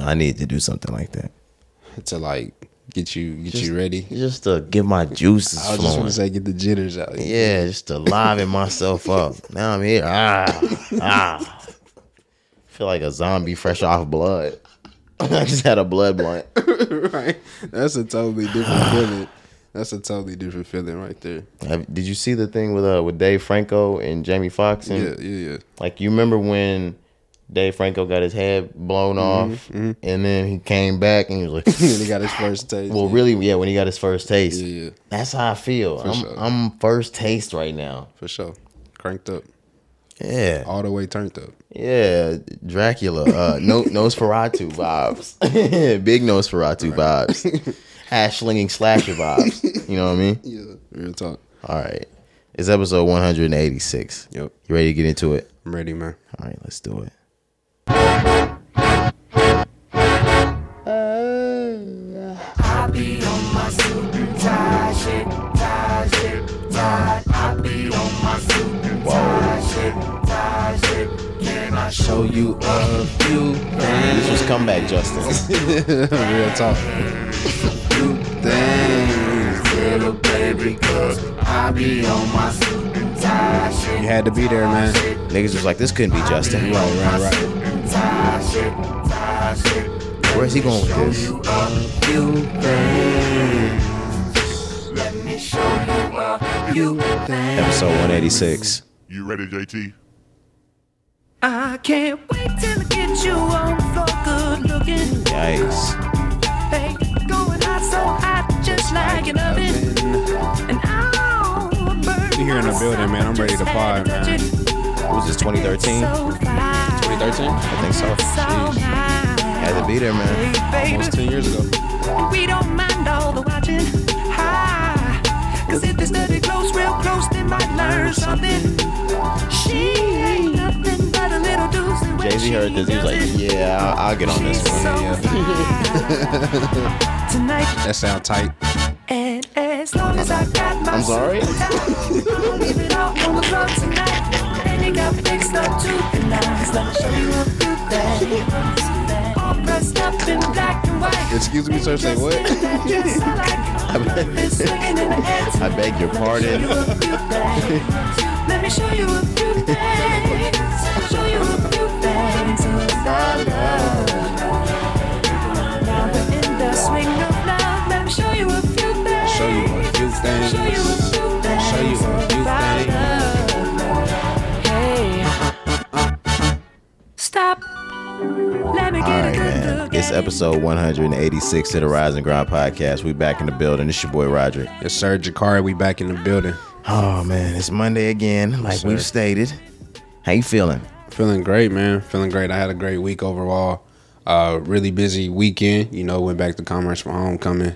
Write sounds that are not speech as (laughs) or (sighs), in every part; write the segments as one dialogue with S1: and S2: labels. S1: I need to do something like that.
S2: to like get you get
S1: Just-
S2: you ready.
S1: Just to get my juices
S2: I was just
S1: flowing.
S2: gonna say get the jitters out.
S1: Yeah, just to liven myself up. Now I'm here. Ah, ah. Feel like a zombie fresh off blood. (laughs) I just had a blood blunt.
S2: (laughs) right. That's a totally (sighs) different feeling. That's a totally different feeling right there.
S1: Have- Did you see the thing with uh with Dave Franco and Jamie Foxx? And
S2: Yeah, yeah, (laughs) yeah.
S1: like you remember when Dave Franco got his head blown
S2: Mm-hmm,
S1: off, and then he came back and he was like, (laughs)
S2: he got his first taste.
S1: "Well, really, yeah." When he got his first taste,
S2: Yeah, yeah.
S1: that's how I feel. I'm
S2: sure.
S1: I'm first taste right now.
S2: for sure. Cranked up.
S1: Yeah.
S2: All the way turned up.
S1: Yeah, Dracula. Uh, no, Nosferatu vibes. (laughs) Big Nosferatu vibes. Ash slinging slasher vibes. You know what I mean?
S2: Yeah. Real talk.
S1: All right. It's episode 186.
S2: Yep.
S1: You ready to get into it?
S2: I'm ready, man.
S1: All right, let's do it. Show you a few things. This was comeback, Justin.
S2: (laughs) Real talk. You had to be there, man.
S1: Niggas was like, this couldn't be Justin. Right, right, right. Where's he going with this? Episode 186.
S3: You ready, JT?
S4: I can't wait till I get you on the floor, good looking.
S1: Yikes.
S4: Hey, going hot, so hot, just like an oven. And I'll burn
S2: We here in the
S4: myself.
S2: building, man. I'm ready to
S4: Just had
S2: pod, man.
S4: touch it.
S1: What was this, 2013?
S4: So fine.
S2: 2013?
S1: I think so.
S4: So high.
S1: Had to be there, man.
S4: Hey,
S2: Almost
S4: baby,
S2: 10 years ago.
S4: we don't mind all the watching. Hi. Cause if they study close, real close, they might learn something. She ain't nothing but a little doozy. when
S1: Jay Z
S4: she
S1: heard this. He was
S4: does
S1: like,
S4: it.
S1: yeah, I'll, I'll get on this
S4: She's
S1: one.
S4: so fine (laughs) Tonight,
S2: That sound tight.
S4: and as long as I got my
S1: I'm sorry?
S4: I'll leave it out on the club tonight. And it got fixed up to the nines. Let me show you a few things. All dressed up in black and white.
S2: Excuse me, sir. Say what? (laughs)
S4: I
S1: I beg your pardon.
S4: Let me show you a few things. Show you a few things about love. Now we're in the swing of love. Let me show you a few things.
S2: Show you a few things.
S4: Show you a few things.
S2: Show you a few
S4: about
S2: things.
S4: love. Hey. Stop. Let me get
S1: All right,
S4: a good
S1: man.
S4: look
S1: It's
S4: at you.
S1: episode 186 of the Rise and Grind podcast. We back in the building. It's your boy Roger.
S2: Yes, sir. Jakari, we back in the building.
S1: Oh man, it's Monday again, like
S2: sir.
S1: we've stated. How you feeling?
S2: Feeling great, man. Feeling great. I had a great week overall. Uh, really busy weekend. You know, went back to Commerce for homecoming.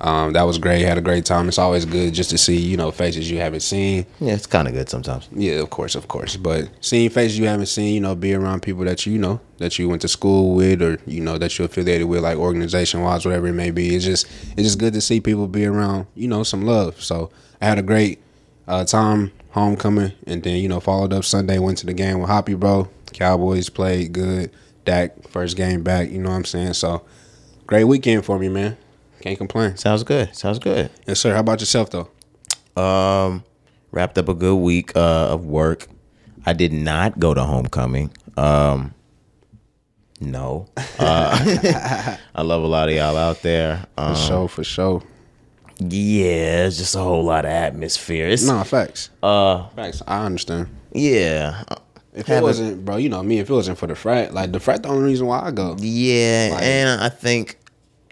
S2: Um, that was great. Had a great time. It's always good just to see you know faces you haven't seen.
S1: Yeah, it's kind of good sometimes.
S2: Yeah, of course, of course. But seeing faces you haven't seen, you know, be around people that you know that you went to school with, or you know that you affiliated with, like organization wise, whatever it may be. It's just it's just good to see people be around. You know, some love. So I had a great uh, time homecoming, and then you know followed up Sunday. Went to the game with Hoppy, bro. Cowboys played good. Dak first game back. You know what I'm saying? So great weekend for me, man. Can't complain.
S1: Sounds good. Sounds good.
S2: Yes, sir. How about yourself though?
S1: Um, wrapped up a good week uh, of work. I did not go to homecoming. Um, no. Uh, (laughs) I love a lot of y'all out there.
S2: For
S1: Um,
S2: sure, for sure.
S1: yeah, it's just a whole lot of atmosphere. It's
S2: No facts.
S1: uh,
S2: Facts. I understand.
S1: yeah, uh,
S2: If
S1: Have
S2: it
S1: a-
S2: wasn't, bro, you know me. If it wasn't for the frat, like the frat, the only reason why I go.
S1: yeah,
S2: Like-
S1: and I think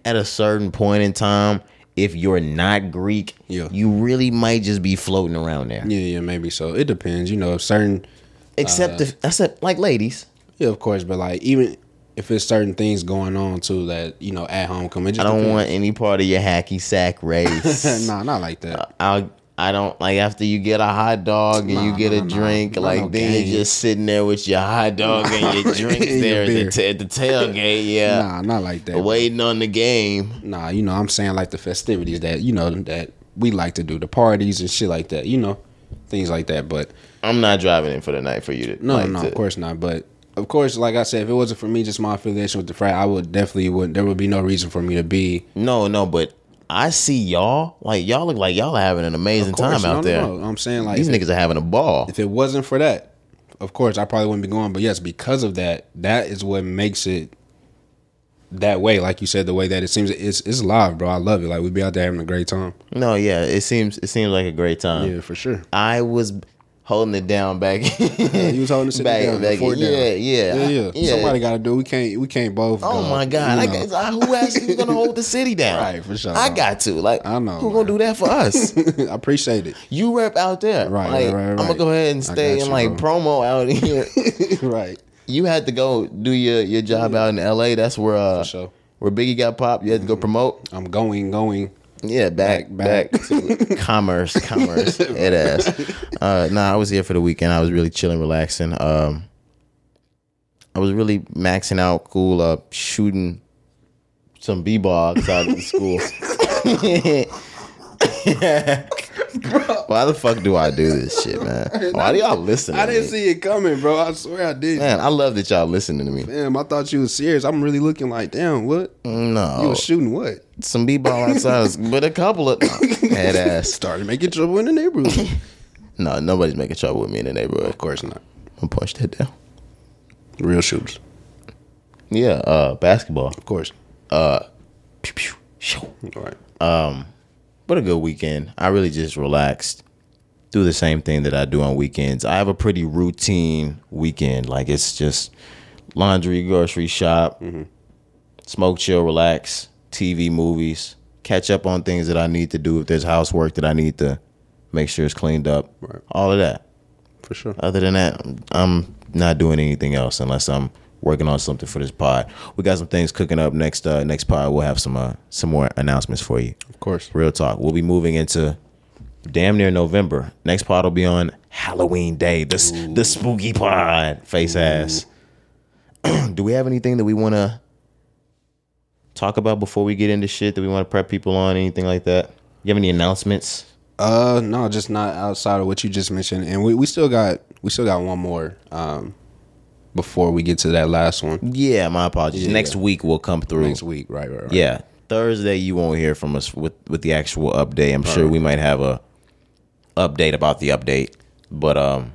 S1: at a certain point in time, if you're not Greek,
S2: Yeah.
S1: you really might just be floating around there.
S2: Yeah, yeah, maybe so. It depends, you know. If certain, Oh,
S1: Except if except like ladies.
S2: yeah, of course, but like even if it's certain things going on too that you know at homecoming, it just
S1: I don't
S2: depends.
S1: want any part of your hacky sack
S2: (laughs)
S1: race.
S2: nah, not like that.
S1: I I don't like after you get a hot dog and you
S2: Nah,
S1: get a
S2: nah, nah.
S1: drink,
S2: Not
S1: like
S2: no
S1: then
S2: game.
S1: you're just sitting there with your hot dog and your drinks
S2: (laughs) And your
S1: there at
S2: beer.
S1: the, ta- at the
S2: (laughs)
S1: tailgate, yeah,
S2: Nah, not like that.
S1: waiting on the game.
S2: Nah, you know, I'm saying like the festivities that you know that we like to do, the parties and shit like that, you know, things like that. But
S1: I'm not driving in for the night for you to
S2: no,
S1: like,
S2: no,
S1: to-
S2: of course not. But of course, like I said, if it wasn't for me, just my affiliation with the frat, I would definitely would. There would be no reason for me to be
S1: No, no, but I see y'all. Like y'all look like y'all are having an amazing
S2: Of course,
S1: time out
S2: no, no,
S1: there.
S2: no. I'm saying like
S1: These
S2: if it-
S1: niggas are having a ball.
S2: if it wasn't for that, of course, I probably wouldn't be going. But yes, because of that, that is what makes it that way. Like you said, the way that it seems, it's it's live, bro. I love it. Like we be out there having a great time.
S1: No, yeah, it seems it seems like a great time.
S2: for sure.
S1: I was holding it down back.
S2: (laughs) You was holding the shit
S1: Back-
S2: down.
S1: back-
S2: before down.
S1: yeah, yeah.
S2: yeah, yeah.
S1: Yeah.
S2: Somebody got to do. it. We can't. We can't both.
S1: Oh
S2: go,
S1: my god!
S2: you
S1: I
S2: know.
S1: guess- I- who else is gonna hold the city down?
S2: Right, for sure.
S1: I got to. Like,
S2: I know,
S1: Who gonna
S2: man.
S1: do that for
S2: (laughs)
S1: us?
S2: I appreciate it. (laughs)
S1: you rep out there,
S2: Right,
S1: Like,
S2: right, right,
S1: I'm gonna
S2: right.
S1: go ahead and
S2: I
S1: stay
S2: got
S1: and
S2: you,
S1: like
S2: bro.
S1: promo out here. (laughs)
S2: right.
S1: you had to go do your your job out in L.A. That's where uh,
S2: For sure. Mm-hmm.
S1: where Biggie got popped. You had to go promote.
S2: I'm going, going.
S1: Yeah, back back,
S2: Back,
S1: to (laughs) commerce,
S2: (laughs)
S1: commerce. It ass. Uh, nah, I was here for the weekend. I was really chilling, relaxing. Um, I was really maxing out, cool, uh, shooting some b-ball outside of the
S2: (laughs)
S1: school. (laughs) Why the fuck do I do this shit, man? Why do y'all listen? To
S2: I didn't
S1: me?
S2: see it coming, bro. I swear I did.
S1: Man, I love that y'all listening to me.
S2: Damn, I thought you was serious. I'm really looking like, damn, what? You
S1: No,
S2: was shooting what?
S1: some b-ball outside,
S2: (laughs)
S1: of- but a couple of head ass.
S2: Started making trouble in the neighborhood.
S1: (laughs) No, nobody's making trouble with me in the neighborhood.
S2: Of course not.
S1: I'm punch that down.
S2: Real shooters.
S1: Yeah, uh, basketball.
S2: Of course.
S1: Pew, pew, shoo.
S2: All right.
S1: What a good weekend. I really just relaxed. Do the same thing that I do on weekends. I have a pretty routine weekend. Like it's just laundry, grocery shop, smoke, chill, relax, TV, movies, catch up on things that I need to do. If there's housework that I need to make sure it's cleaned up,
S2: Right.
S1: all of that.
S2: For sure.
S1: Other than that, I'm, I'm not doing anything else unless I'm working on something for this pod. We got some things cooking up next uh, next pod. We'll have some uh, some more announcements for you.
S2: Of course.
S1: Real talk. We'll be moving into damn near November. Next pod will be on Halloween Day. The s- the spooky pod. Face ass. (clears throat) Do we have anything that we want to talk about before we get into shit that we want to prep people on? Anything like that? You have any announcements?
S2: Uh no, just not outside of what you just mentioned. And we, we still got we still got one more um before we get to that last one
S1: Yeah, my apologies. Next week we'll come through.
S2: next week. Right, right, right.
S1: Yeah, Thursday you won't hear from us with with the actual update. I'm sure we might have a update about the update, but um,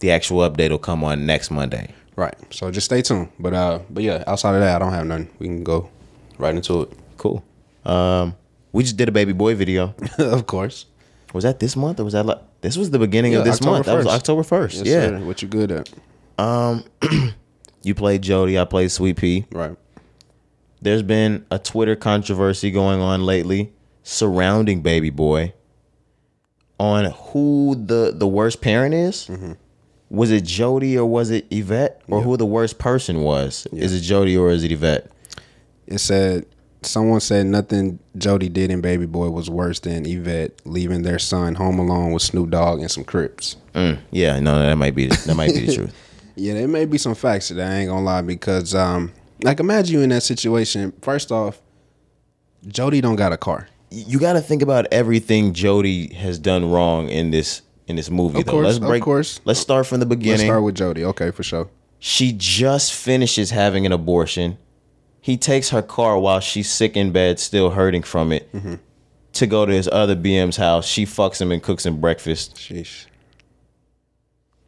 S1: the actual update will come on next Monday.
S2: Right. So just stay tuned. But uh but yeah, outside of that I don't have nothing. We can go right into it. (laughs)
S1: Cool. Um, we just did a baby boy video.
S2: of course.
S1: Was that this month or was that like this was the beginning of
S2: Yeah,
S1: this
S2: October
S1: month? That was
S2: 1st.
S1: October first.
S2: Yes,
S1: yeah,
S2: sir. What you good at?
S1: you played Jody. I played Sweet Pea.
S2: Right.
S1: there's been a Twitter controversy going on lately surrounding Baby Boy on who the the worst parent is.
S2: Mm-hmm.
S1: Was it Jody or was it Yvette or who the worst person was? Is it Jody or is it Yvette?
S2: It said someone said nothing Jody did in Baby Boy was worse than Yvette leaving their son home alone with Snoop Dogg and some Crips.
S1: Mm, yeah, no, that might be that might
S2: (laughs)
S1: be the truth.
S2: Yeah, there may be some facts to that I ain't gonna lie because um like imagine you in that situation. First off, Jody don't got a car.
S1: You got to think about everything Jody has done wrong in this in this movie.
S2: Of
S1: though.
S2: course,
S1: let's
S2: of
S1: break.
S2: course.
S1: Let's start from the
S2: Let's
S1: beginning.
S2: start with Jody, okay, for sure.
S1: She just finishes having an abortion. He takes her car while she's sick in bed, still hurting from it, to go to his other BM's house. She fucks him and cooks him breakfast.
S2: Sheesh.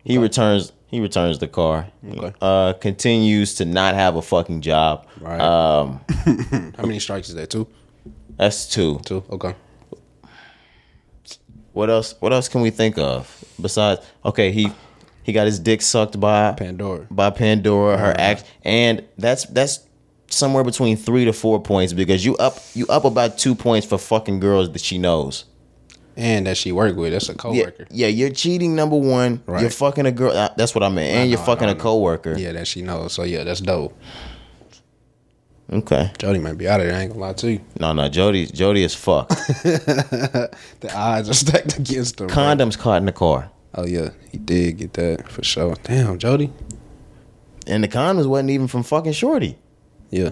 S1: He returns. He returns the car.
S2: Okay.
S1: Uh, continues to not have a fucking job.
S2: Right.
S1: Um,
S2: How many strikes is that? Two?
S1: that's two.
S2: Two. Okay.
S1: What else? What else can we think of besides? Okay, he he got his dick sucked by
S2: Pandora.
S1: by Pandora, her act, and that's that's somewhere between three to four points because you up you up about two points for fucking girls that she knows.
S2: And that she worked with. That's a
S1: Yeah,
S2: coworker.
S1: yeah, you're cheating number one. You're
S2: Right.
S1: fucking a girl. uh, That's what I meant, and
S2: I
S1: you're
S2: know, I
S1: fucking
S2: know,
S1: a
S2: I know.
S1: coworker.
S2: Yeah. that she knows. So yeah, that's dope.
S1: Okay,
S2: Jody might be out of there, I ain't gonna lie to you.
S1: no, no, Jody, Jody is (laughs) fucked.
S2: The odds are (laughs) stacked against her. bro.
S1: Condoms caught in the car,
S2: Oh yeah, he did get that for sure. Damn, Jody.
S1: and the condoms wasn't even from fucking Shorty.
S2: Yeah,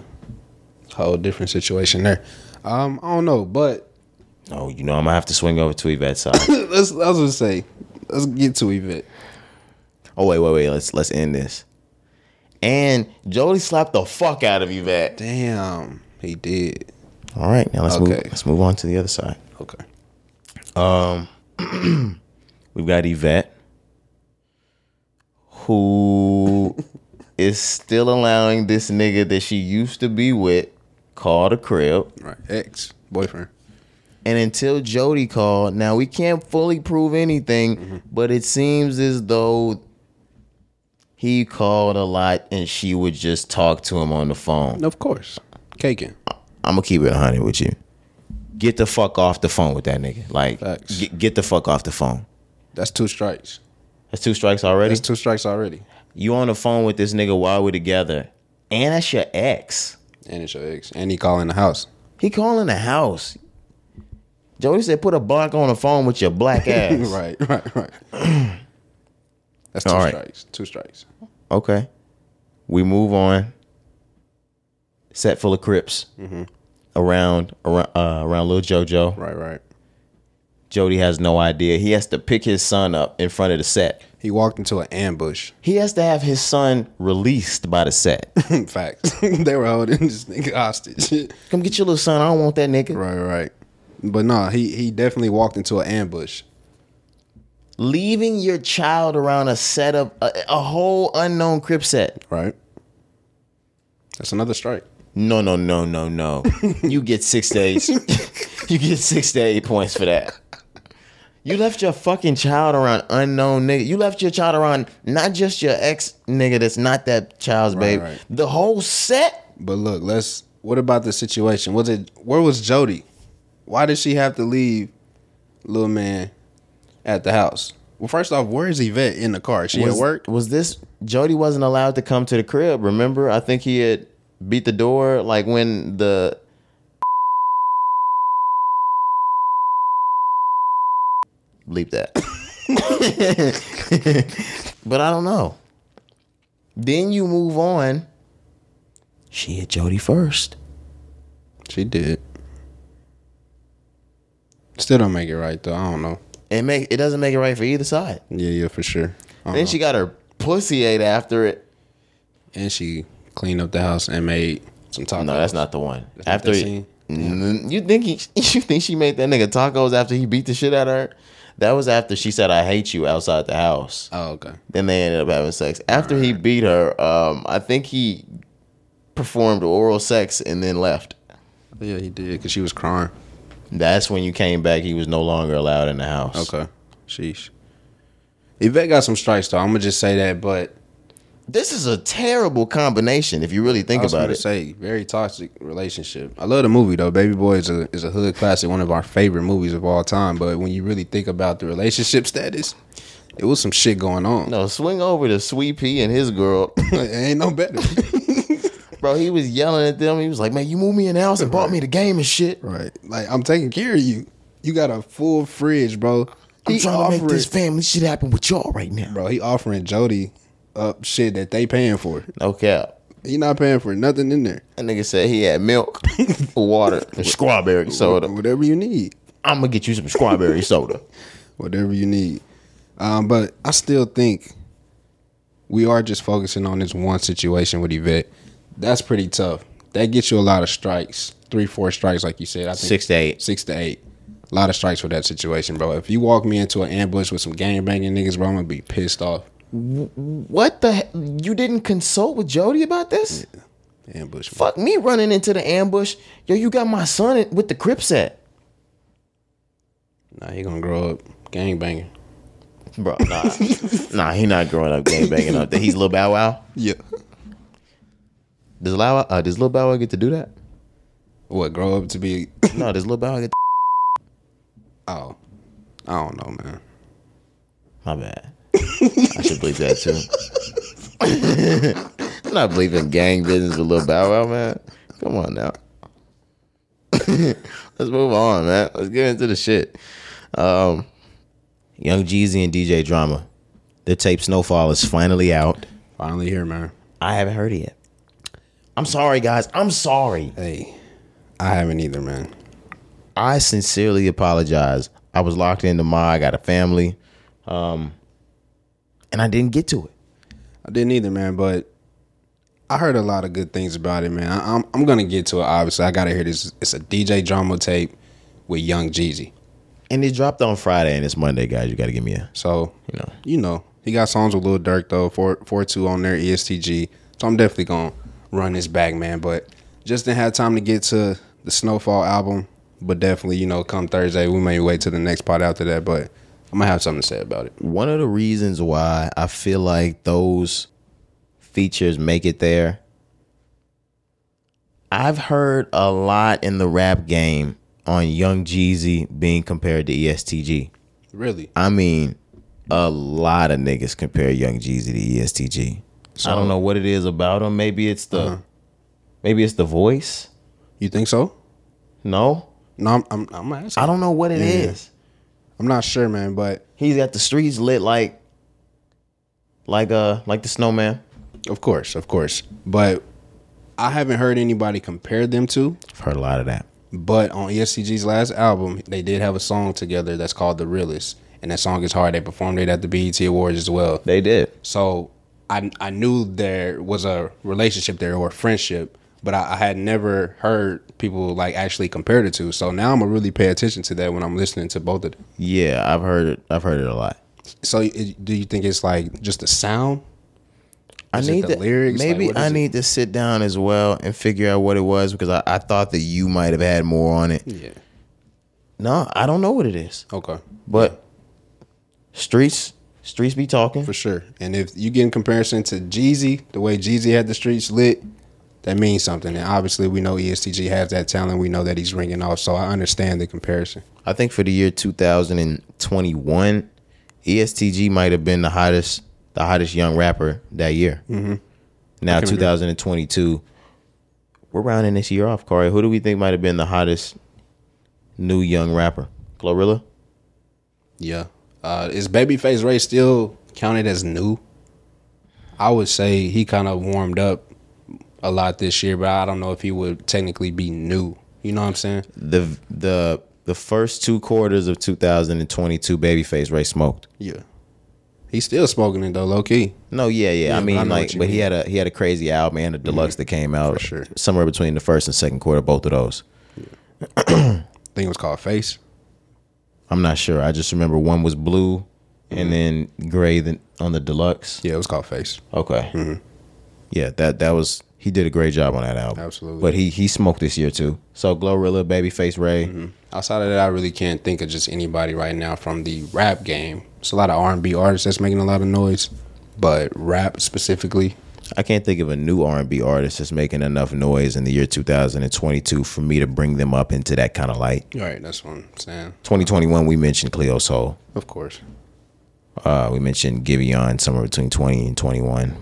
S2: whole different situation there. Um, I don't know, but
S1: Oh, you know I'm gonna have to swing over to Yvette's (laughs) side.
S2: let's. I was gonna say, let's get to Yvette.
S1: Oh wait, wait, wait. Let's let's end this. And Jody slapped the fuck out of Yvette.
S2: Damn, he did.
S1: All right, now let's move.
S2: Okay.
S1: Let's move on to the other side.
S2: Okay.
S1: Um, (clears throat) We've got Yvette, who is still allowing this nigga that she used to be with call the crib.
S2: Right. Ex boyfriend.
S1: And until Jody called, now we can't fully prove anything, but it seems as though he called a lot and she would just talk to him on the phone.
S2: Of course. Caking.
S1: I'm gonna keep it 100 with you. Get the fuck off the phone with that nigga. Like,
S2: Facts.
S1: get, get the fuck off the phone.
S2: That's two strikes.
S1: That's two strikes already.
S2: That's two strikes already.
S1: you on the phone with this nigga while we're together, and that's your ex.
S2: And it's your ex. And he calling the house.
S1: He calling the house. Jody said, "Put a block on the phone with your
S2: (laughs)
S1: black ass."
S2: right, right, right. That's two
S1: All right.
S2: strikes. Two strikes.
S1: Okay. We move on. Set full of Crips around around uh, around little JoJo.
S2: Mm-hmm. Right, right.
S1: Jody has no idea. He has to pick his son up in front of the set.
S2: He walked into an ambush. (laughs)
S1: He has to have his son released by the set.
S2: Facts. (laughs) they were holding this nigga hostage. (laughs)
S1: Come get your little son. I don't want that nigga.
S2: right, right. But no, he he definitely walked into an ambush.
S1: Leaving your child around a set of a, a whole unknown Crip set.
S2: Right. That's another strike.
S1: No, no, no, no, no. you get six days. you get six to eight points for that. You left your fucking child around unknown nigga. You left your child around not just your ex nigga that's not that child's baby.
S2: right.
S1: The whole set.
S2: But look, let's. What about the situation? Was it where was Jody? Why did she have to leave little man at the house? Well, first off, where is Yvette in the car? Is she
S1: was,
S2: at work?
S1: Was this Jody wasn't allowed to come to the crib? Remember, I think he had beat the door like when the bleep that. (laughs) but I don't know. Then you move on. She hit Jody first.
S2: She did. Still don't make it right though. I don't know.
S1: It make it doesn't make it right for either side.
S2: Yeah, yeah, for sure. I don't
S1: Then
S2: know.
S1: she got her pussy ate after it.
S2: and she cleaned up the house and made some tacos.
S1: Oh, No, that's not the one.
S2: not
S1: after
S2: that
S1: he-
S2: scene?
S1: Mm, you think he, (laughs) you think she made that nigga tacos after he beat the shit out of her? That was after she said I hate you outside the house.
S2: Oh, okay.
S1: Then they ended up having sex. After he beat her, um, I think he performed oral sex and then left.
S2: Yeah, he did because she was crying.
S1: That's when you came back. He was no longer allowed in the house.
S2: Okay. Sheesh. Yvette got some strikes though. I'm gonna just say that, but
S1: This is a terrible combination if you really think
S2: I was
S1: about
S2: gonna
S1: it.
S2: say very toxic relationship. I love the movie though. Baby Boy is a is a hood classic, one of our favorite movies of all time. But when you really think about the relationship status, it was some shit going on.
S1: no, swing over to Sweet Pea and his girl. (laughs)
S2: it (laughs) ain't no better.
S1: Bro, he was yelling at them. He was like, man, you moved me in the house and bought me the game and shit.
S2: right. Like I'm taking care of you. You got a full fridge, bro.
S1: I'm
S2: He
S1: trying to make
S2: offering-
S1: this family shit happen with y'all right now.
S2: (laughs) bro. He offering Jody up shit that they paying for.
S1: No cap.
S2: He not paying for nothing in there.
S1: That nigga said he had (laughs) milk, water, and strawberry soda.
S2: Whatever you need.
S1: I'm gonna get you some strawberry soda.
S2: whatever you need. Um, but I still think we are just focusing on this one situation with Yvette. That's pretty tough. That gets you a lot of strikes, three, four strikes, like you said. I think
S1: Six to eight.
S2: Six to eight. A lot of strikes for that situation, bro. If you walk me into an ambush with some gang banging niggas, bro, I'm gonna be pissed off.
S1: What the? He- you didn't consult with Jody about this?
S2: Ambush.
S1: Fuck me running into the ambush. Yo, you got my son in- with the crip set,
S2: Nah, he gonna grow up gang banging.
S1: bro. (laughs) Nah, nah, he not growing up gang banging up. there. He's Lil Bow Wow.
S2: Yeah.
S1: Does Lil Bow Wow, uh, does Lil Bow Wow get to do that?
S2: What? Grow up to be? (coughs)
S1: No, does Lil Bow Wow get?
S2: Oh, I don't know, man.
S1: My bad. I should believe that too. (laughs) I'm not believing gang business with Lil Bow Wow, man. Come on now. (laughs) Let's move on, man. Let's get into the shit. Um, Young Jeezy and DJ Drama. The tape Snowfall is finally out.
S2: Finally here, man.
S1: I haven't heard it yet. I'm sorry, guys. I'm sorry.
S2: Hey, I haven't either, man.
S1: I sincerely apologize. I was locked into my, I got a family, um, and I didn't get to it.
S2: I didn't either, man. But I heard a lot of good things about it, man. I, I'm I'm gonna get to it. Obviously, I gotta hear this. It's a DJ drama tape with Young Jeezy.
S1: And it dropped on Friday and it's Monday, guys. You got to give me a.
S2: So
S1: You know.
S2: you know, he got songs with Lil Durk though, four four two on there, E ESTG. So I'm definitely gonna run this back, man. But just didn't have time to get to the Snowfall album. But definitely, you know, come Thursday, we may wait till the next part after that. But I'm gonna have something to say about it.
S1: One of the reasons why I feel like those features make it there, I've heard a lot in the rap game on Young Jeezy being compared to E ESTG.
S2: Really?
S1: I mean, a lot of niggas compare Young Jeezy to E ESTG. I don't know what it is about him. Maybe it's the, maybe it's the voice.
S2: You think so?
S1: No,
S2: No, I'm I'm, I'm asking.
S1: I don't know what it is.
S2: I'm not sure, man. But
S1: He's got the streets lit like, like uh, like the snowman.
S2: of course, of course. But I haven't heard anybody compare them to.
S1: I've heard a lot of that.
S2: But on E ESTG's last album, they did have a song together that's called The Realest. And that song is hard. They performed it at the BET Awards as well.
S1: They did.
S2: So I I knew there was a relationship there or a friendship, but I, I had never heard people like actually compared it to. So now I'm gonna really pay attention to that when I'm listening to both of them.
S1: Yeah, I've heard it. I've heard it a lot.
S2: So it, do you think it's like just the sound? Is
S1: I
S2: it
S1: need
S2: the
S1: to,
S2: lyrics? Like,
S1: Maybe
S2: what is
S1: I
S2: it?
S1: need to sit down as well and figure out what it was because I, I thought that you might have had more on it.
S2: Yeah.
S1: No, I don't know what it is.
S2: Okay.
S1: But streets, streets be talking.
S2: For sure. And if you get in comparison to Jeezy, the way Jeezy had the streets lit, that means something. And obviously, we know E ESTG has that talent. We know that he's ringing off. So I understand the comparison.
S1: I think for the year 2021, E ESTG might have been the hottest, the hottest young rapper that year. Mm-hmm. Now 2022, we're rounding this year off. Corey, who do we think might have been the hottest new young rapper? Glorilla.
S2: Yeah. Uh, is Babyface Ray still counted as new? I would say he kind of warmed up a lot this year, but I don't know if he would technically be new. You know what I'm saying?
S1: the the the first two quarters of 2022, Babyface Ray smoked.
S2: Yeah. He's still smoking it though, low key.
S1: No, yeah, yeah. I
S2: but
S1: mean,
S2: I know
S1: like,
S2: what you
S1: but he
S2: mean. Mm-hmm.
S1: had a he had a crazy album and a deluxe that came out
S2: For sure.
S1: somewhere between the first and second quarter, both of those.
S2: I think it was called Face.
S1: I'm not sure. I just remember one was blue, and then gray the, on the deluxe.
S2: Yeah, it was called Face.
S1: Okay. Yeah, that that was he did a great job on that album.
S2: Absolutely.
S1: But he he smoked this year too. So Glorilla, Babyface Ray,
S2: Outside of that, I really can't think of just anybody right now from the rap game. It's a lot of R and B artists that's making a lot of noise, but rap specifically,
S1: I can't think of a new R and B artist that's making enough noise in the year 2022 for me to bring them up into that kind of light.
S2: all right, that's what I'm saying.
S1: 2021, we mentioned Cleo Soul.
S2: Of course,
S1: Uh, we mentioned Giveon somewhere between 20 and 21.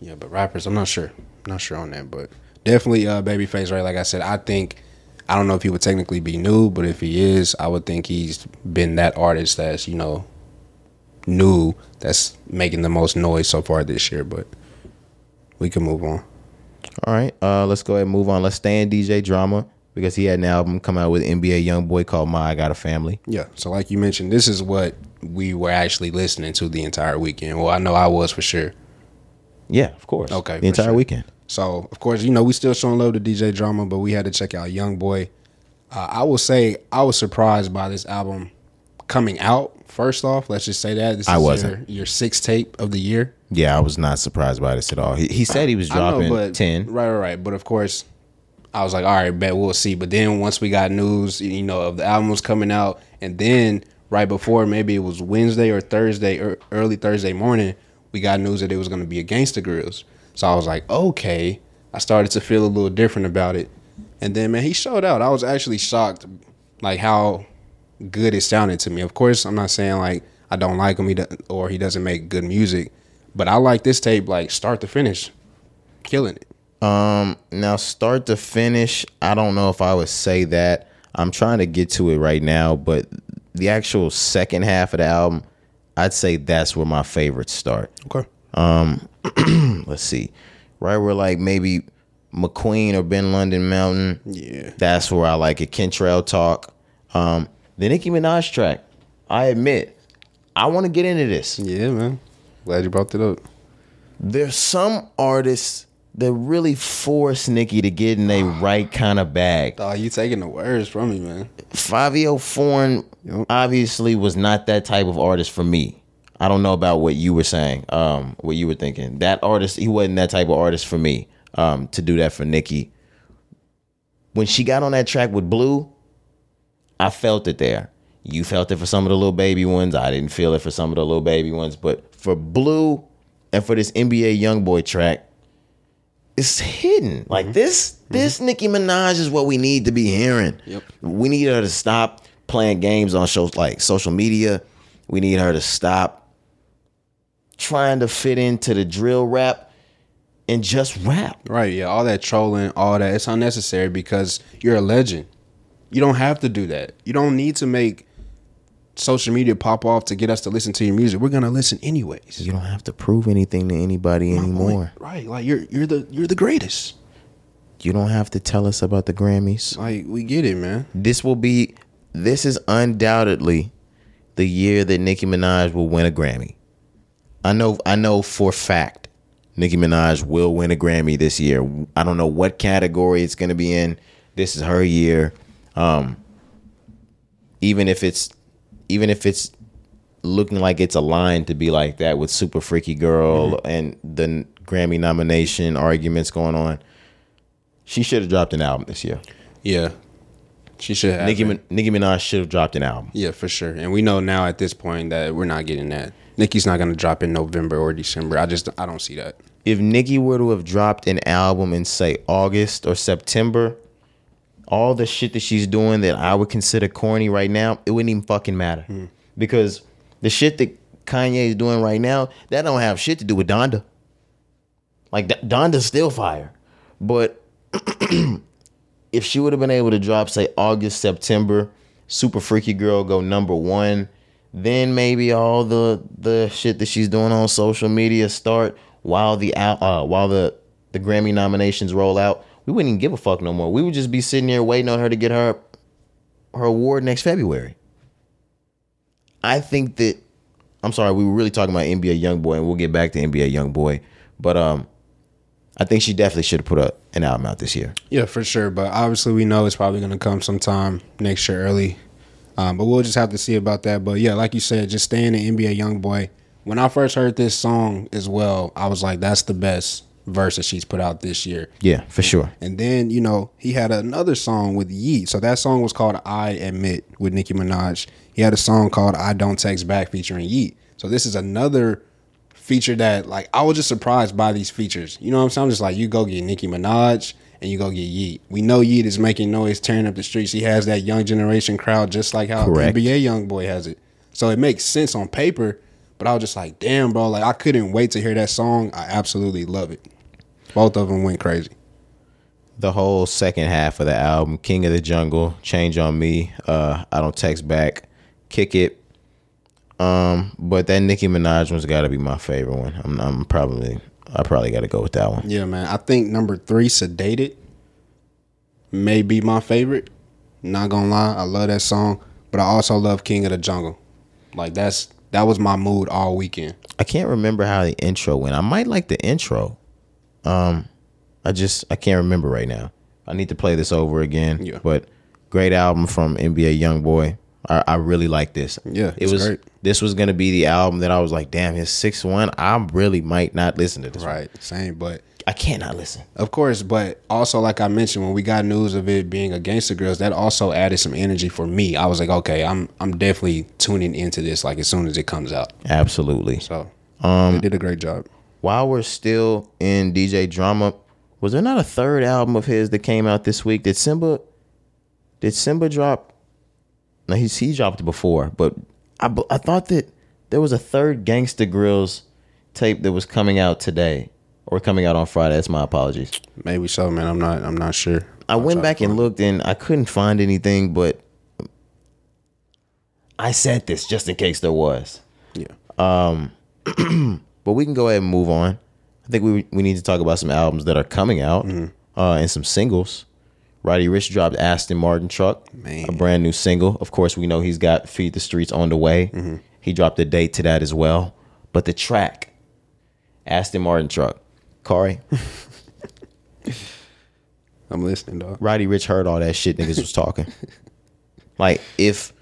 S2: yeah, but rappers, I'm not sure, not sure on that, but definitely uh, Babyface, right? Like I said, I think I don't know if he would technically be new, but if he is, I would think he's been that artist that's you know new that's making the most noise so far this year. But we can move on.
S1: All right, uh, let's go ahead and move on. Let's stay in DJ Drama because he had an album come out with NBA YoungBoy called My I Got a Family.
S2: Yeah. So, like you mentioned, this is what we were actually listening to the entire weekend. Well, I know I was for sure.
S1: Yeah, of course.
S2: Okay, for
S1: the entire
S2: sure.
S1: weekend.
S2: So, of course, you know, we still showing love to DJ Drama, but we had to check out Young Boy. Uh, I will say I was surprised by this album coming out. First off, let's just say that this
S1: I
S2: is
S1: wasn't.
S2: Your, your sixth tape of the year.
S1: Yeah, I was not surprised by this at all. He, he said he was dropping 10.
S2: Right, right, right. But of course, I was like, all right, bet we'll see. But then once we got news, you know, of the album was coming out, and then right before maybe it was Wednesday or Thursday or early Thursday morning, we got news that it was going to be against the Grills. So I was like, okay. I started to feel a little different about it, and then man, he showed out. I was actually shocked, like how good it sounded to me. Of course, I'm not saying like I don't like him, he do- or he doesn't make good music, but I like this tape like start to finish, killing it.
S1: Now, start to finish, I don't know if I would say that. I'm trying to get to it right now, but the actual second half of the album, I'd say that's where my favorites start.
S2: Okay.
S1: Let's see. Right where like maybe McQueen or Ben London Mountain.
S2: Yeah.
S1: That's where I like it. Kentrell talk. Um, the Nicki Minaj track. I admit, I want to get into this.
S2: Yeah, man. Glad you brought that up.
S1: there's some artists that really force Nicki to get in a right kind of bag.
S2: Dog, you taking the words from me, man.
S1: Fabio Foreign
S2: Yep.
S1: obviously was not that type of artist for me. I don't know about what you were saying, um, what you were thinking. That artist, he wasn't that type of artist for me um, to do that for Nicki. When she got on that track with Blue, I felt it there. You felt it for some of the little baby ones. I didn't feel it for some of the little baby ones, but for Blue and for this NBA YoungBoy track, it's hidden. Like this, this Nicki Minaj is what we need to be hearing.
S2: Yep.
S1: We need her to stop playing games on shows like social media. We need her to stop trying to fit into the drill rap and just rap.
S2: Right, yeah. All that trolling, all that, it's unnecessary because you're a legend. You don't have to do that. You don't need to make social media pop off to get us to listen to your music. We're gonna listen anyways.
S1: You don't have to prove anything to anybody anymore.
S2: Right. Like you're you're the you're the greatest.
S1: You don't have to tell us about the Grammys.
S2: Like we get it, man.
S1: This will be this is undoubtedly the year that Nicki Minaj will win a Grammy. I know I know for a fact Nicki Minaj will win a Grammy this year. I don't know what category it's going to be in. This is her year. Um even if it's even if it's looking like it's aligned to be like that with Super Freaky Girl and the Grammy nomination arguments going on. She should have dropped an album this year.
S2: Yeah. She should have
S1: Nicki,
S2: it.
S1: Min- Nicki Minaj should have dropped an album.
S2: Yeah, for sure. And we know now at this point that we're not getting that. Nicki's not gonna drop in November or December. I just I don't see that.
S1: If Nicki were to have dropped an album in say August or September, all the shit that she's doing that I would consider corny right now, it wouldn't even fucking matter because the shit that Kanye is doing right now that don't have shit to do with Donda. Like D- Donda's still fire, but if she would have been able to drop say August September, Super Freaky Girl go number one, then maybe all the the shit that she's doing on social media start while the al- uh, while the the Grammy nominations roll out. We wouldn't even give a fuck no more. We would just be sitting there waiting on her to get her her award next February. I think that I'm sorry, we were really talking about NBA YoungBoy, and we'll get back to NBA YoungBoy, but um, I think she definitely should have put a, an album out this year.
S2: Yeah, for sure. But obviously, we know it's probably going to come sometime next year early. Um, but we'll just have to see about that. But yeah, like you said, just staying in NBA YoungBoy. When I first heard this song as well, I was like, that's the best verse that she's put out this year.
S1: Yeah, for sure.
S2: And then, you know, he had another song with Yeet. So that song was called I Admit with Nicki Minaj. He had a song called I Don't Text Back featuring Yeet. So this is another feature that, like, I was just surprised by these features. You know what I'm saying? I'm just like, you go get Nicki Minaj and you go get Yeet. We know Yeet is making noise, tearing up the streets. He has that young generation crowd, just like how
S1: Correct.
S2: NBA YoungBoy has it. So it makes sense on paper. But I was just like, damn, bro, like, I couldn't wait to hear that song. I absolutely love it. Both of them went crazy.
S1: the whole second half of the album king of the jungle change on me uh i don't text back kick it um but that nicki minaj one's gotta be my favorite one i'm, I'm probably i probably gotta go with that one
S2: Yeah, man. I think number three, Sedated, may be my favorite. Not gonna lie, I love that song, but I also love King of the Jungle. Like that's that was my mood all weekend.
S1: i can't remember how the intro went i might like the intro um i just i can't remember right now i need to play this over again
S2: Yeah.
S1: but great album from nba youngboy I, I really like this
S2: Yeah,
S1: it
S2: it's
S1: was
S2: great.
S1: this was gonna be the album that i was like damn his sixth one i really might not listen to this one.
S2: Right. Same, but
S1: I can't not listen.
S2: of course, but also like I mentioned, when we got news of it being a Gangsta Girls, that also added some energy for me. I was like, okay, I'm I'm definitely tuning into this like as soon as it comes out.
S1: Absolutely.
S2: So um, they did a great job.
S1: While we're still in DJ drama, was there not a third album of his that came out this week? Did Simba? Did Simba drop? No, he's he dropped it before, but I b- I thought that there was a third Gangsta Grills tape that was coming out today or coming out on Friday. That's my apologies.
S2: Maybe so, man. I'm not I'm not sure.
S1: I went back and looked and I couldn't find anything, but I said this just in case there was.
S2: Yeah.
S1: but we can go ahead and move on. I think we we need to talk about some albums that are coming out uh, and some singles. Roddy Rich dropped Aston Martin Truck, a brand new single. Of course, we know he's got Feed the Streets on the way. He dropped a date to that as well. But the track, Aston Martin truck. Corey,
S2: I'm listening, dog.
S1: Roddy Rich heard all that shit niggas was talking. like, if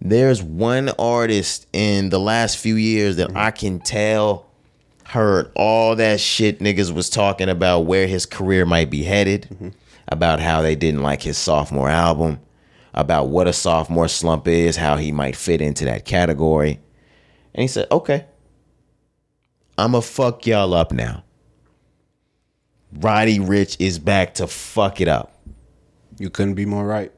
S1: there's one artist in the last few years that I can tell heard all that shit niggas was talking about where his career might be headed, about how they didn't like his sophomore album, about what a sophomore slump is, how he might fit into that category. And he said, okay, I'ma fuck y'all up now. Roddy Rich is back to fuck it up.
S2: You couldn't be more right.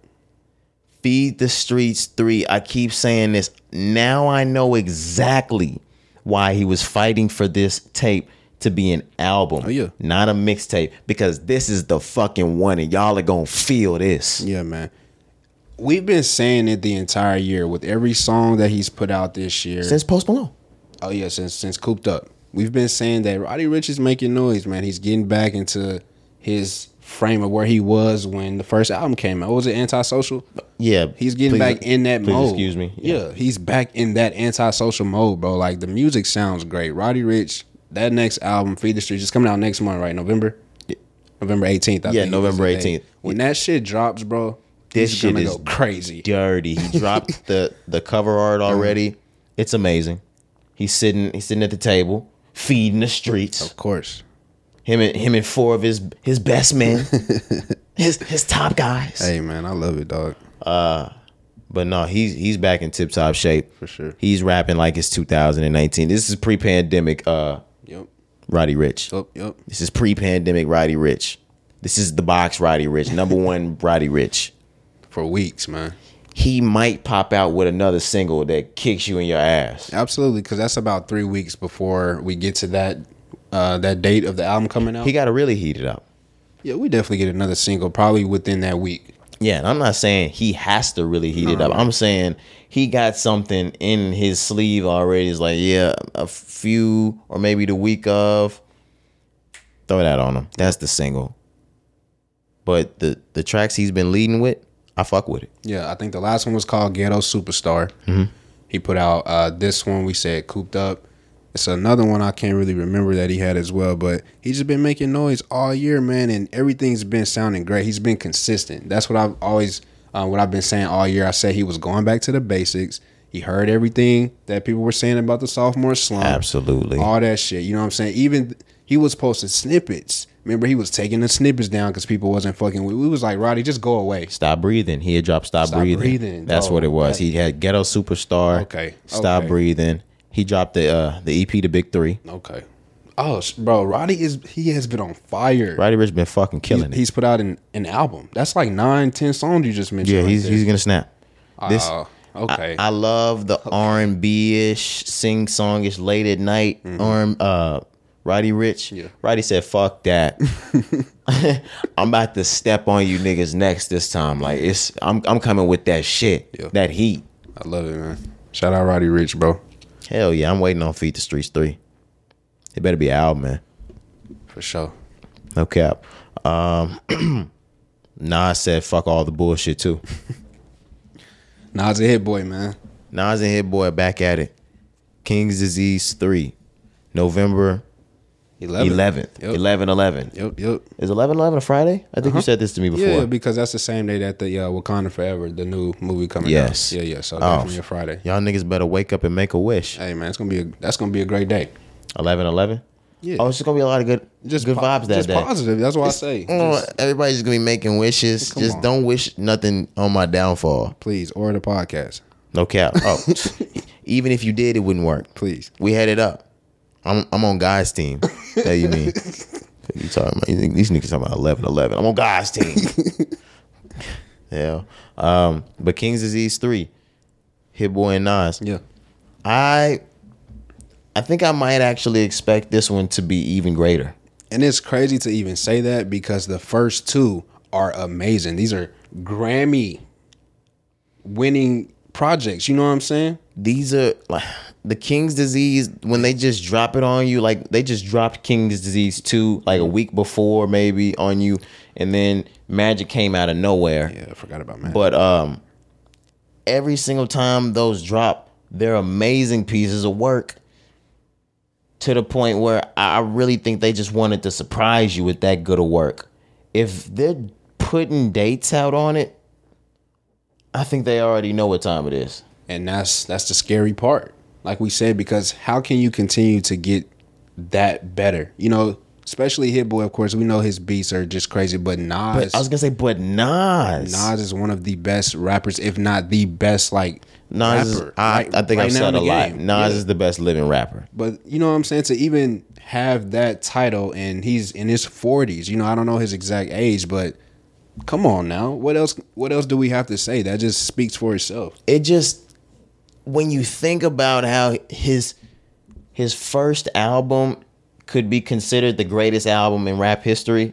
S1: Feed the Streets 3. I keep saying this. Now I know exactly why he was fighting for this tape to be an album.
S2: Oh, yeah.
S1: Not a mixtape. Because this is the fucking one and y'all are gonna feel this.
S2: Yeah, man. We've been saying it the entire year with every song that he's put out this year.
S1: Since Post Malone.
S2: oh yeah, since since cooped up, we've been saying that Roddy Rich is making noise, man. He's getting back into his frame of where he was when the first album came out. What was it antisocial?
S1: Yeah.
S2: He's getting
S1: please-
S2: back in that
S1: please
S2: mode.
S1: Excuse me.
S2: Yeah. he's back in that antisocial mode, bro. Like the music sounds great. Roddy Rich, that next album, Feed the Streets, is coming out next month, right? November. November eighteenth.
S1: Yeah, November 18th.
S2: When that shit drops, bro,
S1: This
S2: he's
S1: shit
S2: gonna
S1: is
S2: go crazy.
S1: dirty.
S2: (laughs)
S1: He dropped the the cover art
S2: Mm-hmm.
S1: already. It's amazing. He's sitting he's sitting at the table, feeding the streets.
S2: Of course.
S1: Him and him and four of his his best
S2: (laughs)
S1: men. his his top guys.
S2: Hey man, I love it, dog.
S1: But no, he's he's back in tip top shape.
S2: For sure.
S1: He's rapping like it's 2019. This is pre pandemic uh
S2: Yep.
S1: Roddy Rich.
S2: Yup, yup.
S1: This is pre pandemic Roddy Rich. This is the box Roddy Rich.
S2: (laughs)
S1: Number one Roddy Rich.
S2: For weeks, man.
S1: He might pop out with another single that kicks you in your ass.
S2: Absolutely, because that's about three weeks before we get to that uh, that date of the album coming out.
S1: He gotta really heat it up.
S2: yeah, we definitely get another single probably within that week.
S1: Yeah, and I'm not saying he has to really heat it up. I'm saying he got something in his sleeve already. It's like, yeah, a few or maybe the week of. Throw that on him. That's the single. But the the tracks he's been leading with, I fuck with it.
S2: Yeah, I think the last one was called Ghetto Superstar. Mm-hmm. He put out uh, this one. We said Cooped Up. It's another one I can't really remember that he had as well, but he's just been making noise all year, man, and everything's been sounding great. He's been consistent. That's what I've always, uh, what I've been saying all year. I said he was going back to the basics. He heard everything that people were saying about the sophomore slump.
S1: Absolutely.
S2: all that shit. You know what I'm saying? Even he was posting snippets. Remember, he was taking the snippets down because people wasn't fucking. with. We was like, Roddy, just go away.
S1: Stop breathing. He had dropped Stop,
S2: Stop
S1: breathing.
S2: Breathing.
S1: That's what it
S2: Oh,
S1: was.
S2: that-
S1: He had Ghetto Superstar.
S2: Okay,
S1: Stop
S2: okay.
S1: breathing. He dropped the uh the EP to Big Three.
S2: Okay. Oh, sh- bro, Roddy is he has been on fire.
S1: Roddy Rich been fucking killing
S2: He's, he's put out an, an album. That's like nine, ten songs you just
S1: it.
S2: mentioned.
S1: Yeah,
S2: right
S1: he's
S2: there.
S1: he's gonna snap. This
S2: Oh,
S1: I-
S2: okay.
S1: I, love the R and B ish, sing songish, late at night. Arm, uh, Roddy Rich.
S2: Mm-hmm. Yeah.
S1: Roddy said, "Fuck
S2: (laughs)
S1: that. (laughs) I'm about to step on you niggas next this time. Like it's, I'm, I'm coming with that shit,
S2: Yeah.
S1: that heat.
S2: I love it, man. Shout out Roddy Rich, bro,
S1: Hell yeah, I'm waiting on Feed the Streets three. It better be an album, man.
S2: for sure.
S1: No cap. Um, (clears throat) Nas said, "Fuck all the bullshit
S2: (laughs)
S1: too."
S2: Nas a hit boy, man.
S1: Nas and Hit Boy are back at it. King's Disease three, November
S2: Eleven.
S1: 11th.
S2: Yep.
S1: 11 11.
S2: Yep. Yep.
S1: Is 11 11 a Friday? I think you said this to me before.
S2: Yeah, because that's the same day that the uh, Wakanda Forever, the new movie coming
S1: Yes.
S2: out. Yeah, yeah. So
S1: Oh.
S2: definitely a Friday.
S1: Y'all niggas better wake up and make a wish.
S2: Hey man, it's gonna be a that's gonna be a great day.
S1: 11 11?
S2: Yeah.
S1: Oh, it's just going to be a lot of good just good
S2: po-
S1: vibes that
S2: just
S1: day.
S2: positive. That's what I say.
S1: Mm,
S2: Just
S1: everybody's just going to be making wishes.
S2: Come
S1: just
S2: on.
S1: don't wish nothing on my downfall.
S2: please order the podcast.
S1: No cap. Oh, (laughs) even if you did, it wouldn't work.
S2: Please.
S1: We had it up. I'm I'm on guys' team. That you mean? (laughs) you talking about? You think these niggas talking about 11, 11. I'm on guys' team. (laughs) yeah. Um. But King's Disease three, Hit Boy and Nas.
S2: Yeah.
S1: I. I think I might actually expect this one to be even greater.
S2: And it's crazy to even say that because the first two are amazing. These are Grammy winning projects. You know what I'm saying?
S1: These are like the King's Disease when they just drop it on you, like they just dropped King's Disease two like a week before maybe on you, and then Magic came out of nowhere.
S2: Yeah, I forgot about man.
S1: But um, every single time those drop, they're amazing pieces of work. to the point where I I really think they just wanted to surprise you with that good of work. If they're putting dates out on it, I think they already know what time it is.
S2: and that's that's the scary part like we said because how can you continue to get that better you know especially hit boy of course we know his beats are just crazy but nas
S1: But I was gonna say, but Nas,
S2: nas is one of the best rappers if not the best like
S1: Nas, is,
S2: rapper,
S1: I,
S2: right-
S1: I think
S2: right
S1: I've
S2: now
S1: said
S2: in
S1: a
S2: the
S1: lot.
S2: game.
S1: Nas
S2: Yeah.
S1: is the best living rapper.
S2: But you know what I'm saying? To even have that title and he's in his forties, you know, I don't know his exact age, but come on now. What else what else do we have to say? That just speaks for itself.
S1: it just when you think about how his his first album could be considered the greatest album in rap history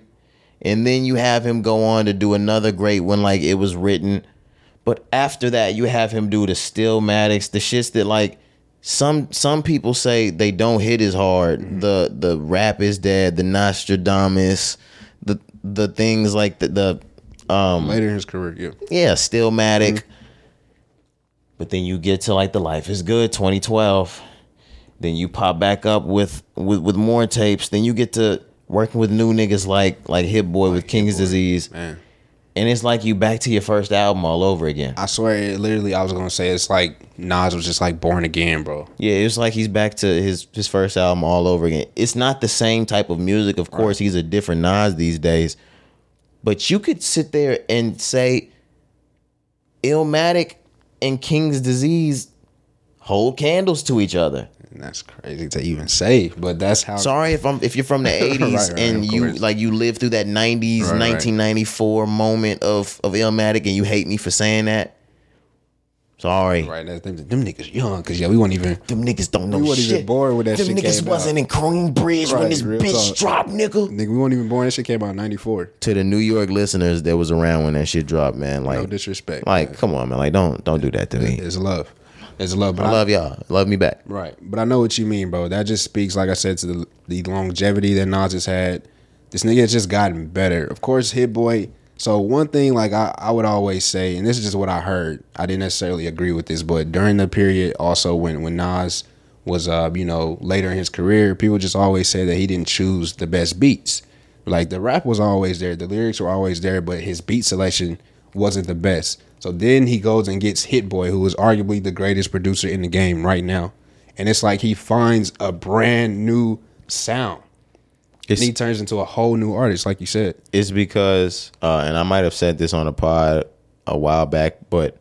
S1: and then you have him go on to do another great one like it was written but after that you have him do the stillmatics the shits that like some some people say they don't hit as hard the the rap is dead the nostradamus the the things like the the um
S2: Later in his career, yeah.
S1: yeah, Stillmatic. But then you get to like the Life is Good 2012. Then you pop back up with with, with more tapes. Then you get to working with new niggas like like Hit Boy with King's Disease.
S2: Man.
S1: And it's like you back to your first album all over again.
S2: I swear it literally I was gonna say it's like Nas was just like born again, bro.
S1: Yeah, it's like he's back to his his first album all over again. It's not the same type of music, of course. He's a different Nas these days, but you could sit there and say, "Illmatic" and "King's Disease" hold candles to each other.
S2: And that's crazy to even say. But that's how
S1: Sorry if I'm if you're from the '80s
S2: right,
S1: and
S2: of
S1: you
S2: course.
S1: like you lived through that '90s,
S2: Right, right.
S1: 1994 moment of of Illmatic, and you hate me for saying that. Sorry.
S2: (laughs) right that's them, them niggas young because yeah, we won't even
S1: Them niggas don't know
S2: We wasn't
S1: shit.
S2: even born when that
S1: Them
S2: shit
S1: niggas
S2: came
S1: wasn't in Queensbridge when
S2: Right,
S1: this
S2: real
S1: bitch
S2: talk.
S1: dropped, nigga.
S2: nigga, we weren't even born. That shit came out in ninety four.
S1: To the New York listeners that was around when that shit dropped, man. Like
S2: No disrespect.
S1: Like,
S2: man.
S1: come on, man. Like, don't don't do that to me.
S2: it's love. It's love. But
S1: I love y'all. Love me back.
S2: Right, but I know what you mean, bro. That just speaks, like I said, to the, the longevity that Nas has had. This nigga has just gotten better. Of course, Hit Boy. So one thing, like I, I would always say, and this is just what I heard. I didn't necessarily agree with this, but during the period, also when when Nas was, uh, you know, later in his career, people just always say that he didn't choose the best beats. Like the rap was always there, the lyrics were always there, but his beat selection wasn't the best. So then he goes and gets Hit Boy, who is arguably the greatest producer in the game right now. And it's like he finds a brand new sound.
S1: It's,
S2: And he turns into a whole new artist, like you said.
S1: it's because, uh, and I might have said this on a pod a while back, but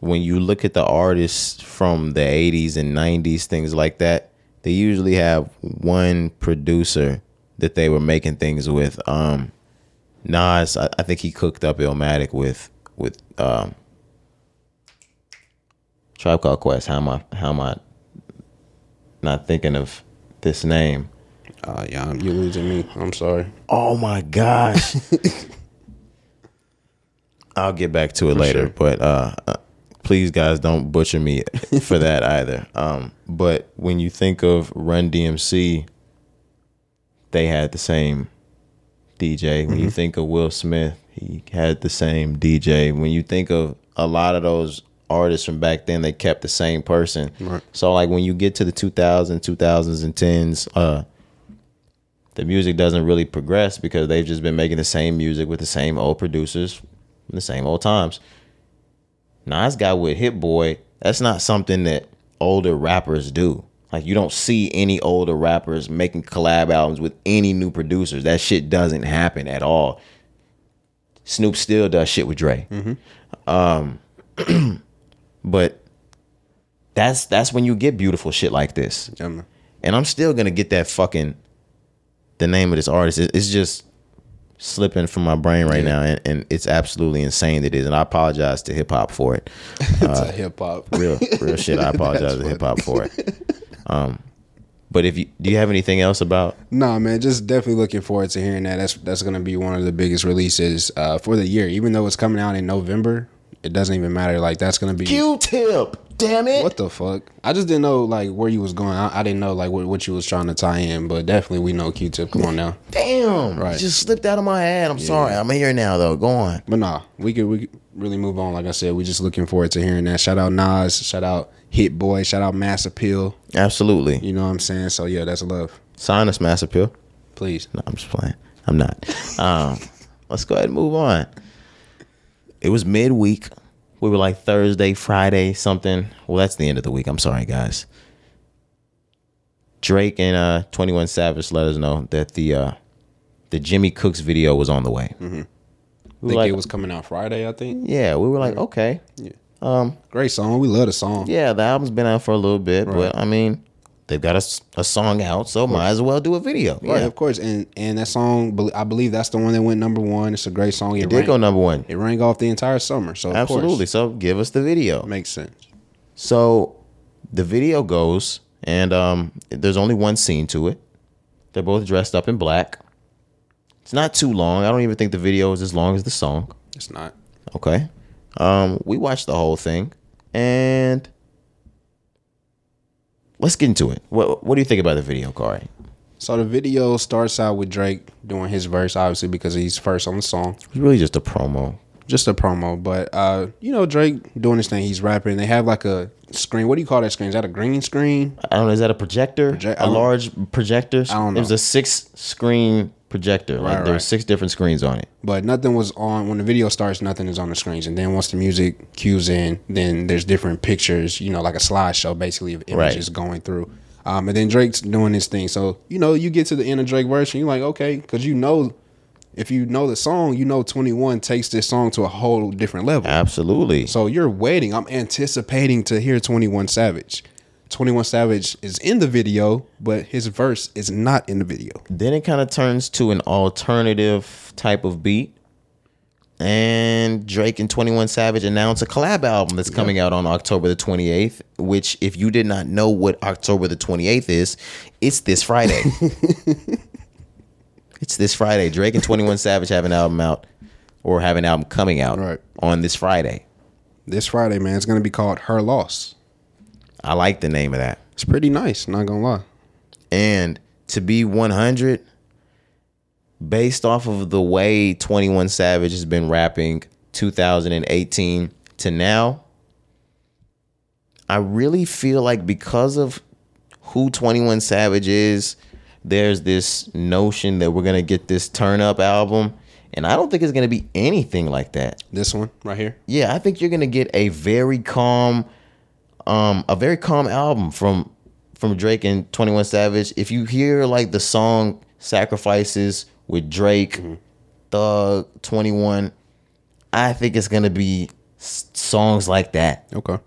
S1: when you look at the artists from the 80s and 90s, things like that, they usually have one producer that they were making things with. Um, Nas, I, I think he cooked up Illmatic with with um, Tribe Called Quest. How am I? How am I? Not thinking of this name.
S2: Uh, yeah, I'm- you're losing me. I'm sorry.
S1: Oh my gosh. (laughs) I'll get back to it later,
S2: sure.
S1: but uh, uh, please, guys, don't butcher me for (laughs) that either. Um, but when you think of Run DMC, they had the same DJ. When you think of Will Smith, he had the same DJ. When you think of a lot of those artists from back then, they kept the same person.
S2: Right.
S1: So, like, when you get to the 2000s, 2000s, and 10s, uh, the music doesn't really progress because they've just been making the same music with the same old producers in the same old times. Nas got with Hit Boy. That's not something that older rappers do. Like you don't see any older rappers making collab albums with any new producers. That shit doesn't happen at all. Snoop still does shit with Dre. Um, (clears throat) but that's that's when you get beautiful shit like this
S2: Yeah, man.
S1: and I'm still gonna get that fucking the name of this artist. It- It's just slipping from my brain right now, and, and it's absolutely insane. That it is, and I apologize to hip hop for it.
S2: It's a hip hop.
S1: Real, real shit. (laughs) I apologize to hip hop for it. Um, but if you do, you have anything else about?
S2: (laughs) Nah, man, just definitely looking forward to hearing that. That's that's gonna be one of the biggest releases uh, for the year. Even though it's coming out in November, it doesn't even matter. Like that's gonna be
S1: Q-Tip, damn it.
S2: What the fuck? I just didn't know like where you was going. I, I didn't know like what, what you was trying to tie in, but definitely we know Q-Tip. Come on now.
S1: Damn.
S2: Right.
S1: Just slipped out of my head. I'm sorry. I'm here now though. Go on.
S2: But nah, we could we could really move on. Like I said, we just looking forward to hearing that. Shout out Nas. Shout out Hit Boy. Shout out Mass Appeal.
S1: Absolutely.
S2: You know what I'm saying? So yeah, that's love.
S1: Sign us, Mass Appeal.
S2: Please.
S1: No, I'm just playing. I'm not. Um, let's go ahead and move on. It was midweek. We were like Thursday, Friday, something. Well, that's the end of the week. I'm sorry, guys. Drake and uh, 21 Savage let us know that the uh, the Jimmy Cooks video was on the way.
S2: I
S1: We were
S2: think
S1: like,
S2: it was coming out Friday. I think.
S1: yeah, we were like, okay,
S2: Great song. We love the song.
S1: yeah, the album's been out for a little bit, but I mean, they've got a, s- a song out, so might as well do a video.
S2: Right,
S1: yeah,
S2: of course. And and that song, bel- I believe that's the one that went number one. It's a great song. It,
S1: it did
S2: rang,
S1: go number one.
S2: it rang off the entire summer. So of
S1: Absolutely.
S2: course,
S1: So give us the video.
S2: makes sense.
S1: So the video goes, and um, there's only one scene to it. They're both dressed up in black. It's not too long. I don't even think the video is as long as the song.
S2: It's not.
S1: Okay. Um, we watched the whole thing, and let's get into it. What What do you think about the video, Corey?
S2: So the video starts out with Drake doing his verse, obviously because he's first on the song.
S1: It's really just a promo.
S2: just a promo. But uh, you know, Drake doing his thing. He's rapping. They have like a screen. What do you call that screen? Is that a green screen?
S1: I don't know. Is that a projector?
S2: Project- I
S1: a
S2: don't-
S1: large projector?
S2: I don't
S1: It was
S2: know.
S1: a six screen projector. like,
S2: Right,
S1: there were
S2: right.
S1: six different screens on it.
S2: But nothing was on when the video starts. Nothing is on the screens. And then once the music cues in, then there's different pictures. You know, like a slideshow basically of images
S1: Right.
S2: going through. Um, and then Drake's doing his thing. So you know, you get to the end of Drake verse, and you're like, okay, because you know. If you know the song, you know 21 takes this song to a whole different level.
S1: Absolutely.
S2: So you're waiting. I'm anticipating to hear 21 Savage. 21 Savage is in the video, but his verse is not in the video.
S1: then it kind of turns to an alternative type of beat and drake and 21 savage announce a collab album that's coming out on october the 28th which if you did not know what october the 28th is it's this friday it's this friday drake and 21 savage have an album out or have an album coming out
S2: Right.
S1: on this friday
S2: This Friday, man, it's going to be called Her Loss.
S1: i like the name of that
S2: It's pretty nice, not going to lie.
S1: And to be 100, based off of the way 21 Savage has been rapping 2018 to now, I really feel like because of who 21 Savage is, there's this notion that we're going to get this turn up album. And I don't think it's going to be anything like that.
S2: This one right here.
S1: Yeah, I think you're gonna get a very calm, um, a very calm album from from Drake and Twenty One Savage. If you hear like the song "Sacrifices" with Drake, Thug, Twenty One, I think it's gonna be s- songs like that.
S2: Okay.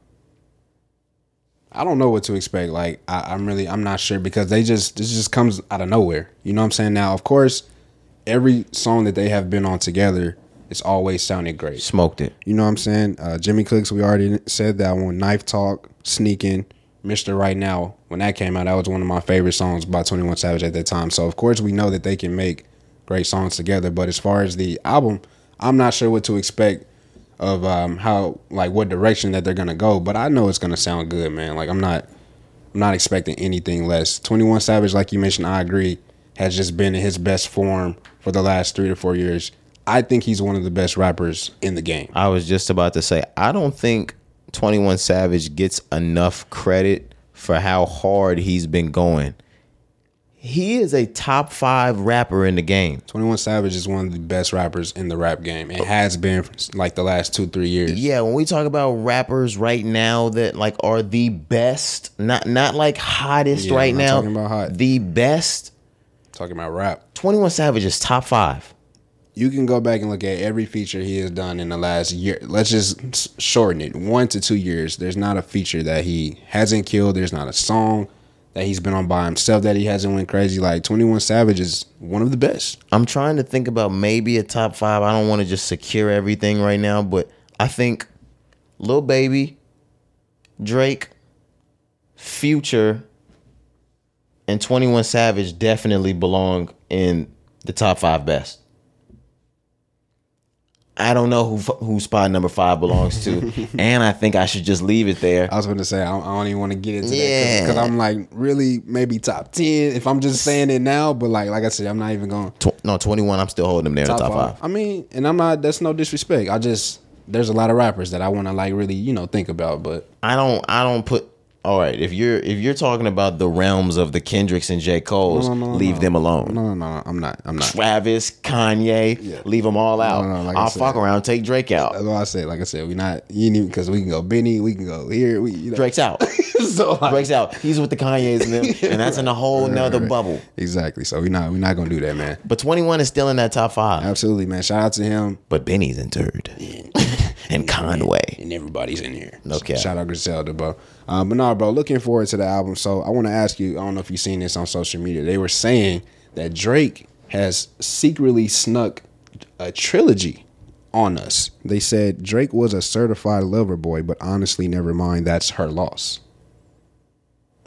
S2: I don't know what to expect. Like I, I'm really I'm not sure because they just this just comes out of nowhere. You know what I'm saying? Now, of course, every song that they have been on together, it's always sounded great.
S1: Smoked it.
S2: You know what I'm saying? Uh, Jimmy Cooks, we already said that one. Knife Talk, Sneaking, Mr. Right Now. When that came out, that was one of my favorite songs by 21 Savage at that time. So, of course, we know that they can make great songs together. But as far as the album, I'm not sure what to expect of um, how, like, what direction that they're going to go. But I know it's going to sound good, man. Like, I'm not. I'm not expecting anything less. 21 Savage, like you mentioned, I agree, has just been in his best form for the last three to four years. I think he's one of the best rappers in the game.
S1: I was just about to say, I don't think 21 Savage gets enough credit for how hard he's been going. He is a top five rapper in the game.
S2: 21 Savage is one of the best rappers in the rap game. It has been for, like the last two, three years.
S1: Yeah, when we talk about rappers right now that like are the best, not not like hottest
S2: Yeah,
S1: right
S2: I'm not
S1: now,
S2: talking about hot.
S1: the best.
S2: Talking about rap.
S1: Twenty One Savage is top five.
S2: You can go back and look at every feature he has done in the last year. Let's just s- shorten it one to two years. There's not a feature that he hasn't killed. There's not a song that he's been on by himself that he hasn't went crazy. Like 21 Savage is one of the best.
S1: I'm trying to think about maybe a top five. I don't want to just secure everything right now, but I think Lil Baby, Drake, Future, and 21 Savage definitely belong in the top five best. I don't know who f- who spot number five belongs
S2: (laughs)
S1: to, and I think I should just leave it there.
S2: I was going to say I don't, I don't even want to get into that
S1: Yeah.
S2: because I'm like really maybe top ten if I'm just saying it now. But like like I said, I'm not even going
S1: Tw- no, twenty one. I'm still holding them there in the
S2: top,
S1: top
S2: five.
S1: five.
S2: I mean, and I'm not. That's no disrespect. I just there's a lot of rappers that I want to like really you know think about, but
S1: I don't. I don't put. All right, if you're if you're talking about the realms of the Kendricks and J. Cole's,
S2: No, no, no,
S1: leave
S2: no.
S1: them alone.
S2: no, no, no, I'm not. I'm not.
S1: Travis, Kanye,
S2: Yeah.
S1: leave them all out.
S2: no, like I
S1: I'll
S2: said. Uh,
S1: fuck around, take Drake out.
S2: That's what I said. Like I said, we not you need because we can go Benny, we can go here. We you know.
S1: Drake's out.
S2: (laughs) so like,
S1: Drake's out. He's with the Kanyes
S2: (laughs)
S1: and them, and that's in a whole nother bubble.
S2: Exactly. So we not we not gonna do that, man.
S1: But 21 is still in that top five.
S2: Absolutely, man. Shout out to him.
S1: But Benny's in third, (laughs) and Conway.
S2: And everybody's in here.
S1: Okay.
S2: Shout out Griselda, bro. Um, but no, bro, looking forward to the album. So I want to ask you, I don't know if you've seen this on social media. They were saying that Drake has secretly snuck a trilogy on us. They said Drake was a certified lover boy, but honestly, never mind. That's her loss.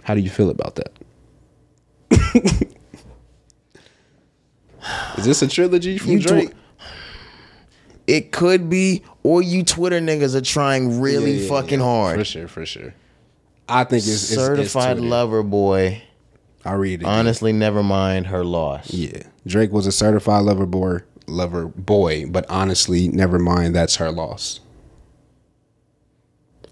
S2: How do you feel about that? (laughs) Is this a trilogy from
S1: You tw-
S2: Drake?
S1: It could be, or you Twitter niggas are trying really
S2: Yeah, yeah,
S1: fucking
S2: yeah.
S1: hard.
S2: For sure, for sure. I think it's, it's- it's
S1: Certified
S2: to it.
S1: lover boy.
S2: I read it.
S1: Honestly, never mind her loss.
S2: Yeah, Drake was a certified lover boy, lover boy, but honestly, never mind. That's her loss.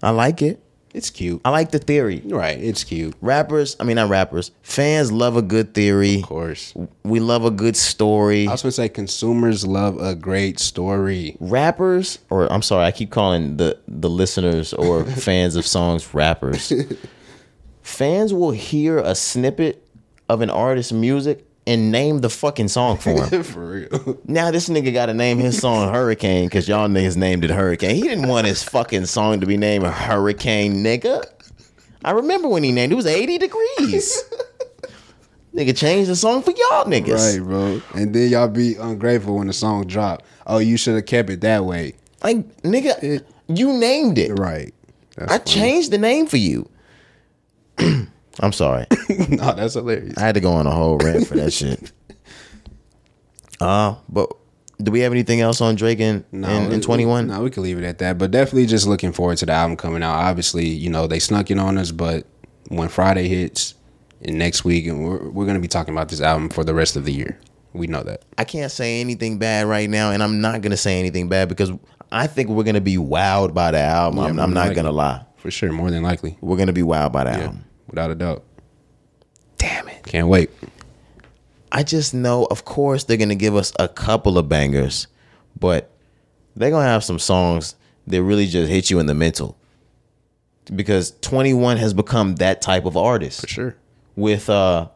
S1: I like it.
S2: It's cute.
S1: I like the theory.
S2: Right, it's cute.
S1: Rappers, I mean not rappers. Fans love a good theory.
S2: Of course.
S1: We love a good story.
S2: I was gonna say consumers love a great story.
S1: rappers or I'm sorry, I keep calling the the listeners or (laughs) fans of songs rappers. (laughs) fans will hear a snippet of an artist's music and name the fucking song for him.
S2: For real.
S1: now this nigga got to name his song Hurricane because y'all niggas named it Hurricane. He didn't want his fucking song to be named Hurricane, nigga. I remember when he named it, it was 80
S2: (laughs)
S1: degrees. nigga changed the song for y'all niggas.
S2: Right, bro. And then y'all be ungrateful when the song drop. Oh, you should have kept it that way.
S1: Like, nigga, you named it.
S2: Right. That's
S1: I
S2: funny. (laughs)
S1: changed the name for you. (clears throat) I'm sorry.
S2: no, that's hilarious.
S1: I had to go on a whole rant for that
S2: (laughs)
S1: shit. Uh, but do we have anything else on Drake and, and, and 21?
S2: No, we can leave it at that. But definitely just looking forward to the album coming out. Obviously, you know, they snuck it on us, but when Friday hits and next week, and we're, we're going to be talking about this album for the rest of the year. We know that.
S1: I can't say anything bad right now, and I'm not going to say anything bad because I think we're going to be wowed by the album. I'm,
S2: more
S1: I'm
S2: than
S1: not
S2: likely.
S1: going to lie.
S2: For sure, more than likely.
S1: We're going to be wowed by the
S2: Yeah,
S1: album.
S2: without a doubt.
S1: Damn it.
S2: Can't wait.
S1: I just know, of course, they're gonna give us a couple of bangers, but they're gonna have some songs that really just hit you in the mental. Because 21 has become that type of artist.
S2: Sure.
S1: With uh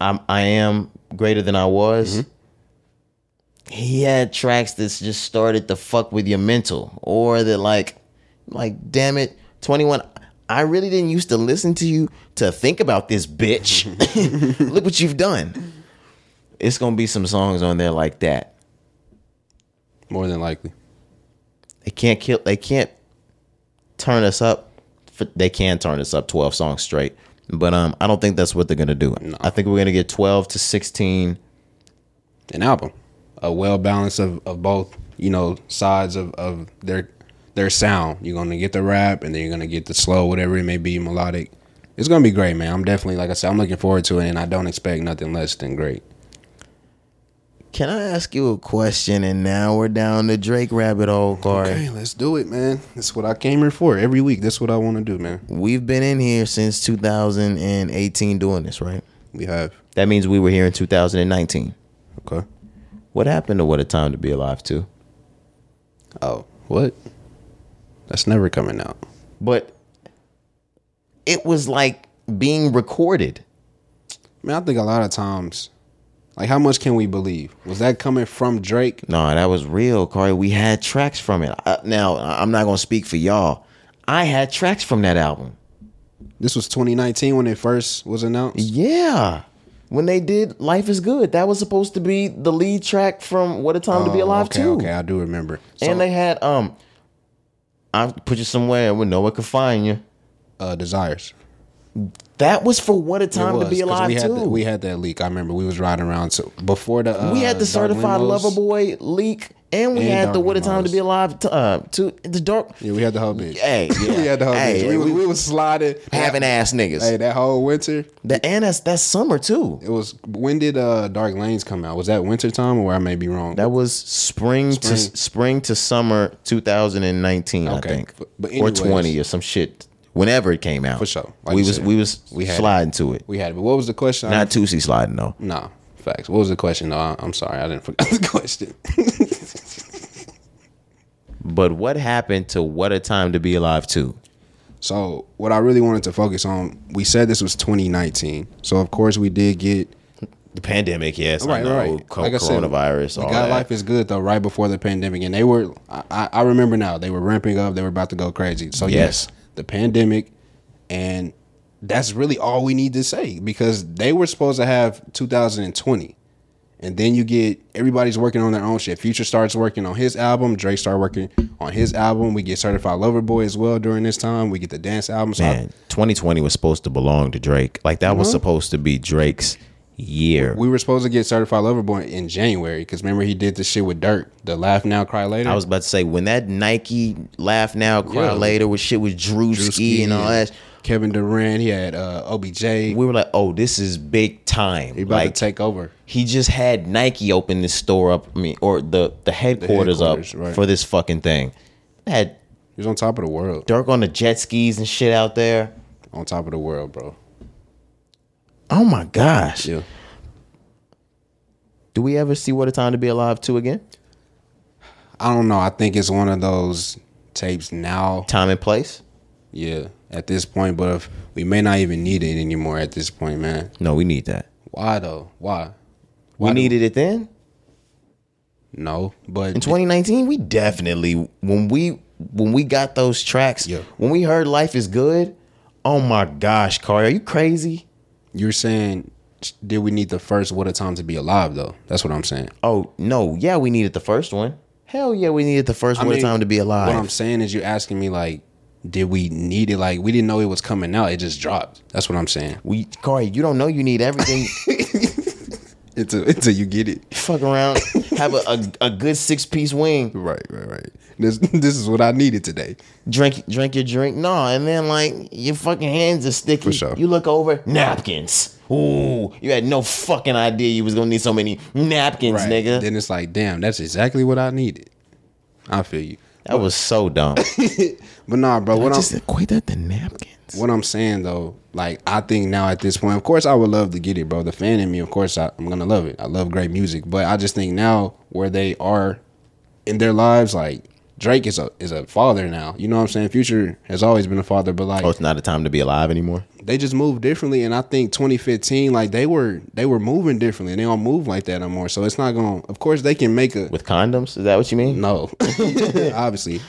S1: I'm I am greater than I was. He had tracks that's just started to fuck with your mental. Or that like like damn it, 21 I really didn't used to listen to you to think about this bitch. (laughs) Look what you've done. It's gonna be some songs on there like that.
S2: More than likely.
S1: They can't kill. They can't turn us up. For, they can turn us up twelve songs straight, but um, I don't think that's what they're gonna do. I think we're gonna get twelve to sixteen.
S2: An album. A well balance of, of both, you know, sides of, of their their sound. You're going to get the rap and then you're going to get the slow, whatever it may be, melodic. It's going to be great, man. I'm definitely, like I said, I'm looking forward to it and I don't expect nothing less than great.
S1: Can I ask you a question? And now we're down the Drake rabbit hole, Corey.
S2: Hey, let's do it, man. That's what I came here for. Every week, that's what I want to do, man.
S1: We've been in here since 2018 doing this, right?
S2: We have.
S1: That means we were here in 2019.
S2: Okay.
S1: What happened to What a Time to Be Alive too?
S2: Oh, what? That's never coming out.
S1: But it was like being recorded.
S2: Man, I think a lot of times, like, how much can we believe? Was that coming from Drake?
S1: No, that was real, Corey. We had tracks from it. Uh, now, I- I'm not going to speak for y'all. I had tracks from that album.
S2: This was 2019 when it first was announced.
S1: Yeah. When they did Life is Good, that was supposed to be the lead track from What a Time to Be
S2: Oh,
S1: Alive
S2: okay,
S1: too.
S2: Okay, I do remember. So,
S1: and they had um I put you somewhere where no one could find you.
S2: uh, Desires.
S1: That was for what a
S2: It
S1: time
S2: was,
S1: to be
S2: 'cause
S1: alive
S2: we had
S1: too.
S2: the- we had that leak. I remember we was riding around so before the uh,
S1: we had the
S2: Dark
S1: certified
S2: Limos.
S1: lover boy leak, and we
S2: And
S1: had the
S2: Dark
S1: what a time to
S2: Limos.
S1: be alive to, uh, to the dark.
S2: Yeah, we had the whole bitch.
S1: (laughs) Hey, yeah.
S2: (laughs) we had the whole
S1: Hey,
S2: bitch. We,
S1: we-
S2: we, we was sliding,
S1: Having ass niggas.
S2: Hey, that whole winter,
S1: the and that's that's summer too.
S2: it was. When did uh, Dark Lanes come out? Was that winter time, or I may be wrong?
S1: That was spring, to
S2: Spring.
S1: spring to summer 2019,
S2: Okay.
S1: I think,
S2: But- but
S1: or
S2: anyways.
S1: 20 or some shit. Whenever it came out,
S2: For sure. Like
S1: we
S2: you
S1: was
S2: said,
S1: we was
S2: we had it.
S1: sliding to it.
S2: we had it. But what was the question?
S1: Not Tusi sliding though.
S2: no facts. What was the question? No, I, I'm sorry, I didn't (laughs) forget the question.
S1: But what happened to what a time to be alive too?
S2: So what I really wanted to focus on, we said this was 2019. So of course we did get
S1: The pandemic, yes,
S2: right,
S1: I know,
S2: right.
S1: co-
S2: Like I said,
S1: coronavirus,
S2: the
S1: all
S2: God
S1: that.
S2: life is good though. Right before the pandemic, and they were, I- I, I remember now, they were ramping up. They were about to go crazy. So yes,
S1: Yes.
S2: the pandemic, and that's really all we need to say because they were supposed to have 2020. And then you get everybody's working on their own shit. Future starts working on his album. Drake started working on his album. We get Certified Lover Boy as well during this time. We get the dance album. So I-
S1: Man, 2020 was supposed to belong to Drake. Like that was supposed to be Drake's year.
S2: Uh-huh. we were supposed to get Certified Lover Boy in January because remember he did the shit with Dirk, the Laugh Now Cry Later.
S1: I was about to say when that Nike laugh now, cry
S2: Yeah.
S1: later with shit with Drewski and all that.
S2: Kevin Durant, he had uh, OBJ.
S1: We were like, oh, this is big time.
S2: He about
S1: Like
S2: to take over.
S1: he just had Nike open this store up. I mean, or the the headquarters,
S2: headquarters,
S1: up
S2: right.
S1: for this fucking thing. They had
S2: He was on top of the world.
S1: Dirk on the jet skis and shit out there.
S2: On top of the world, bro.
S1: Oh my gosh.
S2: Yeah.
S1: Do we ever see what a time to be alive two again?
S2: I don't know. I think it's one of those tapes now.
S1: Time and place?
S2: Yeah. At this point, but if we may not even need it anymore at this point, man.
S1: No, we need that.
S2: Why though? Why?
S1: We needed it then.
S2: No. But
S1: in 2019 we definitely when we when we got those tracks
S2: Yeah.
S1: when we heard life is good oh my gosh Kari, are you crazy
S2: you're saying, did we need the first What a Time to Be Alive though? That's what I'm saying.
S1: oh no yeah we needed the first one hell yeah we needed the first
S2: I
S1: one
S2: mean,
S1: time to be
S2: What I'm
S1: alive
S2: saying is, you're asking me like, did we need it? Like, we didn't know it was coming out. It just dropped. That's what I'm saying.
S1: we Kari, you don't know you need
S2: (laughs)
S1: everything
S2: Until until you get it.
S1: fuck around have a, a, a good six piece wing
S2: Right, right, right. This (laughs) this is what I needed today.
S1: drink drink your drink no and then like your fucking hands are sticky
S2: For sure.
S1: you look over napkins ooh you had no fucking idea you was gonna need so many napkins
S2: Right.
S1: nigga
S2: Then it's like, damn, that's exactly what I needed. I feel you.
S1: That was so dumb.
S2: But nah, bro. What I'm
S1: equate that to napkins.
S2: what I'm saying though, like I think now at this point, of course I would love to get it, bro. The fan in me, of course I, I'm gonna love it. I love great music, but I just think now where they are in their lives, like Drake is a is a father now. You know what I'm saying? Future has always been a father, but like
S1: Oh, it's not a time to be alive anymore.
S2: they just move differently. And I think 2015, like they were they were moving differently, and they don't move like that no more. So it's not going. to Of course, they can make a
S1: With condoms? Is that what you mean? (laughs)
S2: no, (laughs) obviously,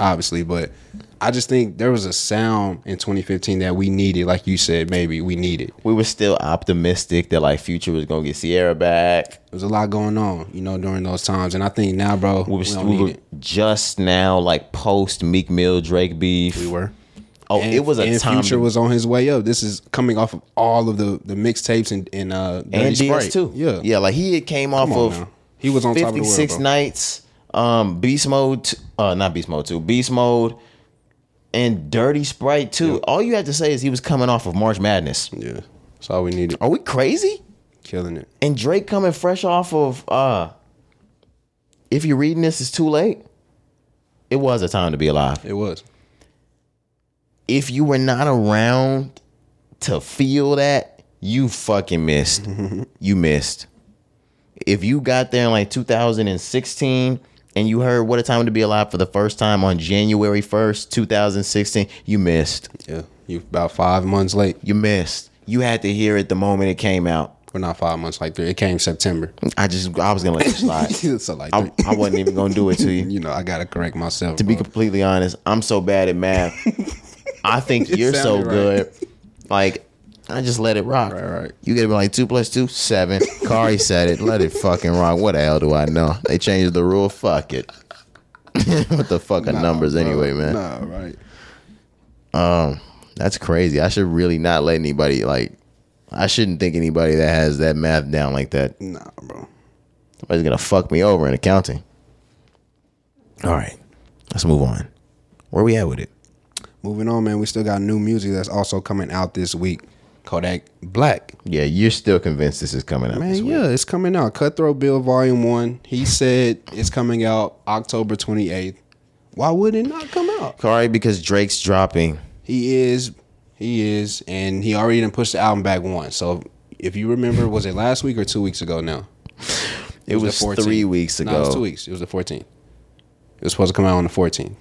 S2: obviously, but. I just think there was a sound in 2015 that we needed, like you said, maybe we needed.
S1: We were still optimistic that like Future was gonna get Sierra back.
S2: There's a lot going on, you know, during those times. And I think now, bro, we,
S1: We were,
S2: don't
S1: we
S2: need
S1: were
S2: it.
S1: just now like post Meek Mill Drake beef.
S2: We were.
S1: Oh,
S2: And-
S1: it was a
S2: and
S1: time.
S2: Future
S1: to-
S2: was on his way up. This is coming off of all of the the mixtapes and and uh Dirty
S1: and DS
S2: Sprite.
S1: too.
S2: Yeah,
S1: yeah. Like he had came off
S2: Come on
S1: of
S2: now. He was on top of the world,
S1: 56
S2: bro.
S1: nights. Um, Beast Mode. t- Uh, not Beast Mode two. Beast Mode. And Dirty Sprite too. All you had to say is he was coming off of March Madness.
S2: yeah. That's all we needed.
S1: Are we crazy?
S2: Killing it.
S1: and Drake coming fresh off of uh if you're reading this it's too late it was a time to be alive
S2: It was.
S1: if you were not around to feel that you fucking missed you missed if you got there in like 2016 and you heard what a time to be alive for the first time on January 1st 2016 you missed
S2: Yeah. You about five months late.
S1: you missed you had to hear it the moment it came out
S2: Well, not five months, like three. It came September.
S1: I just I was gonna let you slide
S2: (laughs) so like,
S1: I,
S2: three.
S1: I wasn't even gonna do it to you
S2: you know, I gotta correct myself.
S1: To be
S2: bro.
S1: completely honest, I'm so bad at math.
S2: (laughs)
S1: I think you're so
S2: sounded right.
S1: good. Like, I just let it rock.
S2: Right, right.
S1: You get to be like two plus two, seven. Kari said it. Let it fucking rock. What the hell do I know? They changed the rule. Fuck it. (laughs) what the fuck are numbers anyway, man?
S2: Nah, right.
S1: That's crazy. I should really not let anybody like. I shouldn't think anybody that has that math down like that.
S2: Nah, bro.
S1: Somebody's gonna fuck me over in accounting. All right, let's move on. Where we at with it?
S2: Moving on, man. We still got new music that's also coming out this week. Kodak Black.
S1: Yeah, you're still convinced this is coming out. this
S2: Man,
S1: week.
S2: yeah, it's coming out. Cutthroat Bill Volume One. He said it's coming out October twenty eighth. Why would it not come out?
S1: Kari, because Drake's dropping.
S2: He is, he is, and he already done pushed the album back once. So if you remember, was it last week or two weeks ago now?
S1: It, was,
S2: the 14th.
S1: three weeks ago.
S2: No, it was two weeks. It was the fourteenth. It was supposed to come out on the fourteenth.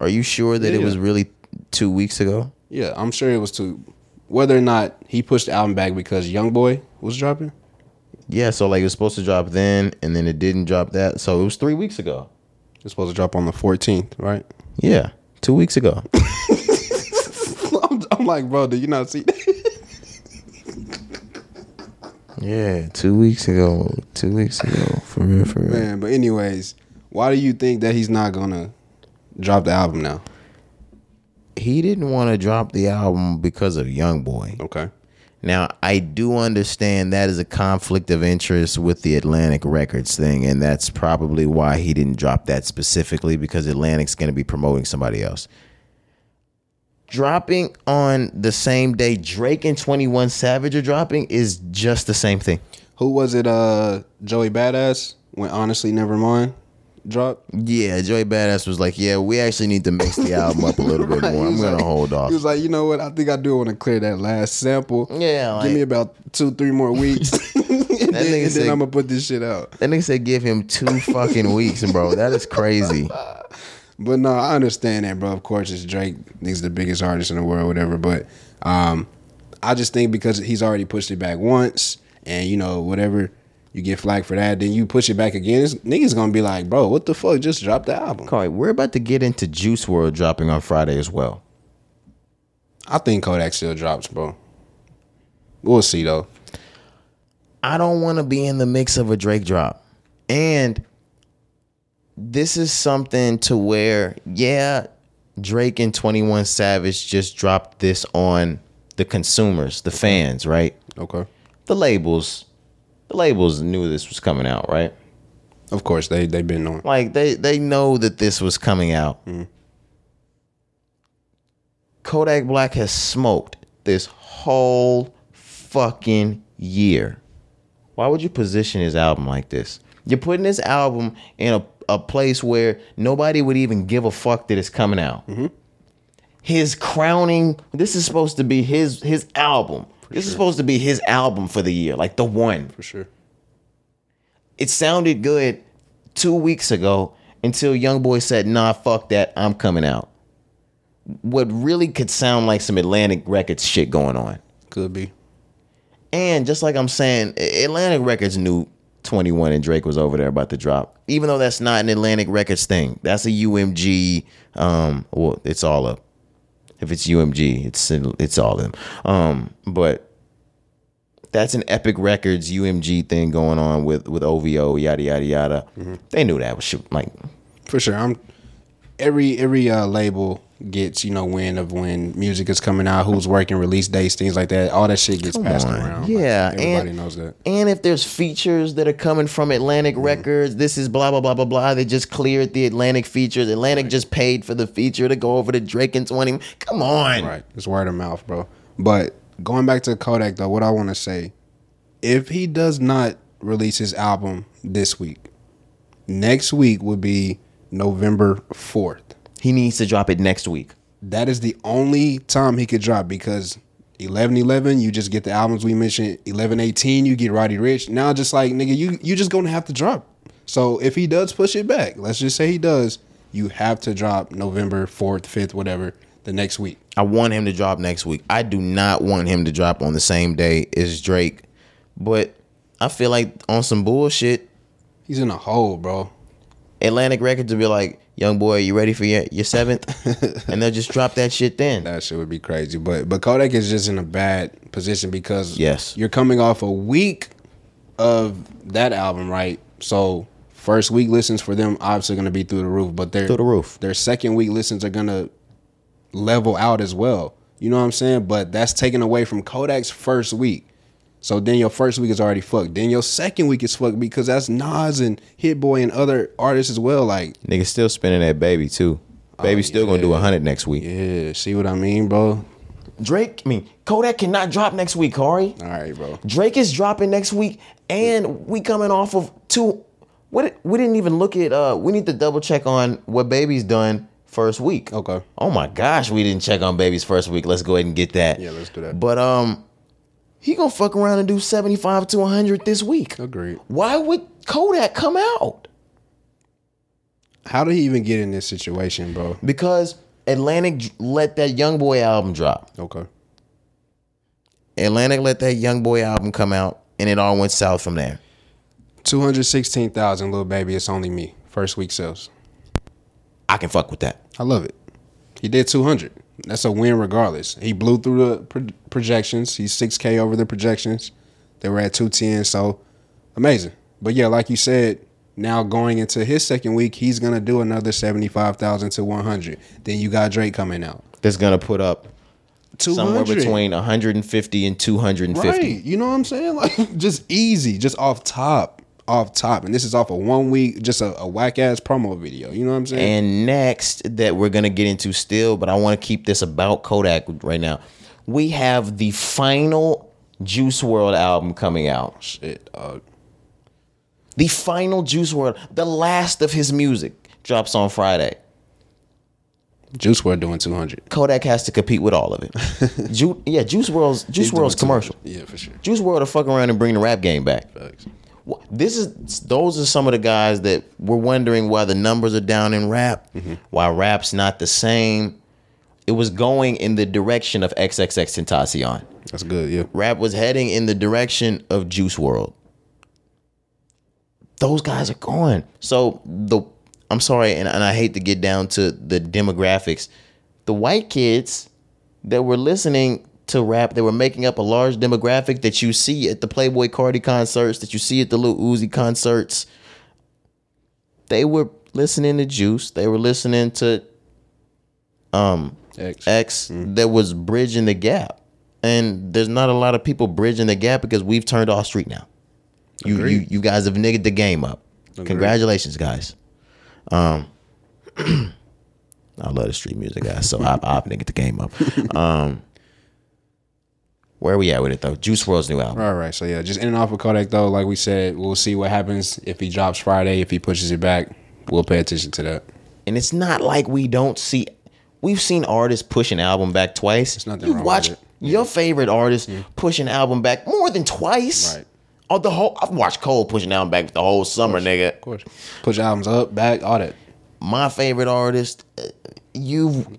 S1: Are you sure that it
S2: Yeah.
S1: was really two weeks ago?
S2: Yeah, I'm sure it was two. Whether or not he pushed the album back because YoungBoy was dropping.
S1: Yeah, so like it was supposed to drop then, and then it didn't drop that. So it was three weeks ago.
S2: It's supposed to drop on the 14th, right? (laughs)
S1: Yeah, two weeks ago.
S2: I'm, I'm like, bro, did you not see that?
S1: (laughs) yeah, two weeks ago. Two weeks ago. For real, for real.
S2: Man, but anyways, why do you think that he's not gonna drop the album now?
S1: He didn't want to drop the album because of YoungBoy.
S2: Okay.
S1: Now, I do understand that is a conflict of interest with the Atlantic Records thing, and that's probably why he didn't drop that specifically because Atlantic's going to be promoting somebody else. Dropping on the same day Drake and 21 Savage are dropping is just the same thing.
S2: Who was it? Uh, Joey Badass when honestly, never mind. Drop.
S1: Yeah, Joey Badass was like, Yeah, we actually need to mix the album up a little (laughs) bit more. I'm going to hold off.
S2: He was like, you know what? I think I do want to clear that last sample.
S1: Yeah, like-
S2: Give me about two, three more weeks, and, then,
S1: (laughs) nigga
S2: (laughs) and
S1: said-
S2: then I'm gonna put this shit out.
S1: That nigga said give him two fucking weeks, bro. That is (laughs) crazy.
S2: But no, I understand that, bro. Of course, it's Drake. He's the biggest artist in the world, whatever. But um, I just think because he's already pushed it back once, and you know, whatever you get flagged for that, then you push it back again. It's, niggas gonna be like, bro, what the fuck? Just drop the album.
S1: All right, we're about to get into Juice World dropping on Friday as well.
S2: I think Kodak still drops, bro. We'll see though.
S1: I don't want to be in the mix of a Drake drop. And this is something to where, yeah, Drake and 21 Savage just dropped this on the consumers, the fans, right?
S2: Okay.
S1: The labels. The labels knew this was coming out, right?
S2: Of course, they they've been on.
S1: Like they they know that this was coming out. Kodak Black has smoked this whole fucking year. Why would you position his album like this? You're putting this album in a, a place where nobody would even give a fuck that it's coming out. His crowning, this is supposed to be his his album. this is supposed to be his album for the year, like the one
S2: For sure.
S1: it sounded good two weeks ago until Young Boy said, "Nah, fuck that, I'm coming out." What really could sound like some Atlantic Records shit going on,
S2: Could be.
S1: and just like I'm saying, A- Atlantic Records knew 21 and Drake was over there about to drop, even though that's not an Atlantic Records thing. That's a UMG. Um, well, it's all up. If it's UMG, it's it's all them. Um, but that's an Epic Records UMG thing going on with with OVO yada yada yada. They knew that was shit. Like
S2: For sure. I'm every every uh, label gets you know when of when music is coming out, who's working, release dates, things like that. All that shit gets passed
S1: on.
S2: around.
S1: Yeah,
S2: Like, everybody
S1: and-
S2: knows that.
S1: And if there's features that are coming from Atlantic Records, this is blah blah blah blah blah. They just cleared the Atlantic features. Atlantic just paid for the feature to go over to Drake and Twenty. Come on,
S2: Right, it's word of mouth, bro. But going back to Kodak though, what I want to say, if he does not release his album this week, next week would be November fourth.
S1: he needs to drop it next week.
S2: That is the only time he could drop because eleven eleven, you just get the albums we mentioned. Eleven eighteen, you get Roddy Rich. Now, just like nigga, you you just gonna have to drop. So if he does push it back, let's just say he does, you have to drop November fourth, fifth, whatever, the next week.
S1: I want him to drop next week. I do not want him to drop on the same day as Drake. But I feel like on some bullshit,
S2: He's in a hole, bro.
S1: Atlantic Records will be like, "Young boy, you ready for your your (laughs) seventh? and they'll just drop that shit then.
S2: That shit would be crazy. But but Kodak is just in a bad position because
S1: Yes.
S2: you're coming off a week of that album, right? So first week listens for them obviously gonna be through the roof, but their
S1: Through the roof.
S2: Their second week listens are gonna level out as well. You know what I'm saying? But that's taken away from Kodak's first week. So then your first week is already fucked. Then your second week is fucked because that's Nas and Hit Boy and other artists as well. Like,
S1: Nigga still spinning that baby too. Baby's still gonna do hundred next week.
S2: yeah, see what I mean, bro?
S1: Drake, I mean Kodak cannot drop next week, Corey.
S2: All right, bro.
S1: Drake is dropping next week, and we coming off of two. What we didn't even look at. Uh, we need to double check on what Baby's done first week.
S2: Okay.
S1: Oh my gosh, we didn't check on Baby's first week. Let's go ahead and get that.
S2: Yeah, let's do that.
S1: But um, he gonna fuck around and do seventy five to hundred this week.
S2: Agreed.
S1: Why would Kodak come out?
S2: How did he even get in this situation, bro?
S1: Because Atlantic j- let that Young Boy album drop.
S2: Okay.
S1: Atlantic let that Young Boy album come out, and it all went south from there.
S2: 216,000, little baby, it's only me. First week sales.
S1: I can fuck with that.
S2: I love it. He did 200. That's a win regardless. He blew through the pro- projections. He's 6K over the projections. They were at 210, so amazing. But yeah, like you said, now going into his second week, he's going to do another 75,000 to 100. Then you got Drake coming out.
S1: That's gonna put up
S2: 200.
S1: somewhere between 150 and 250.
S2: Right. You know what I'm saying? (laughs) Like just easy, just off top, off top. And this is off of one week, just a, a whack ass promo video. You know what I'm saying?
S1: And next that we're gonna get into still, but I want to keep this about Kodak right now. We have the final Juice World album coming out.
S2: Shit, dog.
S1: The final Juice World, the last of his music, drops on Friday.
S2: Juice WRLD doing 200.
S1: Kodak has to compete with all of
S2: (laughs)
S1: it. Ju- yeah, Juice World's Juice World's
S2: Doing 200.
S1: commercial.
S2: Yeah, for sure.
S1: Juice World to fuck around and bring the rap game back. Wh- This is those are some of the guys that were wondering why the numbers are down in rap, why rap's not the same. It was going in the direction of XXX Tentacion.
S2: That's good, yeah.
S1: Rap was heading in the direction of Juice World. Those guys are going. So the I'm sorry, and, and I hate to get down to the demographics. The white kids that were listening to rap, they were making up a large demographic that you see at the Playboy Cardi concerts, that you see at the Lil Uzi concerts. They were listening to Juice. They were listening to
S2: X.
S1: X
S2: Mm-hmm.
S1: that was bridging the gap. And there's not a lot of people bridging the gap because we've turned off street now. You you,
S2: Agreed.
S1: you guys have niggered the game up.
S2: Agreed.
S1: Congratulations, guys. Um (clears throat) I love the street music guys, so I I've niggered the game
S2: (laughs)
S1: up. Um where are we at with it though? Juice World's new album.
S2: All right, so yeah, just in and off of Kodak though, like we said, we'll see what happens if he drops Friday, if he pushes it back. We'll pay attention to that.
S1: And it's not like we don't see. We've seen artists push an album back twice. It's
S2: nothing
S1: you
S2: wrong
S1: watch
S2: with it.
S1: your favorite artist push an album back more than twice.
S2: Right.
S1: Or the whole I've watched Cole push an album back the whole summer, nigga.
S2: Of course. Push albums up, back, all that.
S1: My favorite artist, uh, you,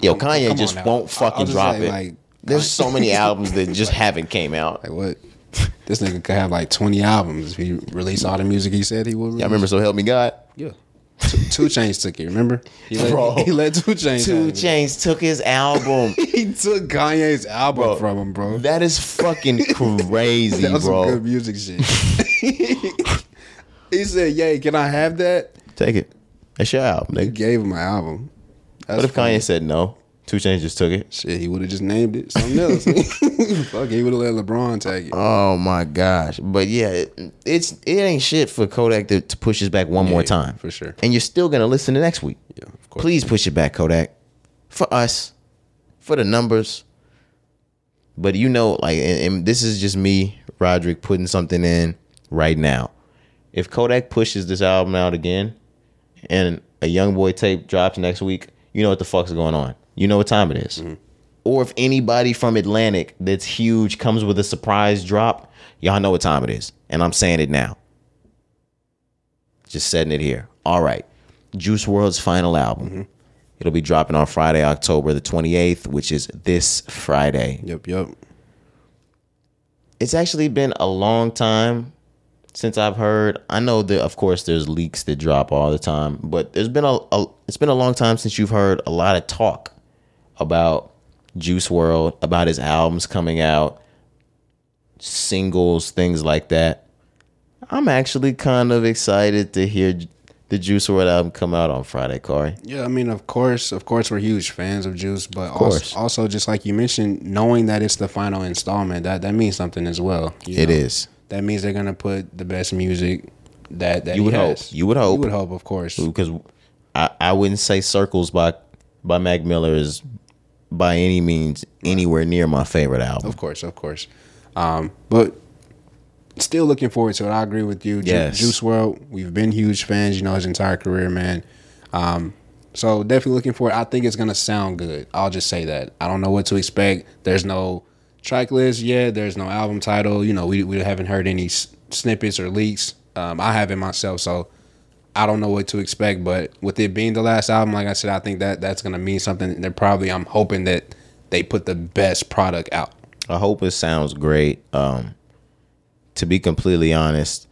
S1: yo, Kanye
S2: come
S1: just
S2: on now.
S1: won't
S2: I- I'll
S1: fucking
S2: just
S1: drop
S2: say,
S1: it.
S2: like,
S1: There's so
S2: (laughs)
S1: many albums that just haven't came out.
S2: Like what? (laughs) this nigga could have like twenty albums if he released all the music he said he would release.
S1: I remember So Help Me God.
S2: Yeah. Two, two Chains took it, remember? He let,
S1: Bro.
S2: he let Two Chains
S1: Two
S2: have it.
S1: Chains took his
S2: (laughs)
S1: album.
S2: He took Kanye's album
S1: Bro,
S2: from him, bro.
S1: that is fucking crazy,
S2: That was
S1: bro.
S2: some good music shit. (laughs) he said, "Yay, can I have that?"
S1: Take it. That's your album,
S2: He
S1: nigga.
S2: gave him my album. That's
S1: What if
S2: funny.
S1: Kanye said no? Two Chains just took it.
S2: Shit, he would have just named it
S1: (laughs)
S2: something else. (laughs) Fuck, he would have let LeBron tag it.
S1: Oh my gosh! But yeah, it, it's it ain't shit for Kodak to, to push this back one more
S2: Yeah,
S1: time
S2: for sure.
S1: And you're still gonna listen to next week.
S2: yeah, of course.
S1: Please push it back, Kodak, for us, for the numbers. But you know, like, and, and this is just me, Roderick, putting something in right now. If Kodak pushes this album out again, and a young boy tape drops next week, you know what the fuck's going on. You know what time it is. Or if anybody from Atlantic that's huge comes with a surprise drop, y'all know what time it is. And I'm saying it now. Just setting it here. All right. Juice World's final album. It'll be dropping on Friday, October the 28th, which is this Friday.
S2: Yep, yep.
S1: It's actually been a long time since I've heard. I know that, of course, there's leaks that drop all the time, but there's been a, a it's been a long time since you've heard a lot of talk about Juice World, about his albums coming out, singles, things like that. I'm actually kind of excited to hear the Juice WRLD album come out on Friday, Corey?
S2: Yeah, I mean, of course, of course, we're huge fans of Juice, but
S1: course.
S2: also, also, just like you mentioned, knowing that it's the final installment, that that means something as well. you
S1: It
S2: know?
S1: is.
S2: That means they're gonna put the best music that that
S1: You
S2: he
S1: would hope.
S2: has.
S1: You would hope.
S2: You would hope, of course.
S1: because I, I wouldn't say Circles by by Mac Miller is by any means anywhere near my favorite album.
S2: Of course, of course. Um, but still looking forward to it. I agree with you. Ju-
S1: Yes.
S2: Juice World, we've been huge fans, you know, his entire career, man. Um, so definitely looking forward. I think it's gonna sound good. I'll just say that. I don't know what to expect. There's no track list yet, there's no album title. You know, we we haven't heard any s- snippets or leaks. Um, I haven't myself, so I don't know what to expect, but with it being the last album, like I said, I think that that's gonna mean something. They're probably, I'm hoping that they put the best product out.
S1: I hope it sounds great. Um, to be completely honest,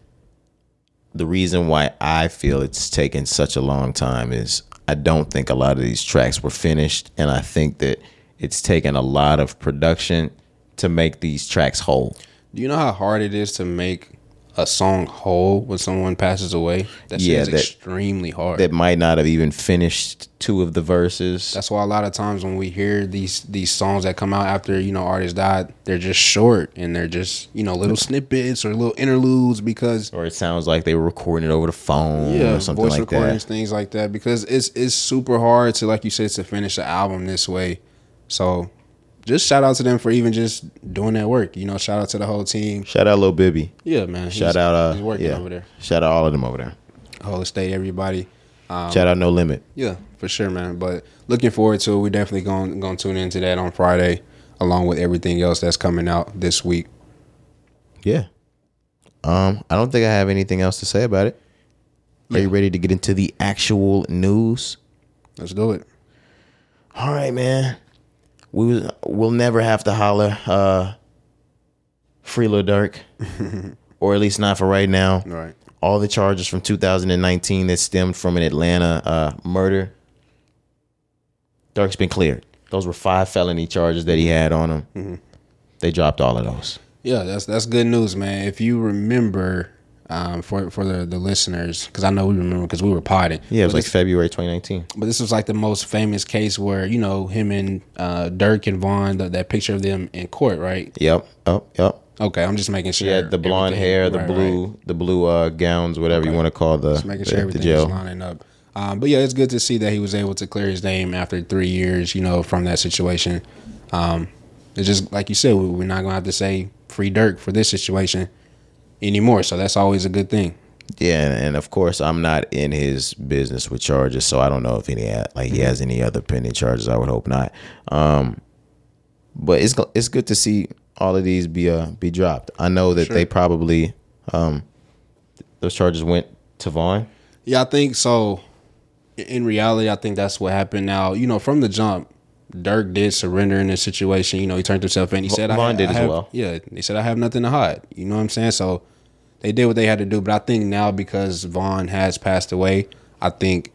S1: the reason why I feel it's taken such a long time is I don't think a lot of these tracks were finished, and I think that it's taken a lot of production to make these tracks whole.
S2: Do you know how hard it is to make a song whole when someone passes away? That shit
S1: Yeah,
S2: is
S1: that-
S2: extremely hard.
S1: That might not have even finished two of the verses.
S2: That's why a lot of times when we hear these these songs that come out after you know artists died, they're just short and they're just you know little snippets or little interludes because
S1: or it sounds like they were recording it over the phone
S2: yeah,
S1: or something
S2: voice
S1: like
S2: recordings,
S1: that.
S2: things like that because it's it's super hard to like you said to finish the album this way. So just shout out to them for even just doing that work. You know, shout out to the whole team.
S1: Shout out Lil Bibby.
S2: Yeah, man.
S1: Shout out uh
S2: he's working
S1: yeah.
S2: over there.
S1: Shout out all of them over there.
S2: Whole state, everybody. Um,
S1: Shout out No Limit.
S2: Yeah, for sure, man. But looking forward to it. We definitely going going to tune into that on Friday, along with everything else that's coming out this week.
S1: Yeah. Um, I don't think I have anything else to say about it. Are you ready to get into the actual news?
S2: Let's do it.
S1: All right, man. We was, we'll never have to holler uh Free Lil
S2: (laughs)
S1: Durk. or at least not for right now.
S2: All right.
S1: all the charges from 2019 that stemmed from an Atlanta uh, murder. Dirk's been cleared. Those were five felony charges that he had on him.
S2: Mm-hmm.
S1: They dropped all of those.
S2: Yeah, that's that's good news, man. If you remember, um, for for the the listeners, because I know we remember because we were potting.
S1: Yeah, it was
S2: But
S1: like February 2019.
S2: But this was like the most famous case where you know him and uh, Dirk and Vaughn, the, that picture of them in court, right?
S1: Yep, up, yep.
S2: Okay, I'm just making sure.
S1: He had the blonde
S2: everything-
S1: hair, the
S2: right, right.
S1: blue, the blue uh, gowns, whatever you want to call the,
S2: just making
S1: uh, the-
S2: sure
S1: the
S2: everything was
S1: jail.
S2: lining up. Um, but yeah, it's good to see that he was able to clear his name after three years, you know, from that situation. Um, it's just like you said, we- we're not gonna have to say free Dirk for this situation anymore. So that's always a good thing.
S1: Yeah, and, and of course I'm not in his business with charges, so I don't know if any like
S2: Mm-hmm.
S1: he has any other pending charges. I would hope not. Um, but it's go- it's good to see all of these be uh, be dropped. I know that they probably um, those charges went to Vaughn.
S2: Yeah, I think so. I- In reality, I think that's what happened. Now, you know, from the jump, Dirk did surrender in this situation. You know, he turned himself in. He said,
S1: Vaughn
S2: I, ha-
S1: did
S2: I
S1: as
S2: have-
S1: well.
S2: Yeah, he said, I have nothing to hide. You know what I'm saying? So they did what they had to do. But I think now because Vaughn has passed away, I think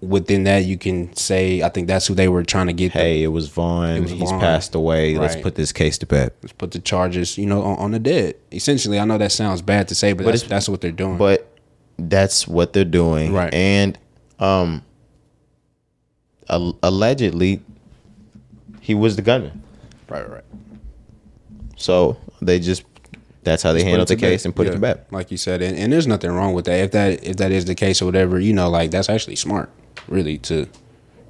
S2: within that you can say I think that's who they were trying to get. the-
S1: Hey, it was Vaughn.
S2: was
S1: He's
S2: Vaughn.
S1: passed away. Let's
S2: Right.
S1: put this case to bed.
S2: put the charges, you know, on, on the dead. Essentially, I know that sounds bad to say, but, that's,
S1: it's-
S2: that's what they're doing.
S1: but that's what they're doing
S2: Right.
S1: and um al- allegedly he was the gunman
S2: right, right.
S1: so they just that's how they handled
S2: put
S1: the
S2: it to
S1: case
S2: bed.
S1: and put it
S2: Yeah,
S1: to bed
S2: Like you said, and, and there's nothing wrong with that. If that if that is the case or whatever, you know, like that's actually smart, really, to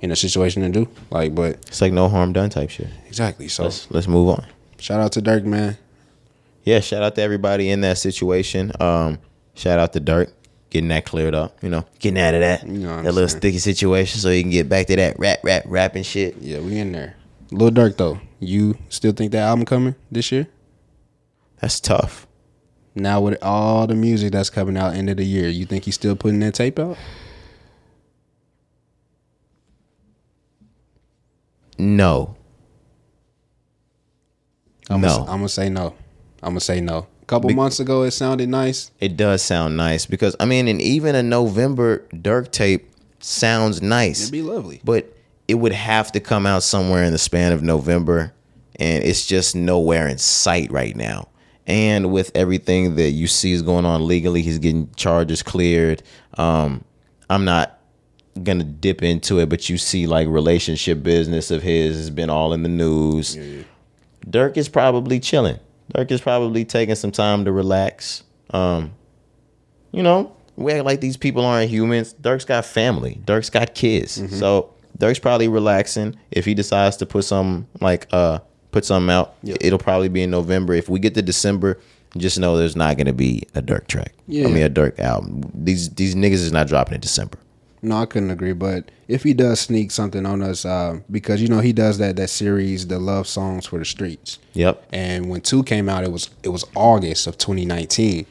S2: in a situation to do. Like, but
S1: it's like no harm done type shit
S2: exactly. So
S1: let's let's move on
S2: shout out to Dirk, man.
S1: yeah shout out to everybody in that situation um shout out to dirt getting that cleared up you know getting out of that
S2: know what I'm
S1: that little
S2: saying.
S1: sticky situation so he can get back to that rap rap rap and shit
S2: Yeah, we in there. Lil Dirk though, you still think that album coming this year?
S1: that's tough
S2: Now with all the music that's coming out end of the year, you think he's still putting that tape out?
S1: no
S2: I'm
S1: No.
S2: gonna, I'm gonna say no. I'm gonna say no. A couple months ago, it sounded nice.
S1: It does sound nice because I mean, and even a November Dirk tape sounds nice,
S2: It'd be lovely.
S1: but it would have to come out somewhere in the span of November, and it's just nowhere in sight right now. and with everything that you see is going on legally, he's getting charges cleared. Um, I'm not gonna dip into it, but you see like relationship business of his has been all in the news. Dirk is probably chilling. Dirk is probably taking some time to relax. Um, you know, we act like these people aren't humans. Dirk's got family. Dirk's got kids.
S2: Mm-hmm.
S1: So Dirk's probably relaxing. If he decides to put some like uh put something out, it'll probably be in November. If we get to December, just know there's not gonna be a Dirk track.
S2: Yeah.
S1: I mean a Dirk album. These these niggas is not dropping in December.
S2: No, I couldn't agree. But if he does sneak something on us, uh, because you know he does that that series, the love songs for the streets.
S1: Yep.
S2: And when two came out, it was it was August of 2019.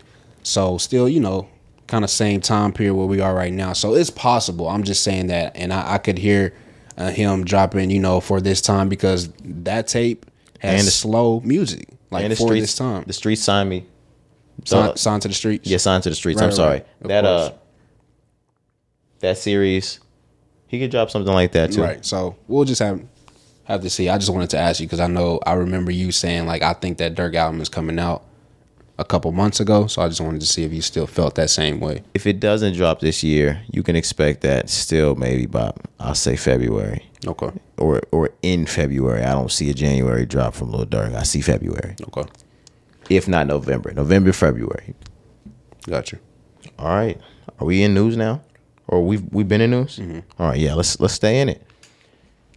S2: So still, you know, kind of same time period where we are right now. So it's possible. I'm just saying that, and I, I could hear uh, him dropping, you know, for this time because that tape has
S1: And the-
S2: slow music like
S1: and the
S2: for
S1: streets
S2: this time.
S1: The streets signed me. So
S2: Sign, sign to the streets.
S1: yeah, signed to the streets.
S2: Right,
S1: I'm sorry.
S2: right. Of
S1: That uh
S2: course.
S1: that series, he could drop something like that too.
S2: Right. So we'll just have have to see. I just wanted to ask you because I know I remember you saying like I think that Dirk album is coming out a couple months ago. So I just wanted to see if you still felt that same way.
S1: If it doesn't drop this year, you can expect that still maybe by I'll say February
S2: Okay.
S1: or or in February. I don't see a January drop from Lil Durk. I see February,
S2: Okay.
S1: if not November. November, February.
S2: Got you.
S1: All right. Are we in news now? Or we've we've been in news?
S2: Mm-hmm.
S1: All right, yeah, let's let's stay in it.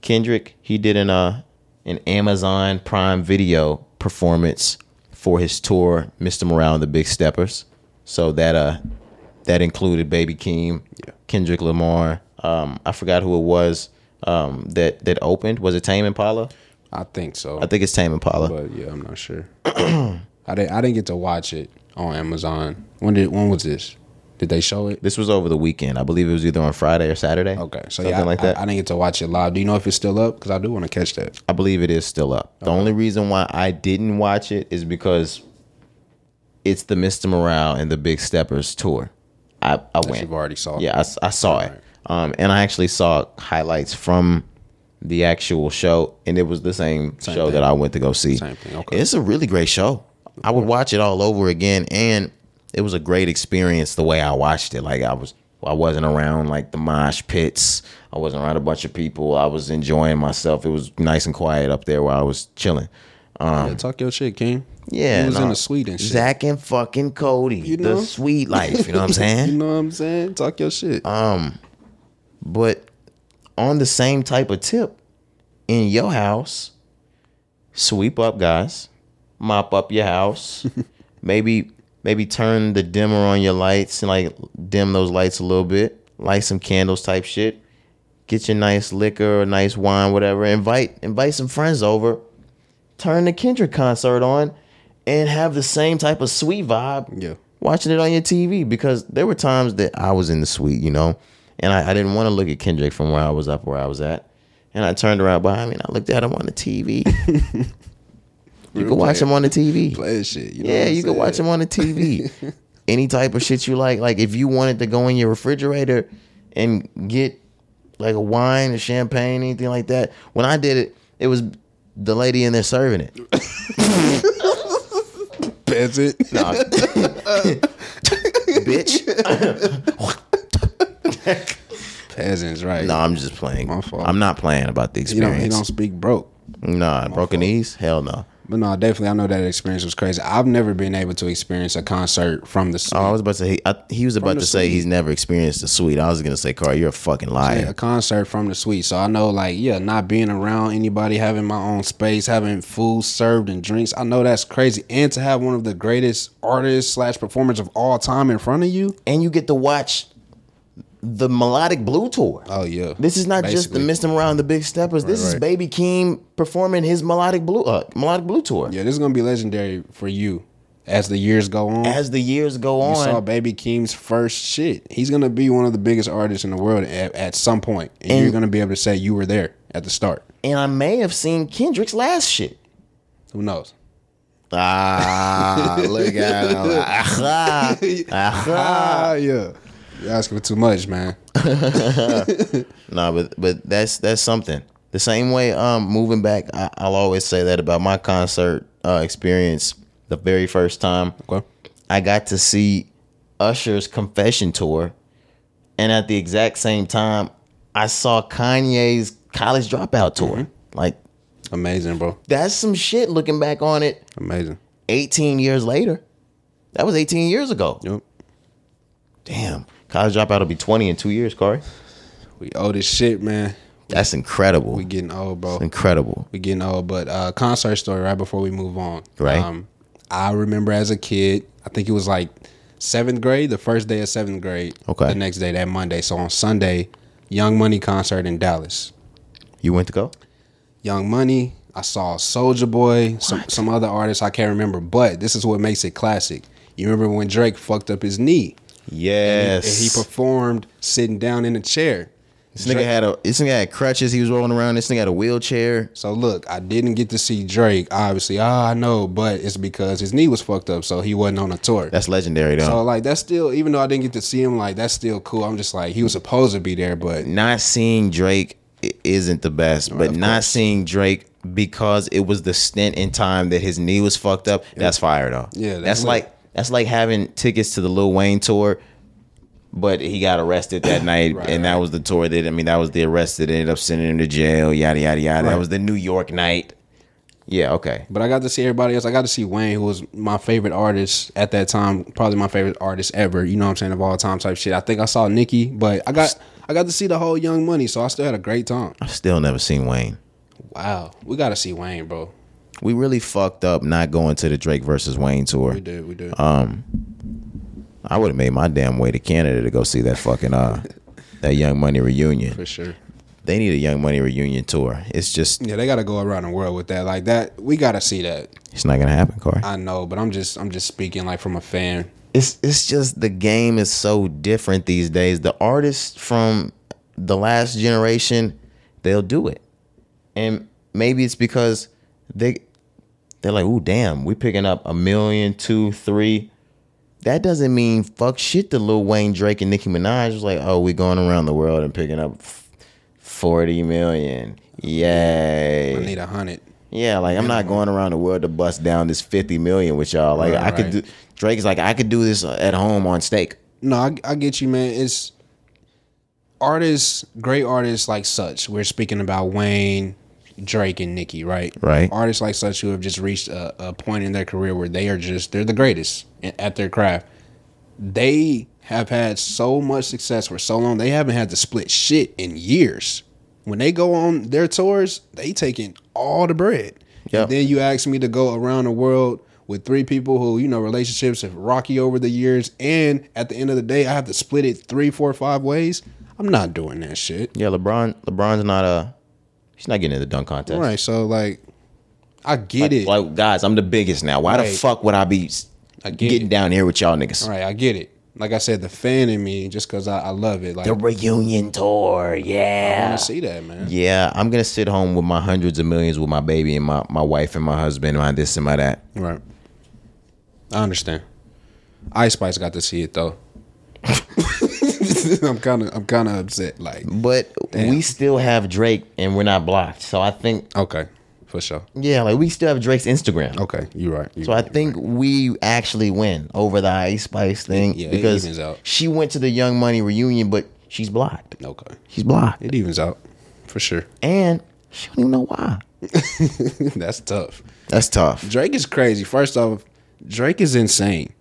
S1: Kendrick, he did an uh an Amazon Prime video performance for his tour, Mr. Morale and the Big Steppers. So that uh that included Baby Keem,
S2: Yeah.
S1: Kendrick Lamar. Um, I forgot who it was um that that opened. Was it Tame Impala?
S2: I think so.
S1: I think it's Tame Impala.
S2: but yeah, I'm not sure. (coughs) I didn't. I didn't get to watch it on Amazon. When did? When was this? Did they show it?
S1: this was over the weekend. I believe it was either on Friday or Saturday.
S2: Okay. So
S1: something
S2: yeah, I-
S1: like that.
S2: I, I didn't get to watch it live. Do you know if it's still up? Because I do want to catch that.
S1: I believe it is still up. The only reason why I didn't watch it is because it's the Mr. Morale and the Big Steppers tour. I, I
S2: That you've
S1: went.
S2: already saw.
S1: Yeah, I s- I, saw it. Um, and I actually saw highlights from the actual show, and it was the same, show
S2: thing.
S1: that I went to go see.
S2: Same thing, okay.
S1: It's a really great show. I would watch it all over again, and it was a great experience the way I watched it. Like I was, I wasn't around like the mosh pits. I wasn't around a bunch of people. I was enjoying myself. It was nice and quiet up there where I was chilling.
S2: Yeah, talk your shit, King.
S1: Yeah,
S2: He was in
S1: nah.
S2: the suite and shit.
S1: Zach and fucking Cody,
S2: know?
S1: the sweet life. You
S2: (laughs)
S1: know what I'm saying?
S2: You know what I'm saying? Talk your shit.
S1: Uh, But on the same type of tip, in your house, sweep up, guys. Mop up your house. maybe maybe turn the dimmer on your lights and like dim those lights a little bit. Light some candles type shit. Get your nice liquor or nice wine, whatever. Invite invite some friends over. Turn the Kendrick concert on and have the same type of sweet vibe
S2: yeah.
S1: watching it on your TV because there were times that I was in the suite, you know, and I, I didn't want to look at Kendrick from where I was up where I was at. And I turned around behind me and I looked at him on the
S2: (laughs)
S1: TV. you can watch him on the TV.
S2: play that shit. You know
S1: Yeah,
S2: what I'm
S1: you can watch
S2: saying?
S1: them on the
S2: (laughs)
S1: TV. Any type of shit you like. Like if you wanted to go in your refrigerator and get like a wine or champagne, anything like that. When I did it, it was the lady in there serving
S2: (laughs)
S1: it. (laughs)
S2: Peasant.
S1: Bitch.
S2: Peasants, right?
S1: No, I'm just playing.
S2: My fault.
S1: I'm not playing about the
S2: you
S1: experience.
S2: don't. He don't speak broke.
S1: Nah, broken knees? Hell no.
S2: But no, definitely. I know that experience was crazy. I've never been able to experience a concert from the suite.
S1: Oh, I was about to say he, I, he was about
S2: the
S1: to say he's never experienced a suite. I was gonna say, Carl, you're a fucking
S2: a
S1: liar.
S2: concert from the suite. So I know, like, yeah, not being around anybody, having my own space, having food served and drinks. I know that's crazy. And to have one of the greatest artists slash performers of all time in front of you.
S1: And you get to watch the melodic blue tour.
S2: Oh yeah.
S1: This is not
S2: Basically.
S1: just the Mr. Morale and the Big Steppers. this is
S2: right.
S1: Baby Keem performing his melodic blue uh, melodic blue tour.
S2: Yeah, this is gonna be legendary for you as the years go on.
S1: As the years go
S2: You saw
S1: on,
S2: Baby Keem's first shit. He's gonna be one of the biggest artists in the world at, at some point, and, you're
S1: And-
S2: gonna be able to say you were there at the start.
S1: and I may have seen Kendrick's last shit.
S2: Who knows?
S1: (laughs) Ah, look at him. Aha. (laughs) Aha.
S2: Ah, yeah. You're asking for too much, man.
S1: No, but but that's that's something. The same way, um, moving back, I, I'll always say that about my concert uh, experience the very first time.
S2: Okay.
S1: I got to see Usher's confession tour. And at the exact same time, I saw Kanye's college dropout tour. Like,
S2: Amazing, bro.
S1: that's some shit looking back on it
S2: Amazing.
S1: 18 years later. That was 18 years ago.
S2: Yep.
S1: Damn. College dropout will be 20 in two years, Corey.
S2: We old as shit, man.
S1: That's incredible.
S2: We getting old, bro.
S1: incredible.
S2: we getting old. But uh, concert story right before we move on. Um,
S1: Right.
S2: I remember as a kid, I think it was like seventh grade, the first day of seventh grade.
S1: Okay.
S2: The next day, that Monday. So on Sunday, Young Money concert in Dallas.
S1: You went to go?
S2: Young Money. I saw Soldier Boy, some some other artists I can't remember. But this is what makes it classic. You remember when Drake fucked up his knee?
S1: Yes.
S2: And he performed sitting down in a chair.
S1: this nigga had a this nigga had crutches. He was rolling around. This nigga had a wheelchair.
S2: So look, I didn't get to see Drake. Obviously, ah, I know, but it's because his knee was fucked up, so he wasn't on a tour.
S1: That's legendary though.
S2: so like that's still, even though I didn't get to see him, like that's still cool. I'm just like he was supposed to be there, but
S1: not seeing Drake i- isn't the best, but
S2: of
S1: not
S2: course.
S1: seeing Drake because it was the stint in time that his knee was fucked up. That's fire though.
S2: Yeah,
S1: that's,
S2: that's lit.
S1: like that's like having tickets to the Lil Wayne tour, but he got arrested that
S2: (coughs)
S1: night,
S2: Right,
S1: and that
S2: right.
S1: was the tour that I mean that was the arrest that ended up sending him to jail. Yada yada yada. That
S2: Right.
S1: was the New York night. Yeah. Okay.
S2: but I got to see everybody else. I got to see Wayne, who was my favorite artist at that time, probably my favorite artist ever. You know what I'm saying of all time type shit. I think I saw Nicki, but I got I got to see the whole Young Money, so I still had a great time.
S1: I've still never seen Wayne.
S2: Wow, we got to see Wayne, bro.
S1: We really fucked up not going to the Drake versus Wayne tour.
S2: We did, we did.
S1: I would have made my damn way to Canada to go see that fucking uh that Young Money reunion.
S2: for sure.
S1: They need a Young Money reunion tour. It's just
S2: Yeah, they got to go around the world with that. Like that, we got to see that.
S1: it's not gonna happen, Corey.
S2: I know, but I'm just I'm just speaking like from a fan.
S1: It's it's just the game is so different these days. The artists from the last generation, they'll do it, and maybe it's because they they're like, "Ooh, damn, we picking up a million, two, three. That doesn't mean fuck shit. The Lil Wayne, Drake, and Nicki Minaj was like, "Oh, we going around the world and picking up f- forty million. Yay!"
S2: I need a hundred.
S1: Yeah, like I'm not going around the world to bust down this 50 million with y'all. Like
S2: Right,
S1: I could
S2: right.
S1: do Drake's like I could do this at home on steak.
S2: No, I, I get you, man. It's artists, great artists like such. We're speaking about Wayne, Drake, and Nicki, right?
S1: Right.
S2: Artists like such who have just reached a, a point in their career where they are just they're the greatest a- at their craft. They have had so much success for so long. They haven't had to split shit in years. When they go on their tours, they taking all the bread.
S1: Yeah.
S2: And then you asked me to go around the world with three people who, you know, relationships have rocky over the years. And at the end of the day, I have to split it three, four, five ways. I'm not doing that shit.
S1: Yeah, LeBron LeBron's not uh he's not getting in the dunk contest.
S2: Right. So, like, I
S1: Like,
S2: get it.
S1: like, guys, I'm the biggest now. Why the
S2: Right.
S1: fuck would I be s-
S2: I get
S1: getting
S2: it.
S1: down here with y'all niggas?
S2: All right. I get it. Like I said, the fan in me, just because I, I love it. Like,
S1: The reunion tour,
S2: I
S1: yeah.
S2: want to see that, man.
S1: Yeah, I'm gonna sit home with my hundreds of millions with my baby and my, my wife and my husband and my this and my that.
S2: Right. I understand. Ice Spice got to see it, though. (laughs) I'm kind of, I'm kind of upset. Like,
S1: But we still have Drake and we're not blocked. So I think
S2: okay, for sure.
S1: yeah, like we still have Drake's Instagram.
S2: Okay, you're right. You-
S1: So I think we actually win over the Ice Spice thing
S2: Yeah, it
S1: because
S2: evens out.
S1: she went to the Young Money reunion, but she's blocked.
S2: okay.
S1: She's blocked,
S2: It evens out, for sure. (laughs)
S1: and she don't even know why.
S2: That's tough.
S1: That's tough.
S2: Drake is crazy. First off, Drake is insane.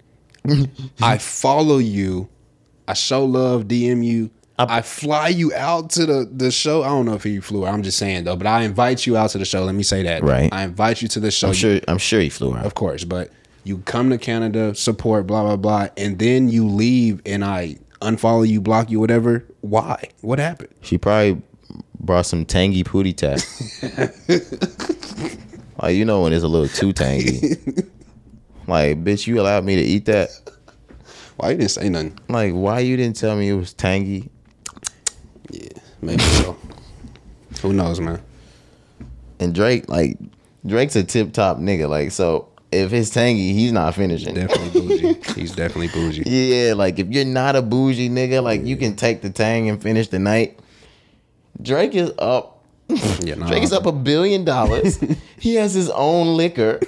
S1: (laughs)
S2: I follow you. I show love, DM you. I, fly you out to the, the show. I don't know if he flew. I'm just saying though, but I invite you out to the show. Let me say that.
S1: Right.
S2: I invite you to the show.
S1: I'm sure. I'm sure he flew her.
S2: of course, but you come to Canada, support, blah blah blah, and then you leave, and I unfollow you, block you, whatever. Why? What happened?
S1: She probably brought some tangy pooty (laughs) tap. like you know when it's a little too (laughs) tangy. Like bitch, you allowed me to eat that.
S2: Why you didn't say nothing?
S1: Like why you didn't tell me it was tangy?
S2: Maybe so. Who knows, man?
S1: And Drake, like Drake's a tip top nigga. Like so, if it's tangy, he's not finishing.
S2: Definitely bougie. He's definitely bougie.
S1: Yeah, like if you're not a bougie nigga, like you can take the tang and finish the night. Drake is up.
S2: Yeah, nah, (laughs)
S1: Drake is up a billion dollars. he has his own liquor.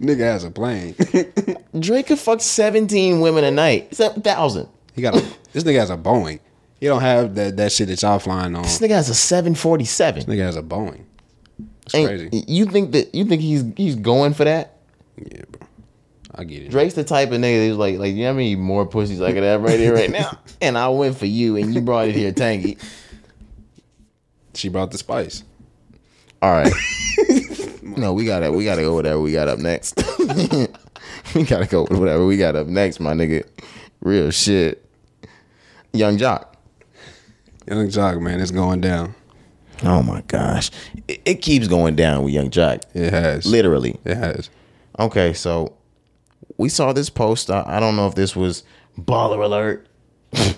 S2: Nigga has a plane. (laughs)
S1: Drake could fuck 17 women a night. 7,000.
S2: he got a, this nigga has a Boeing. He don't have that, that shit that y'all flying on.
S1: This
S2: This
S1: nigga has a 747.
S2: nigga has a Boeing. It's
S1: And
S2: crazy.
S1: You think that you think he's he's going for that?
S2: Yeah, bro. I get it.
S1: Drake's the type of nigga that's like, like, you know how many more pussies I could have right here, right
S2: (laughs)
S1: now? and I went for you and you brought it here, tangy.
S2: She brought the spice.
S1: All (laughs) right. no, we gotta we gotta go whatever we got up next. (laughs) we gotta go with whatever we got up next, my nigga. Real shit. Young Jock.
S2: Young Jock, man, it's going down.
S1: Oh my gosh. It, it keeps going down with Young Jock.
S2: It has.
S1: Literally.
S2: It has.
S1: Okay, so we saw this post. I, I don't know if this was baller alert, (laughs)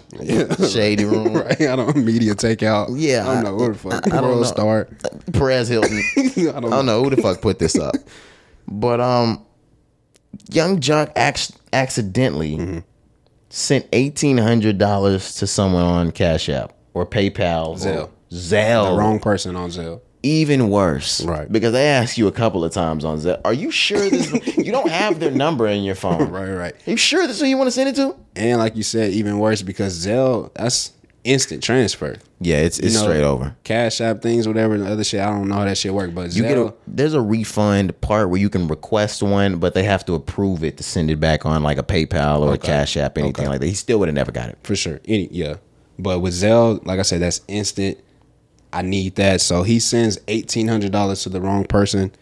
S1: shady room, (laughs)
S2: (laughs) Right, I don't media takeout.
S1: Yeah,
S2: I don't
S1: I-
S2: know where the fuck
S1: I- I don't
S2: world
S1: know.
S2: start.
S1: (laughs) Perez Hilton.
S2: I don't
S1: I don't
S2: know.
S1: know who the fuck put this (laughs) up, but um, Young Jock ac- accidentally sent eighteen hundred dollars to someone on Cash App or PayPal,
S2: Zelle.
S1: or Zelle.
S2: Wrong person on Zelle.
S1: Even worse,
S2: Right.
S1: Because they asked you a couple of times on Zelle, "Are you sure this? (laughs) you don't have their number in your phone,
S2: Right, right.
S1: Are you sure this is who you want to send it to?"
S2: And like you said, even worse because Zelle, that's instant transfer.
S1: Yeah, it's it's
S2: You know,
S1: straight over.
S2: Cash app things, whatever, the other shit. I don't know how that shit work, but
S1: You
S2: Zelle,
S1: get a, there's a refund part where you can request one, but they have to approve it to send it back on like a PayPal or a Cash App, anything
S2: Okay.
S1: like that. He still would have never got it.
S2: for sure. Any yeah. But with Zelle, like I said, that's instant. I need that. So he sends eighteen hundred dollars to the wrong person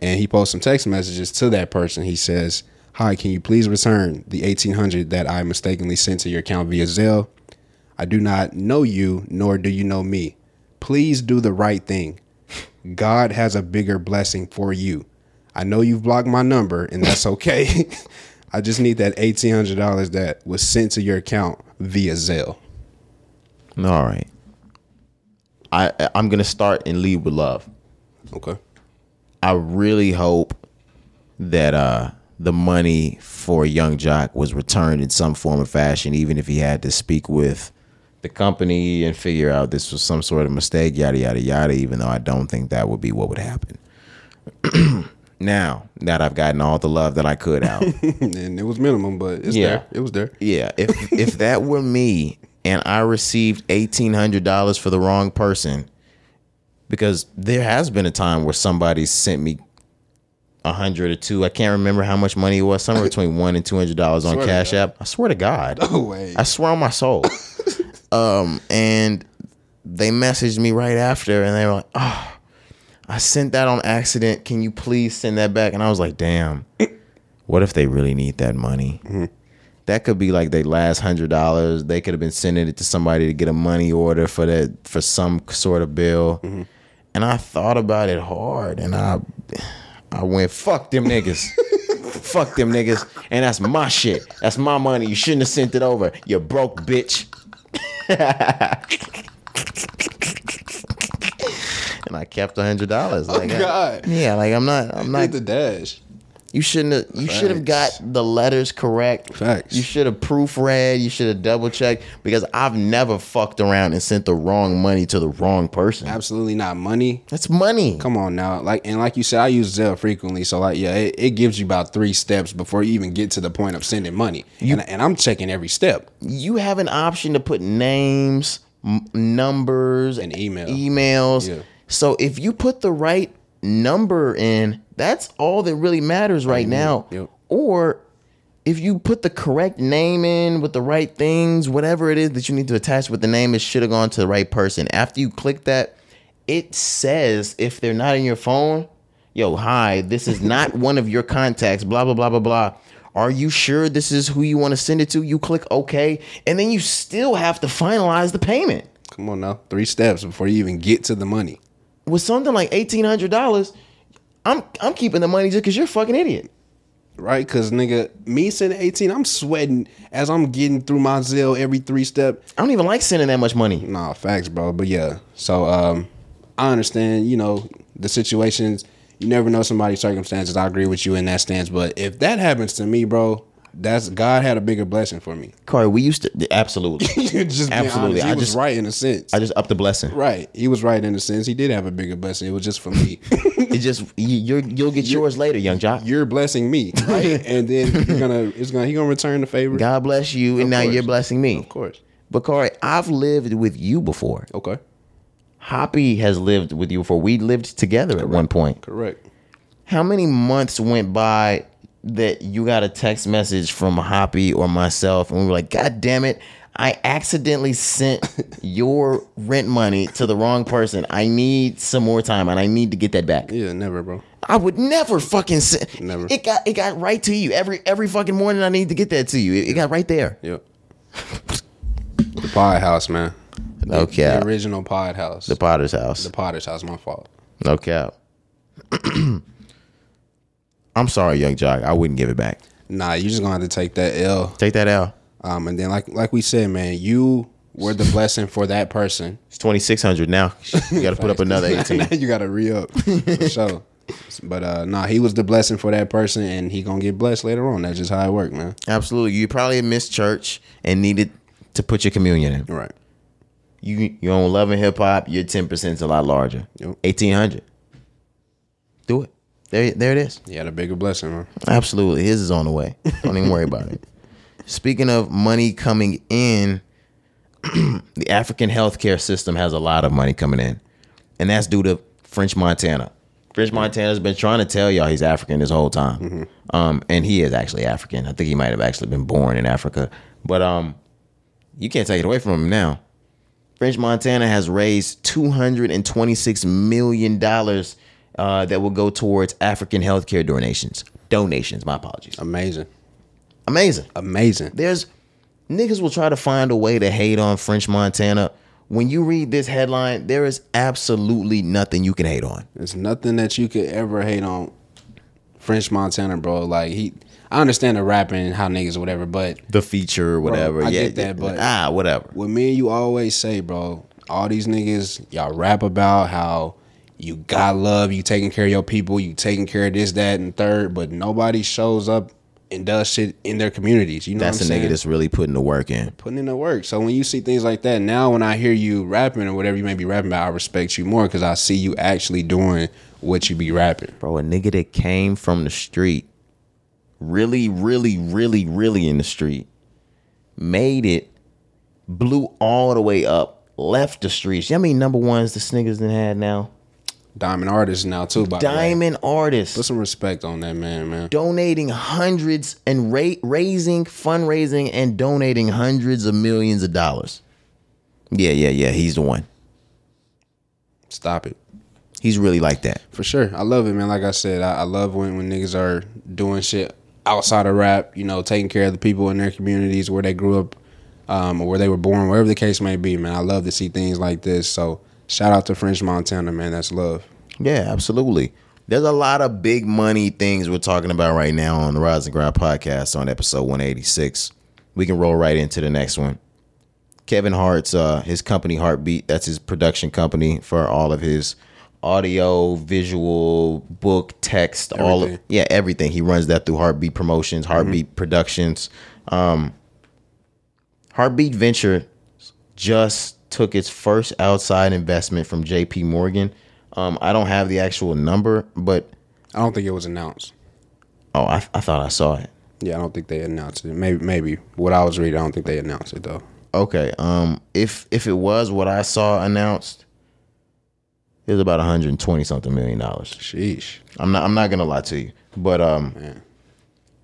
S2: and he posts some text messages to that person. He says, Hi, can you please return the eighteen hundred that I mistakenly sent to your account via Zelle? I do not know you, nor do you know me. Please do the right thing. God has a bigger blessing for you. I know you've blocked my number, and that's okay. (laughs) I just need that eighteen hundred dollars that was sent to your account via Zelle.
S1: All right. I I- I'm gonna start and lead with love.
S2: Okay.
S1: I really hope that uh the money for Young Jock was returned in some form or fashion, even if he had to speak with the company and figure out this was some sort of mistake, yada yada yada, even though I don't think that would be what would happen. (clears throat) now that I've gotten all the love that I could out.
S2: and it was minimum, but it's
S1: Yeah.
S2: there. It was there.
S1: yeah, if if that were me and I received eighteen hundred dollars for the wrong person, because there has been a time where somebody sent me a hundred or two. I can't remember how much money it was, somewhere
S2: (laughs)
S1: between one and two hundred dollars on
S2: Swear to
S1: Cash App. I swear to God.
S2: way.
S1: I swear on my
S2: (laughs)
S1: soul. um, and they messaged me right after, and they were like, "Oh, I sent that on accident. Can you please send that back?" And I was like, "Damn, what if they really need that money?" That could be like their last hundred dollars. They could have been sending it to somebody to get a money order for that for some sort of bill. And I thought about it hard, and I, I went, "Fuck them niggas." Fuck them niggas. And that's my shit. That's my money. You shouldn't have sent it over. You broke bitch. (laughs) and I kept a hundred dollars. Like I-
S2: God.
S1: yeah, like I'm not I'm
S2: Like
S1: not
S2: the dash.
S1: you shouldn't have you should have got
S2: Facts.
S1: the letters correct.
S2: Facts.
S1: You should have proofread, you should have double checked because I've never fucked around and sent the wrong money to the wrong person.
S2: Absolutely not money.
S1: That's money.
S2: Come on now. Like and like you said, I use Zelle frequently. So like yeah, it, it gives you about three steps before you even get to the point of sending money. and, and I'm checking every step.
S1: you have an option to put names, m- numbers,
S2: And email.
S1: emails.
S2: Yeah.
S1: So if you put the right number in, that's all that really matters right now.
S2: Yep.
S1: Or if you put the correct name in with the right things, whatever it is that you need to attach with the name, it should have gone to the right person. After you click that, it says if they're not in your phone, yo, hi, this is not one of your contacts, blah, blah, blah, blah, blah. Are you sure this is who you want to send it to? You click OK, and then you still have to finalize the payment.
S2: Come on now. Three steps before you even get to the money.
S1: With something like eighteen hundred dollars, I'm I'm keeping the money just because you're a fucking idiot.
S2: Right? Cause nigga, me sending 18, I'm sweating as I'm getting through my Zelle every three step.
S1: I don't even like sending that much money.
S2: Nah, facts, bro. But yeah, so um, I understand. You know the situations. You never know somebody's circumstances. I agree with you in that stance. But if that happens to me, bro, that's God had a bigger blessing for me. (laughs)
S1: Corey, we used to absolutely.
S2: You just being
S1: Absolutely.
S2: honest, He
S1: I
S2: was
S1: just-
S2: right in a sense.
S1: I just upped the blessing. (laughs)
S2: right, he was right in a sense. He did have a bigger blessing. It was just for me.
S1: It just you, you're, you'll get yours later, young jock.
S2: You're blessing me,
S1: (laughs)
S2: right? and then you're gonna it's gonna he gonna return the favor.
S1: God bless you, and now
S2: course.
S1: you're blessing me.
S2: Of course.
S1: But Corey, I've lived with you before.
S2: Okay.
S1: Hoppy has lived with you before. We lived together at one point.
S2: Correct.
S1: How many months went by that you got a text message from Hoppy or myself, and we were like, "God damn it." I accidentally sent (laughs) your rent money to the wrong person. I need some more time and I need to get that back.
S2: Yeah, never, bro.
S1: I would never fucking send.
S2: Never.
S1: It got it got right to you every every fucking morning. I need to get that to you. It, it got right there.
S2: Yep. (laughs) the Pod House, man. The-
S1: No cap.
S2: The original Pod House.
S1: The
S2: The,
S1: Potter's house.
S2: Potter's House. My fault.
S1: No cap. (clears throat) I'm sorry, young jock. I wouldn't give it back.
S2: Nah, you just gonna have to take that L.
S1: Take that out.
S2: Um, and then like like we said, man, you were the blessing for that person.
S1: It's 2600 now. (laughs) You got to put up
S2: (laughs)
S1: another 18.
S2: you gotta re up for sure. But uh, nah, he was the blessing for that person, and he gonna get blessed later on. That's just how it worked, man.
S1: Absolutely. You probably missed church and needed to put your communion in.
S2: Right.
S1: You you on love and hip hop. Your 10 percent's a lot larger.
S2: Yep.
S1: 1800. Do it. There there it is.
S2: He had a bigger blessing, man.
S1: Absolutely. His is on the way. Don't even worry about it. Speaking of money coming in, (clears throat) the African healthcare system has a lot of money coming in. And that's due to French Montana. French Montana's been trying to tell y'all he's African this whole time. Um, and he is actually African. I think he might have actually been born in Africa. But um, you can't take it away from him now. French Montana has raised $226 million uh, that will go towards African healthcare donations. Donations, my apologies.
S2: Amazing,
S1: Amazing.
S2: amazing.
S1: There's niggas will try to find a way to hate on French Montana. When you read this headline, there is absolutely nothing you can hate on.
S2: There's nothing that you could ever hate on French Montana, bro. Like he, I understand the rapping and how niggas whatever, but
S1: The feature, whatever.
S2: I
S1: yeah,
S2: get that, but-
S1: ah, whatever.
S2: what me and you always say, bro, all these niggas, y'all rap about how you got love, you taking care of your people, you taking care of this, that, and third, but nobody shows up and does shit in their communities. You know
S1: That's a
S2: what I'm
S1: nigga
S2: saying?
S1: that's really putting the work in.
S2: putting in the work. So when you see things like that, now when I hear you rapping or whatever you may be rapping about, I respect you more because I see you actually doing what you be rapping.
S1: Bro, a nigga that came from the street, really, really, really, really in the street, made it, blew all the way up, left the streets. You know how many number ones this niggas done had now?
S2: Diamond artist now too, by the way.
S1: Diamond artists.
S2: Put some respect on that man, man.
S1: donating hundreds and ra- raising fundraising and donating hundreds of millions of dollars. Yeah, yeah, yeah. He's the one.
S2: Stop it.
S1: He's really like that.
S2: For sure. I love it, man. Like I said, I, I love when, when niggas are doing shit outside of rap, you know, taking care of the people in their communities where they grew up um, or where they were born, wherever the case may be, man. I love to see things like this. So shout out to French Montana, man. That's love.
S1: Yeah, absolutely. There's a lot of big money things we're talking about right now on the Rise and Grind podcast on episode 186. We can roll right into the next one. Kevin Hart's uh his company Heartbeat, that's his production company for all of his audio, visual, book, text, all of
S2: Everything.
S1: yeah, everything. He runs that through Heartbeat Promotions, Heartbeat Productions. Um Heartbeat Venture just took its first outside investment from JP Morgan. Um, I don't have the actual number, but
S2: I don't think it was announced.
S1: oh, I, I thought I saw it.
S2: Yeah, I don't think they announced it. Maybe, maybe what I was reading, I don't think they announced it though.
S1: Okay. Um, if if it was what I saw announced, it was about 120 something million dollars.
S2: Sheesh.
S1: I'm not I'm not gonna lie to you, but um,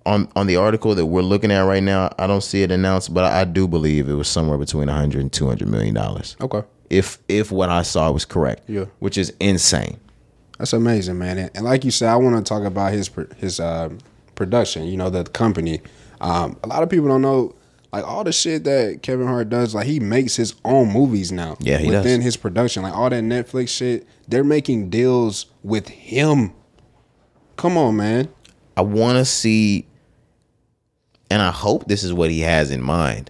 S1: on on the article that we're looking at right now, I don't see it announced, but I, I do believe it was somewhere between 100 and 200 million dollars.
S2: Okay,
S1: If if what I saw was correct,
S2: Yeah.
S1: which is insane.
S2: that's amazing, man. And, and like you said, I want to talk about his pr- his uh, production. You know, the company. Um, a lot of people don't know like all the shit that Kevin Hart does. Like he makes his own movies now.
S1: Yeah, he does.
S2: within his production, like all that Netflix shit, they're making deals with him. Come on, man.
S1: I want to see, and I hope this is what he has in mind.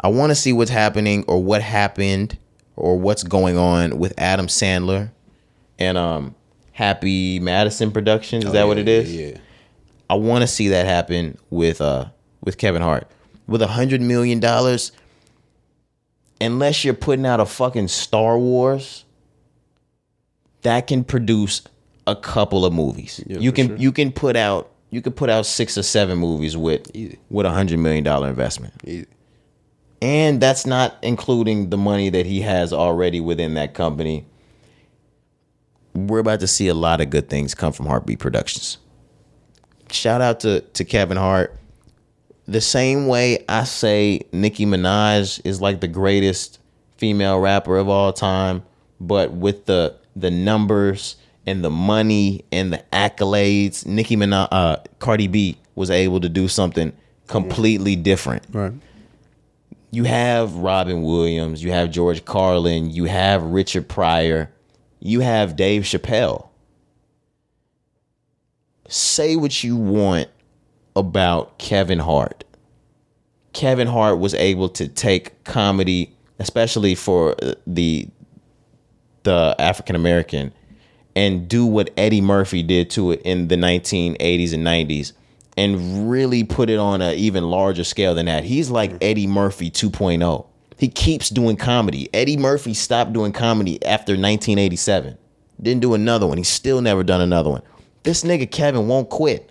S1: I want to see what's happening or what happened or what's going on with Adam Sandler and um Happy Madison Productions. Is that what it is?
S2: Oh, Yeah.
S1: I want to see that happen with uh with Kevin Hart with a hundred million dollars. Unless you're putting out a fucking Star Wars, that can produce a couple of movies.
S2: Yeah,
S1: you
S2: for
S1: can
S2: sure.
S1: you can put out you can put out six or seven movies with
S2: Easy.
S1: with a hundred million dollar investment,
S2: Easy.
S1: and that's not including the money that he has already within that company. We're about to see a lot of good things come from Heartbeat Productions. Shout out to to Kevin Hart. The same way I say Nicki Minaj is like the greatest female rapper of all time, but with the the numbers and the money and the accolades, Nicki Minaj, uh, Cardi B was able to do something completely different
S2: Right.
S1: you have Robin Williams, you have George Carlin, you have Richard Pryor, you have Dave Chappelle. Say what you want about Kevin Hart. Kevin Hart was able to take comedy, especially for uh, the the African American, and do what Eddie Murphy did to it in the 1980s and 90s, and really put it on an even larger scale than that. He's like Eddie Murphy 2.0. He keeps doing comedy. Eddie Murphy stopped doing comedy after 1987. Didn't do another one. He's still never done another one. This nigga Kevin won't quit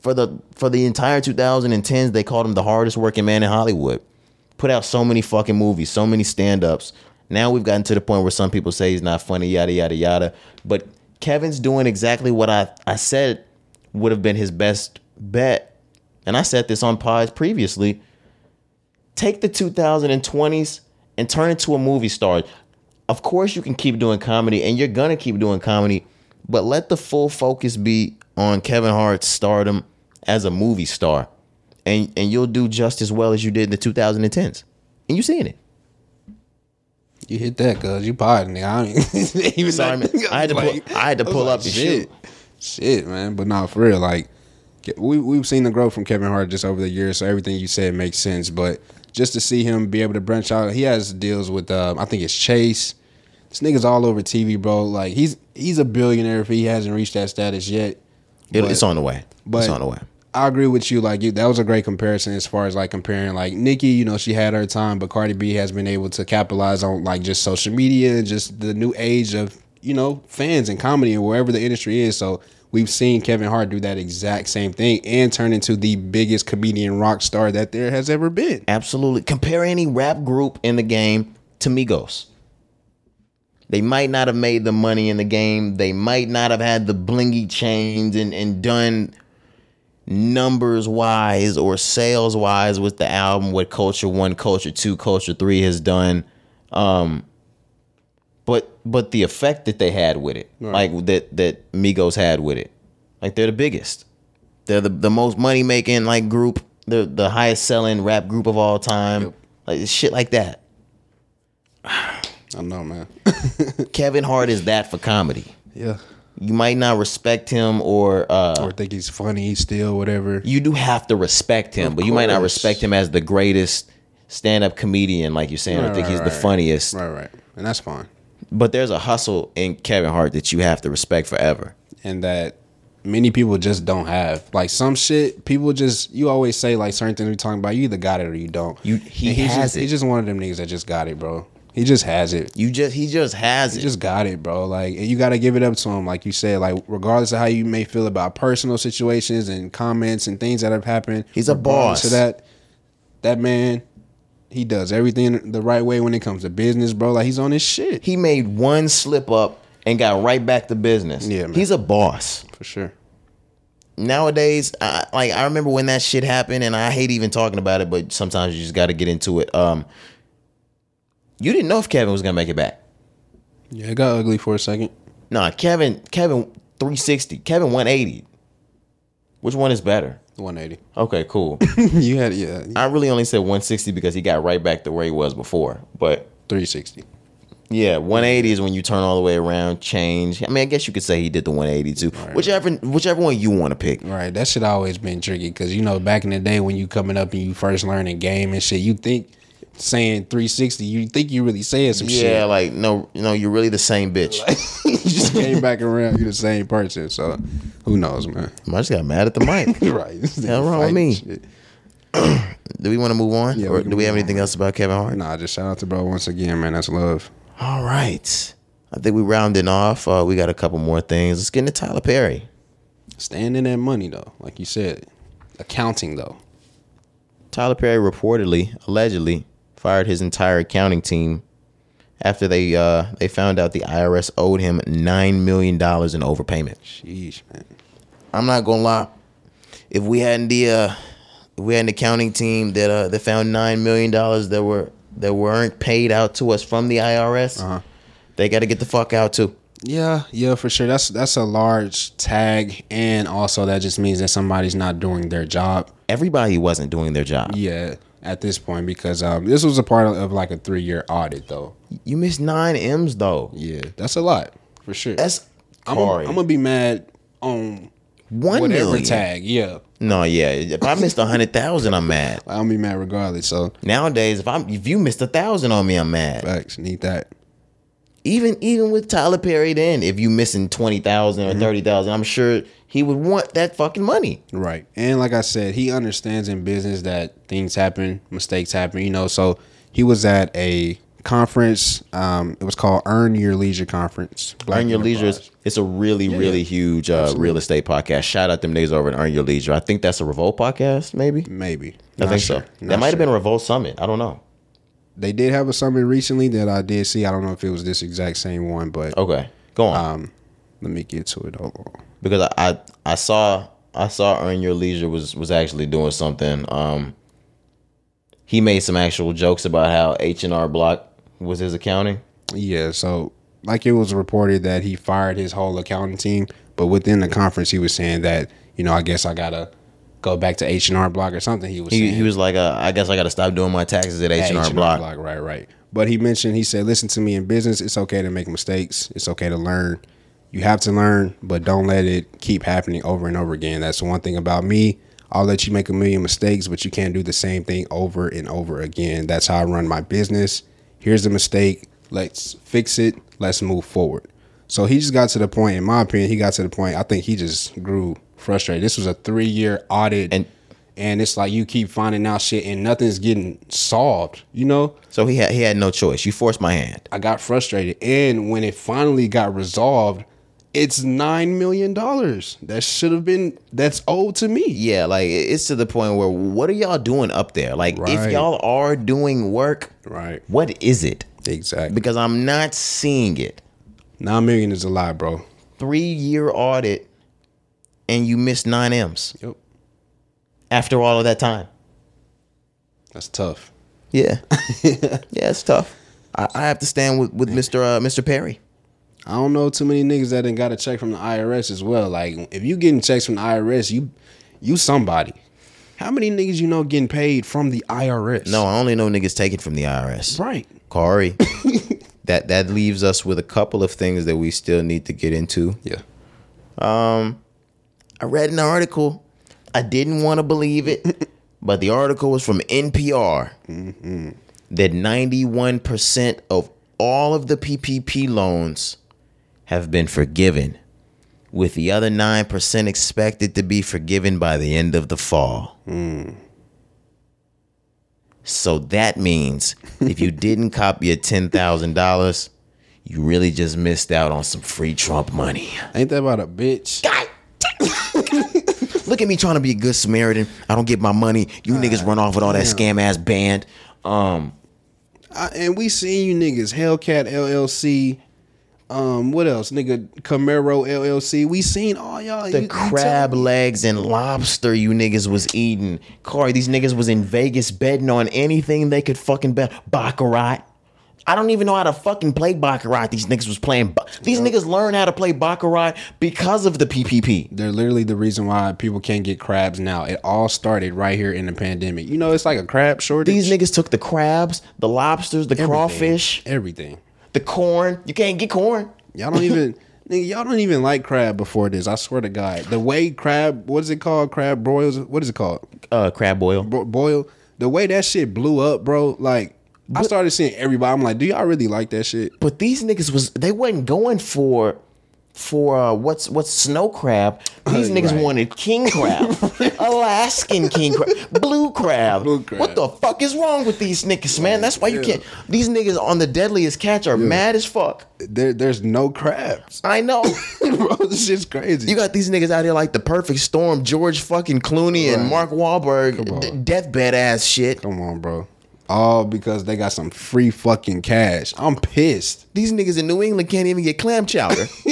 S1: for the for the entire 2010s they called him the hardest working man in Hollywood. Put out so many fucking movies, so many stand-ups. Now we've gotten to the point where some people say he's not funny, yada yada yada. But Kevin's doing exactly what I, I said would have been his best bet. And I said this on pods previously. Take the 2020s and turn into a movie star. Of course you can keep doing comedy and you're gonna keep doing comedy, but let the full focus be on Kevin Hart's stardom as a movie star. And and you'll do just as well as you did in the 2010s. And you seeing it.
S2: You hit that, cuz you potting, nigga. I ain't (laughs) even
S1: Sorry, man. I had to pull- I had to
S2: was
S1: pull up and shoot.
S2: shit. Shit, man. But nah, for real, like Ke- we we've seen the growth from Kevin Hart just over the years, so everything you said makes sense. But just to see him be able to branch out, he has deals with um, I think it's Chase. This nigga's all over TV, bro. Like he's he's a billionaire if he hasn't reached that status yet.
S1: It-
S2: But-
S1: it's on the way.
S2: but
S1: it's on the way.
S2: I agree with you. Like you, that was a great comparison as far as like comparing like Nikki. You know, she had her time, but Cardi B has been able to capitalize on like just social media and just the new age of you know fans and comedy and wherever the industry is. So we've seen Kevin Hart do that exact same thing and turn into the biggest comedian rock star that there has ever been.
S1: Absolutely. Compare any rap group in the game to Migos. They might not have made the money in the game. They might not have had the blingy chains and, and done numbers wise or sales wise with the album, what Culture One, Culture Two, Culture Three has done. Um, but but the effect that they had with it, like that that Migos had with it, like they're the biggest. They're the, the most money making like group, the the highest selling rap group of all time, like shit like that.
S2: I know, man. (laughs)
S1: Kevin Hart is that for comedy.
S2: yeah,
S1: You might not respect him or uh,
S2: or think he's funny still, whatever.
S1: you do have to respect him, but you might not
S2: course.
S1: respect him as the greatest stand-up comedian like you're saying. I
S2: Right,
S1: think
S2: right,
S1: he's the
S2: right.
S1: funniest.
S2: Right, right, and that's fine.
S1: But there's a hustle in Kevin Hart that you have to respect forever.
S2: and that many people just don't have. Like some shit, people just you always say like certain things we talking about. You either got it or you don't.
S1: You- he
S2: And he's
S1: has
S2: just,
S1: it.
S2: He's just one of them niggas that just got it, bro. He just has it.
S1: You just he just has
S2: He
S1: it.
S2: just got it, bro. Like and you got to give it up to him. Like you said, like regardless of how you may feel about personal situations and comments and things that have happened,
S1: He's a
S2: regardless
S1: boss.
S2: of that that man, he does everything the right way when it comes to business, bro. Like he's on his shit
S1: he made one slip up and got right back to business.
S2: Yeah, man.
S1: he's a boss.
S2: for sure.
S1: nowadays I, like i remember when that shit happened and i hate even talking about it but sometimes you just got to get into it um you didn't know if kevin was gonna make it back
S2: Yeah, it got ugly for a second.
S1: nah kevin kevin 360 kevin 180 which one is better
S2: One eighty. (laughs)
S1: okay cool
S2: you had yeah
S1: i really only said 160 because he got right back to where he was before but
S2: three sixty.
S1: yeah 180 is when you turn all the way around change i mean i guess you could say he did the 180 too whichever whichever one you want to pick
S2: Right, that shit always been tricky because you know back in the day when you coming up and you first learning game and shit, you think saying 360, you think you really saying some
S1: yeah
S2: (laughs)
S1: like no no you're really the same bitch
S2: shit. you just came back around, you the same person. So who knows,
S1: (laughs)
S2: man?
S1: i just got mad at the mic
S2: (laughs) right,
S1: Hell wrong with me. Do we want to move on?
S2: Yeah,
S1: or
S2: we can
S1: do we
S2: move
S1: have anything else about Kevin Hart?
S2: Nah, just shout out to bro once again, man. That's love.
S1: All right. I think we rounding off. Uh, we got a couple more things. Let's get into Tyler Perry.
S2: Staying in that money though, like you said, accounting though.
S1: Tyler Perry reportedly, allegedly, fired his entire accounting team after they uh, they found out the IRS owed him nine million dollars in overpayment.
S2: Sheesh, man.
S1: I'm not gonna lie. If we hadn't the uh, if we had an accounting team that uh, that found nine million dollars that were that weren't paid out to us from the IRS,
S2: Uh-huh.
S1: they got to get the fuck out too.
S2: Yeah, yeah, for sure. That's that's a large tag, and also that just means that somebody's not doing their job.
S1: Everybody wasn't doing their job.
S2: Yeah, at this point, because um, this was a part of, of like a three year audit though.
S1: You missed nine M's though.
S2: Yeah, that's a lot for sure.
S1: That's
S2: I'm gonna,
S1: Corey.
S2: I'm gonna be mad on
S1: one
S2: whatever
S1: million.
S2: tag. Yeah,
S1: No, yeah. If I missed a hundred thousand, I'm mad.
S2: I'm gonna be mad regardless. So
S1: Nowadays, if I'm if you missed a thousand on me, I'm mad.
S2: facts need that.
S1: even even with Tyler Perry, then if you missing twenty thousand
S2: Mm-hmm.
S1: or thirty thousand, I'm sure he would want that fucking money.
S2: Right. And like I said, he understands in business that things happen, mistakes happen, you know. So he was at a conference. Um, it was called Earn Your Leisure Conference. Black
S1: Earn Your Leisure
S2: Enterprise.
S1: is it's a really really huge uh, real estate podcast. Shout out them niggas over at Earn Your Leisure. I think that's a Revolt podcast, maybe.
S2: Maybe.
S1: I
S2: Not
S1: think
S2: sure.
S1: so.
S2: Not
S1: that might have
S2: sure.
S1: been a Revolt Summit. I don't know.
S2: They did have a summit recently that I did see. I don't know if it was this exact same one, but
S1: Okay, go on.
S2: um, let me get to it. Hold on.
S1: because I, I I saw I saw Earn Your Leisure was was actually doing something. Um, he made some actual jokes about how H and R Block was his accounting.
S2: Yeah, so like it was reported that he fired his whole accounting team, but within the conference he was saying that, you know, I guess I gotta go back to H and R block or something. He was
S1: He,
S2: saying
S1: he was like, uh, I guess I got to stop doing my taxes at H and R Block.
S2: Right, right. But he mentioned he said, Listen to me in business, it's okay to make mistakes. It's okay to learn. You have to learn, but don't let it keep happening over and over again. That's the one thing about me. I'll let you make a million mistakes, but you can't do the same thing over and over again. That's how I run my business. Here's the mistake. Let's fix it. Let's move forward. So he just got to the point, in my opinion, he got to the point. I think he just grew frustrated. This was a three year audit
S1: And-
S2: and it's like you keep finding out shit and nothing's getting solved you know
S1: So he had he had no choice. You forced my hand.
S2: i got frustrated and when it finally got resolved it's nine million dollars that should have been that's owed to me
S1: Yeah, like it- it's to the point where what are y'all doing up there? Like if
S2: Right.
S1: y'all are doing work,
S2: right
S1: what is it?
S2: exactly
S1: Because I'm not seeing it.
S2: nine million is a lot bro
S1: Three year audit, and you missed nine M's
S2: yep
S1: after all of that time.
S2: that's tough
S1: (laughs) Yeah, yeah, it's tough. I, I have to stand with with Mister uh, Mister Perry.
S2: I don't know too many niggas that didn't got a check from the IRS as well. Like if you getting checks from the IRS, you you somebody. How many niggas you know getting paid from the IRS?
S1: No, I only know niggas take it from the IRS.
S2: Right.
S1: (laughs) Corey. that that leaves us with a couple of things that we still need to get into.
S2: Yeah.
S1: I read an article. I didn't want to believe it, but the article was from NPR that 91% of all of the PPP loans have been forgiven, with the other 9% expected to be forgiven by the end of the fall. So that means if you didn't cop your $10,000, you really just missed out on some free Trump money.
S2: Ain't that about a bitch?
S1: Look at me trying to be a good Samaritan. I don't get my money. You niggas run off with all that scam ass band. Um,
S2: I, and we seen you niggas, Hellcat LLC. Um, what else, nigga? Camaro LLC. We seen all y'all.
S1: the
S2: you- you
S1: crab
S2: tell-
S1: legs and lobster you niggas was eating. Corey, these niggas was in Vegas betting on anything they could fucking bet. Baccarat. I don't even know how to fucking play Baccarat. These niggas was playing. Ba- these niggas learn how to play Baccarat because of the PPP.
S2: They're literally the reason why people can't get crabs now. It all started right here in the pandemic. You know, it's like a crab shortage.
S1: These niggas took the crabs, the lobsters, the
S2: Everything.
S1: crawfish,
S2: everything.
S1: the corn. You can't get corn.
S2: Y'all don't even. (laughs) Nigga, y'all don't even like crab before this. I swear to God, the way crab, what is it called? Crab broils. What is it called?
S1: Uh, crab boil.
S2: Bo- boil. The way that shit blew up, bro. Like I started seeing everybody. I'm like, do y'all really like that shit?
S1: But these niggas was they wasn't going for for uh, what's what's snow crab.
S2: (laughs)
S1: These niggas
S2: Right.
S1: wanted king crab,
S2: (laughs)
S1: Alaskan king crab, blue crab.
S2: Blue crab.
S1: What the fuck is wrong with these niggas, man? That's why you can't. These niggas on the deadliest catch are mad as fuck.
S2: There, there's no crabs.
S1: I know.
S2: (laughs) Bro, this shit's crazy.
S1: You got these niggas out here like the perfect storm, George fucking Clooney and Mark Wahlberg, d- deathbed ass shit.
S2: Come on, bro. All because they got some free fucking cash. I'm pissed.
S1: These niggas in New England can't even get clam chowder.
S2: (laughs)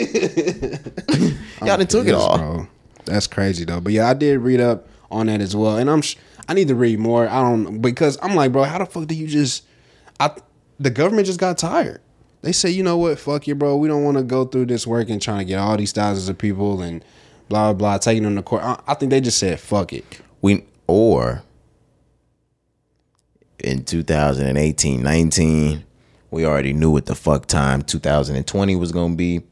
S1: Y'all done took it
S2: Yes,
S1: all.
S2: Bro. That's crazy though. But yeah, I did read up on that as well, and I'm sh- I need to read more. I don't because I'm like, bro, how the fuck do you just? I the government just got tired. They say, you know what, fuck you, bro. We don't want to go through this work and trying to get all these thousands of people and blah blah, blah taking them to court. I, I think they just said, fuck it.
S1: We or in 2018, 19, we already knew what the fuck time 2020 was gonna be.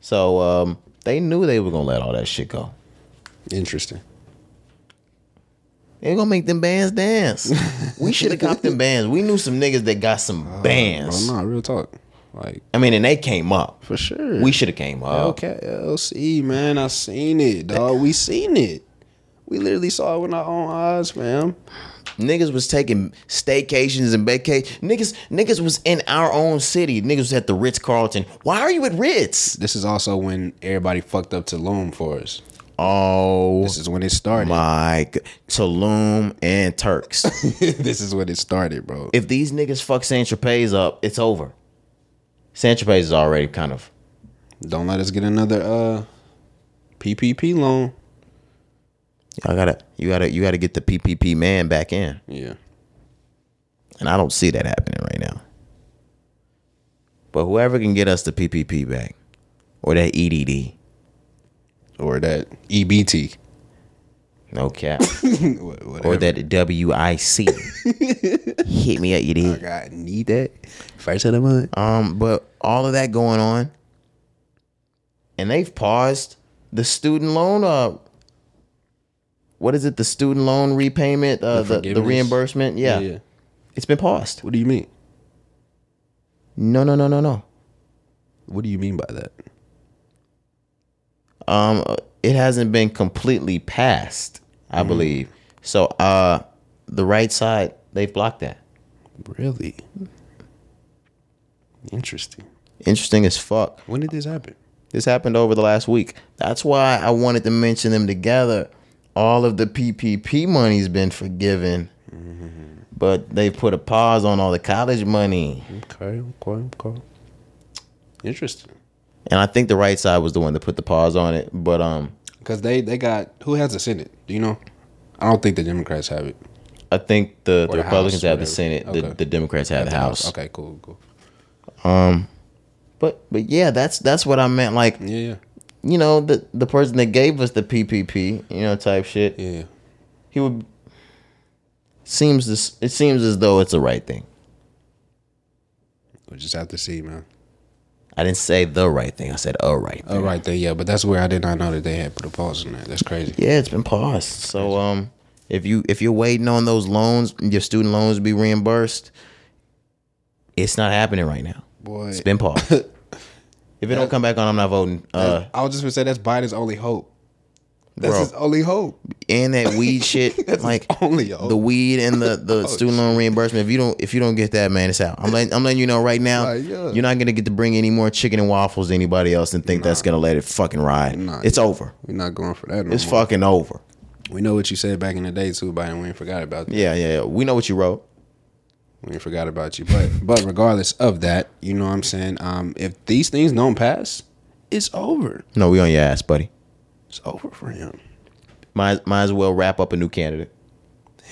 S1: So um, they knew they were gonna let all that shit go.
S2: Interesting.
S1: They're gonna make them bands
S2: (laughs)
S1: dance. we should have got them bands. We knew some niggas that got
S2: Uh,
S1: some
S2: Bro,
S1: bands.
S2: nah, real talk. Like
S1: I mean, and they came up.
S2: for sure.
S1: We should have came up.
S2: Okay, LC, man, I seen it, dog. We seen it. We literally saw it with our own eyes, fam.
S1: Niggas was taking staycations and vacations. Niggas, niggas was in our own city. Niggas was at the Ritz Carlton. Why are you at Ritz?
S2: This is also when everybody fucked up Tulum for us.
S1: Oh
S2: This is when it started.
S1: my g- Tulum and Turks.
S2: (laughs)
S1: (laughs)
S2: this is when it started, bro.
S1: if these niggas fuck San Tropez up, it's over. San Tropez is already kind of
S2: Don't let us get another uh PPP loan.
S1: I gotta you gotta you gotta get the PPP man back in.
S2: Yeah.
S1: And I don't see that happening right now. But whoever can get us the PPP back or that E EDD,
S2: Or that E (laughs) EBT.
S1: no cap,
S2: Wha- Whatever.
S1: or that (laughs) WIC, hit me up, you did.
S2: I need that. First of the month.
S1: Um, but all of that going on, and they've paused the student loan. Uh, what is it? The student loan repayment, uh, the, the,
S2: forgiveness?
S1: reimbursement. Yeah. it's been paused.
S2: What do you mean?
S1: No, no, no, no, no.
S2: What do you mean by that?
S1: Um, it hasn't been completely passed, I believe. So, uh, the right side they've blocked that.
S2: Really? Interesting.
S1: Interesting as fuck.
S2: When did this happen?
S1: This happened over the last week. That's why I wanted to mention them together. All of the PPP money's been forgiven, but they put a pause on all the college money.
S2: Okay, okay, okay. Interesting.
S1: And I think the right side was the one that put the pause on it. But um,
S2: Because they, they got, who has the Senate? Do you know? I don't think the Democrats have it.
S1: I think the, the
S2: Or the
S1: Republicans
S2: House,
S1: have the
S2: whatever.
S1: Senate, the,
S2: Okay.
S1: the Democrats have the House.
S2: Okay, cool, cool.
S1: But but yeah, that's that's what I meant. Like
S2: Yeah, yeah.
S1: you know the the person that gave us the PPP, you know, type shit.
S2: Yeah, yeah.
S1: He would seems this it seems as though it's the right thing.
S2: We just have to see, man.
S1: I didn't say the right thing. I said a right thing.
S2: Oh, right there, yeah. But that's where I did not know that they had put a pause on that. That's crazy.
S1: Yeah, it's been paused. So um if you if you're waiting on those loans, your student loans to be reimbursed, it's not happening right now.
S2: Boy.
S1: It's been (laughs) paused. if it don't come back on, I'm not voting. Uh
S2: I was just gonna say that's Biden's only hope. That's
S1: Bro. (laughs)
S2: his only hope. (laughs)
S1: and that (laughs) weed shit
S2: That's
S1: like
S2: only
S1: the weed and the, the student loan reimbursement. If you don't if you don't get that, man, it's out. I'm letting I'm letting you know right now.
S2: Right, yeah.
S1: You're not gonna get to bring any more chicken and waffles to anybody else and think that's gonna let it fucking ride.
S2: Nah.
S1: it's over.
S2: We're not going for that. No
S1: It's
S2: more.
S1: fucking over.
S2: We know what you said back in the day too, Biden. We ain't forgot about that.
S1: Yeah, yeah, yeah. We know what you wrote.
S2: We ain't forgot about you. But but regardless of that, you know what I'm saying. Um, if these things don't pass, it's over.
S1: No, we on your ass, buddy.
S2: It's over for him.
S1: Might might as well wrap up a new candidate.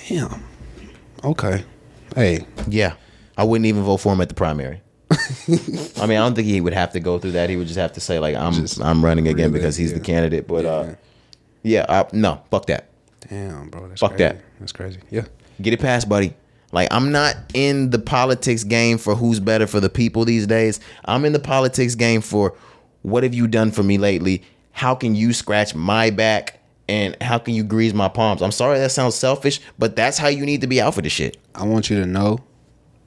S2: Damn. Okay. Hey,
S1: Yeah, I wouldn't even vote for him at the (laughs) primary. I mean, I don't think he would have to go through that. He would just have to say like, "I'm
S2: Just
S1: I'm running again
S2: really,
S1: because he's the
S2: yeah.
S1: candidate." But uh, yeah, I, no, fuck that.
S2: damn, bro. That's
S1: Fuck
S2: crazy.
S1: that.
S2: That's crazy. Yeah.
S1: Get it past, buddy. Like I'm not in the politics game for who's better for the people these days. I'm in the politics game for what have you done for me lately? How can you scratch my back and how can you grease my palms? I'm sorry that sounds selfish, but that's how you need to be out for this shit.
S2: I want you to know,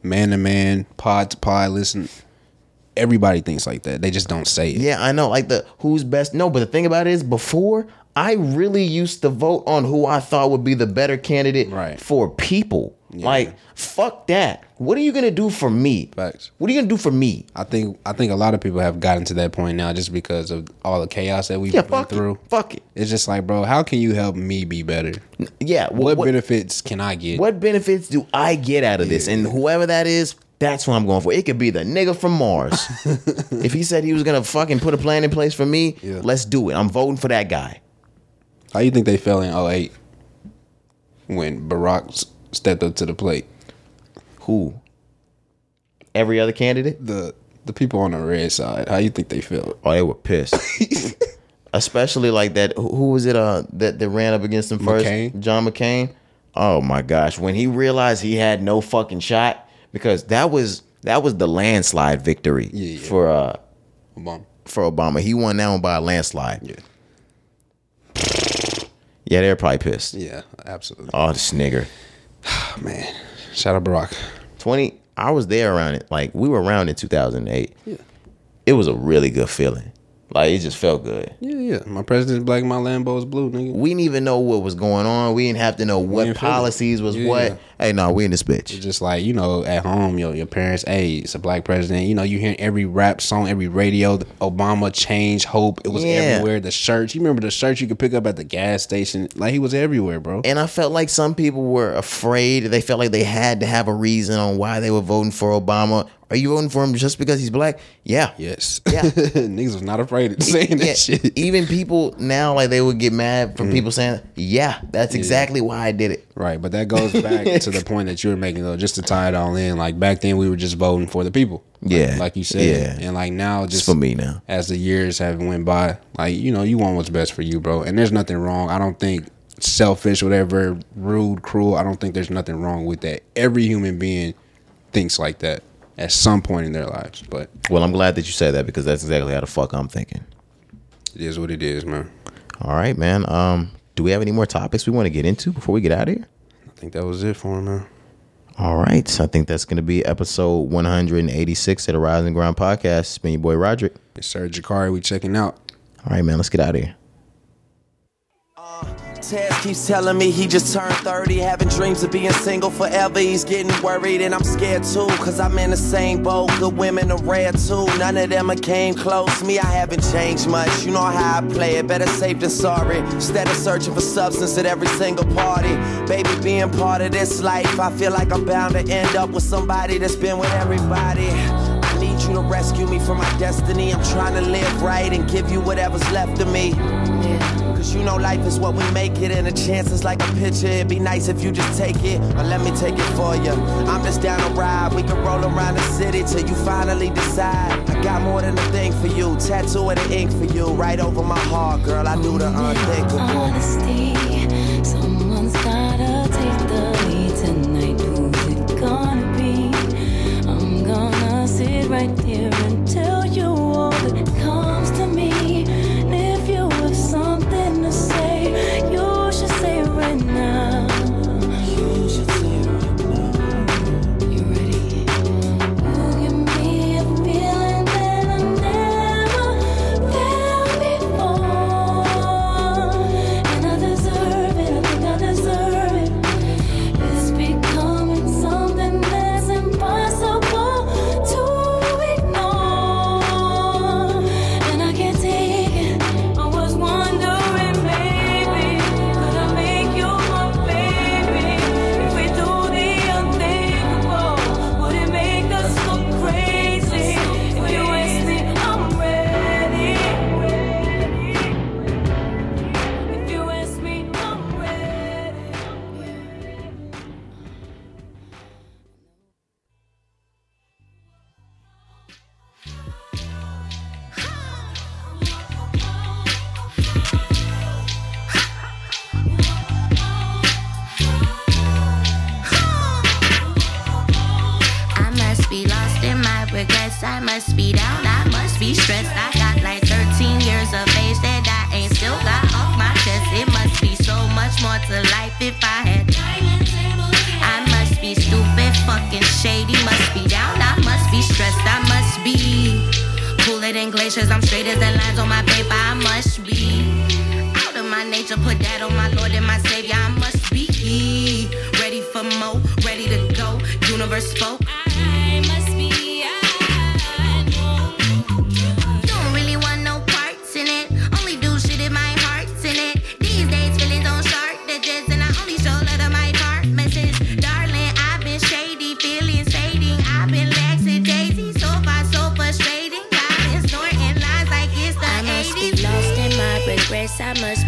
S2: man to man, pod to pod, listen. everybody thinks like that. They just don't say it.
S1: Yeah, I know. Like the who's best. No, but the thing about it is, before I really used to vote on who I thought would be the better candidate
S2: Right.
S1: for people. Like fuck that. What are you gonna do for me?
S2: Facts.
S1: What are you gonna do for me?
S2: I think I think a lot of people have gotten to that point now just because of all the chaos that we've
S1: Yeah,
S2: been
S1: fuck
S2: through.
S1: it. Fuck it.
S2: It's just like, bro, how can you help me be better?
S1: Yeah. wh-
S2: What,
S1: what,
S2: benefits can I get?
S1: what benefits do I get out of this? And whoever that is, that's what I'm going for. It could be the nigga from
S2: (laughs)
S1: Mars. if he said he was gonna fucking put a plan in place for me,
S2: Yeah.
S1: let's do it. I'm voting for that guy.
S2: How you think they fell in 08 when Barack s- stepped up to the plate?
S1: Who? Every other candidate?
S2: The the people on the red side, how you think they felt?
S1: Oh, they were
S2: (laughs)
S1: pissed. Especially like that. Who who was it? Uh, that that ran up against him first,
S2: McCain?
S1: John McCain. Oh my gosh, when he realized he had no fucking shot because that was that was the landslide victory
S2: Yeah, yeah.
S1: for uh
S2: Obama.
S1: for Obama. He won that one by a landslide.
S2: Yeah.
S1: Yeah, they're probably pissed.
S2: Yeah, absolutely.
S1: Oh, this nigger.
S2: Oh, man. Shout out Barack.
S1: Twenty. I was there around it. Like we were around in two thousand eight. It was a really good feeling. Like it just felt good.
S2: Yeah, yeah. My president's black, my Lambo is blue, nigga.
S1: we didn't even know what was going on. We didn't have to know what
S2: didn't feel it.
S1: policies was
S2: Yeah.
S1: what. Hey, no, we in this bitch.
S2: It's just like you know at home your your parents hey it's a black president you know you hear every rap song every radio obama change hope it was
S1: Yeah.
S2: everywhere the shirts you remember the shirts you could pick up at the gas station like he was everywhere bro
S1: And I felt like some people were afraid. They felt like they had to have a reason on why they were voting for Obama. Are you voting for him just because he's black? Yeah.
S2: yes
S1: Yeah.
S2: (laughs) niggas was not afraid of saying
S1: (laughs)
S2: that
S1: Yeah.
S2: shit
S1: Even people now, like they would get mad from people saying, Mm. "Yeah, that's exactly why I did it."
S2: right but that goes back to
S1: (laughs)
S2: the point that you were making though just to tie it all in like back then we were just voting for the people Like-
S1: Yeah.
S2: like, you said
S1: Yeah.
S2: and like now
S1: It's
S2: just
S1: for me now.
S2: as the years have went by, like you know, you want what's best for you, bro. And there's nothing wrong. I don't think selfish, whatever, rude, cruel. I don't think there's nothing wrong with that. Every human being thinks like that at some point in their lives, but
S1: Well, I'm glad that you said that because that's exactly how the fuck I'm thinking.
S2: it is what it is, man.
S1: All right, man. Um, do we have any more topics we want to get into before we get out of here?
S2: I think that was it for him, man.
S1: All right. So I think that's going to be episode 186 of the Rising Ground podcast. It's been your boy, Roderick.
S2: It's Sir Jakari. We checking out.
S1: All right, man. Let's get out of here.
S3: Taz keeps telling me he just turned 30, having dreams of being single forever. He's getting worried, and I'm scared too, cause I'm in the same boat. Good women are rare too, none of them came close. Me, I haven't changed much. You know how I play it, better safe than sorry. Instead of searching for substance at every single party, baby, being part of this life, I feel like I'm bound to end up with somebody that's been with everybody. I need you to rescue me from my destiny. I'm trying to live right and give you whatever's left of me. Cause you know life is what we make it, and a chance is like a picture. It'd be nice if you just take it, or let me take it for you. I'm just down to ride, we can roll around the city till you finally decide. I got more than a thing for you, tattoo and the ink for you, right over my heart, girl. I do the unthinkable.
S5: Honesty, someone's gotta take the lead tonight. Who's it gonna be? I'm gonna sit right here and tell you all that comes to me. And if you have something to say, you should say it right now. You should say right now. You ready? You give me a feeling that I never felt before, and I deserve it. I think I deserve it. It's becoming something that's impossible to ignore, and I can't take it. I was wondering, maybe could I make you my baby if we do the unthinkable? Would it make us go crazy? If you ask me, I'm ready. If you ask me, I'm ready.
S6: I must be lost in my regrets. I must be down. I must be stressed. I got like 13 years of age that I ain't still got off my chest. It must be so much more to life if I had. I must be stupid, fucking shady. Must be down. I must be stressed. I must be. than glaciers. I'm straight as the lines on my paper. I must be out of my nature. Put that on my Lord and my Savior. I must be ready for more, ready to go. Universe spoke. I must be. I know. Don't really want no parts in it. Only do shit if my heart's in it. These days feelings don't shortages, and I only show love to my pharmacist. Darling, I've been shady, feelings fading. I've been laxing daisy, so far so frustrating. I've been snorting lies like it's the
S5: I must be
S6: 80s.
S5: lost in my regrets. I must